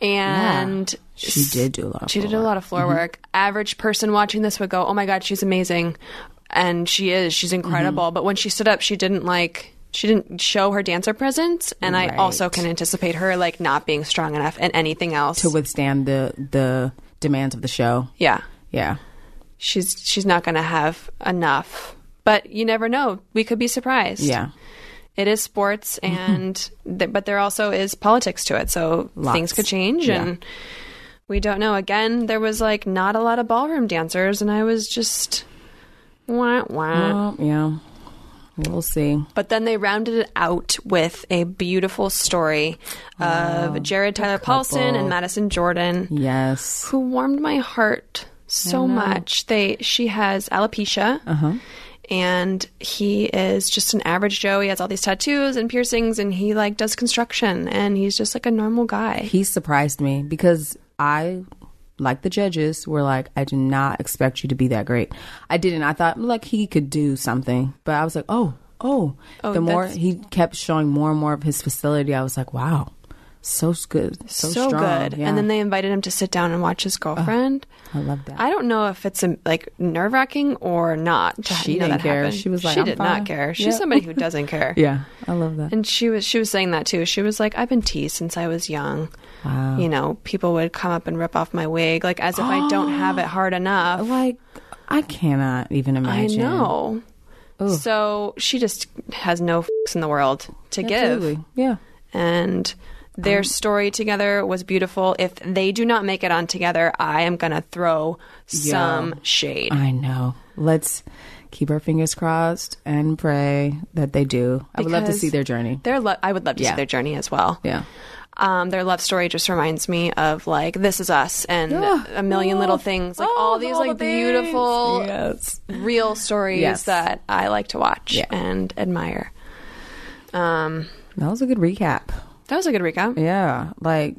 Speaker 1: and
Speaker 2: She did do a lot of
Speaker 1: she
Speaker 2: floor Mm-hmm.
Speaker 1: did a lot of floor work. Average person watching this would go, "Oh my god, she's amazing," and she is. She's
Speaker 2: Mm-hmm.
Speaker 1: incredible. But when she stood up, she didn't like. She didn't show her dancer presence, and I also
Speaker 2: Right.
Speaker 1: can anticipate her like not being strong enough and anything else.
Speaker 2: To withstand the the demands of the show.
Speaker 1: yeah,
Speaker 2: Yeah.
Speaker 1: she's she's not going to have enough. But you never know. We could be surprised.
Speaker 2: Yeah.
Speaker 1: it is sports,
Speaker 2: Mm-hmm.
Speaker 1: and th- but there also is politics to it. So
Speaker 2: Lots.
Speaker 1: things could change,
Speaker 2: Yeah.
Speaker 1: and we don't know. Again, there was like not a lot of ballroom dancers, and I was just wah wah.
Speaker 2: Well, yeah. We'll see.
Speaker 1: But then they rounded it out with a beautiful story of Jared Tyler Paulson and Madison Jordan,
Speaker 2: Yes.
Speaker 1: who warmed my heart so much. They she has alopecia.
Speaker 2: Uh-huh.
Speaker 1: And he is just an average Joe. He has all these tattoos and piercings and he like does construction and he's just like a normal guy.
Speaker 2: He surprised me because I like the judges were like, I do not expect you to be that great. I didn't. I thought like he could do something. But I was like, oh, oh. the more
Speaker 1: that's-
Speaker 2: he kept showing more and more of his facility, I was like, wow. So s- good. So,
Speaker 1: So,
Speaker 2: strong.
Speaker 1: good.
Speaker 2: Yeah. Oh,
Speaker 1: And then they invited him to sit down and watch his girlfriend.
Speaker 2: I love that.
Speaker 1: I don't know if it's um, like nerve wracking or not. to
Speaker 2: She
Speaker 1: know
Speaker 2: didn't
Speaker 1: that
Speaker 2: care.
Speaker 1: happened.
Speaker 2: She was like,
Speaker 1: she
Speaker 2: "I'm
Speaker 1: did
Speaker 2: fine."
Speaker 1: not care. She's
Speaker 2: Yep.
Speaker 1: somebody who doesn't care.
Speaker 2: yeah. I love that.
Speaker 1: And she was she was saying that too. She was like, I've been teased since I was young. Wow. You know, people would come up and rip off my wig, like as if I don't have it hard enough.
Speaker 2: like I cannot even
Speaker 1: I
Speaker 2: imagine.
Speaker 1: know. So she just has no f***s in the world to give.
Speaker 2: Absolutely. Um, Yeah.
Speaker 1: And their story together was beautiful. If they do not make it on together, I am going to throw some shade.
Speaker 2: I know. Let's keep our fingers crossed and pray that they do. I would love to
Speaker 1: Because
Speaker 2: see their journey.
Speaker 1: Their lo- I would love to
Speaker 2: Yeah.
Speaker 1: see their journey as well.
Speaker 2: Yeah.
Speaker 1: Um, their love story just reminds me of like this is us and a million little
Speaker 2: Oh,
Speaker 1: things, like all these like beautiful
Speaker 2: Yes.
Speaker 1: real stories
Speaker 2: Yes.
Speaker 1: that I like to watch
Speaker 2: Yeah.
Speaker 1: and admire. Um,
Speaker 2: That was a good recap.
Speaker 1: that was a good recap.
Speaker 2: Yeah. Like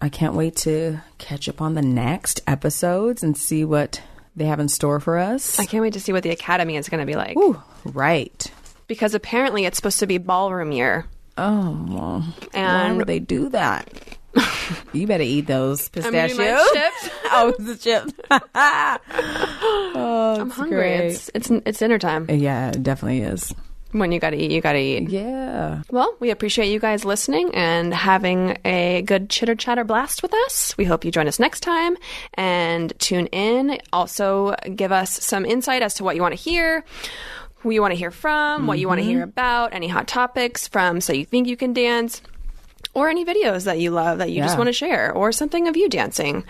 Speaker 2: I can't wait to catch up on the next episodes and see what they have in store for us.
Speaker 1: I can't wait to see what the academy is going to be like
Speaker 2: Ooh, right.
Speaker 1: because apparently it's supposed to be ballroom year.
Speaker 2: Oh, well, why
Speaker 1: And-
Speaker 2: would they do that? you better eat those pistachios.
Speaker 1: chips.
Speaker 2: oh, the chips. oh,
Speaker 1: I'm hungry. It's, it's it's dinner time.
Speaker 2: Yeah, it definitely is.
Speaker 1: When you got to eat, you got to eat.
Speaker 2: Yeah.
Speaker 1: Well, we appreciate you guys listening and having a good chitter chatter blast with us. We hope you join us next time and tune in. Also, give us some insight as to what you want to hear, who you want to hear from, what you want to
Speaker 2: Mm-hmm.
Speaker 1: hear about, any hot topics from So You Think You Can Dance, or any videos that you love that you just
Speaker 2: Yeah.
Speaker 1: want to share, or something of you dancing.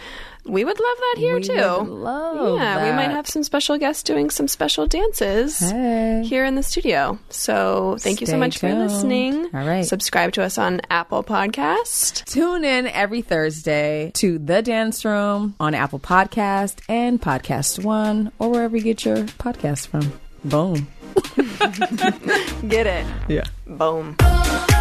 Speaker 1: We would love that here
Speaker 2: We
Speaker 1: too.
Speaker 2: would love
Speaker 1: yeah, we might
Speaker 2: that.
Speaker 1: have some special guests doing some special dances
Speaker 2: Hey.
Speaker 1: here in the studio. So thank you so
Speaker 2: Stay
Speaker 1: much for
Speaker 2: tuned.
Speaker 1: listening.
Speaker 2: All right.
Speaker 1: Subscribe to us on Apple Podcast.
Speaker 2: Tune in every Thursday to The Dance Room on Apple Podcast and Podcast One or wherever you get your podcast from. Boom.
Speaker 1: Get it.
Speaker 2: Yeah.
Speaker 1: Boom.
Speaker 7: Boom,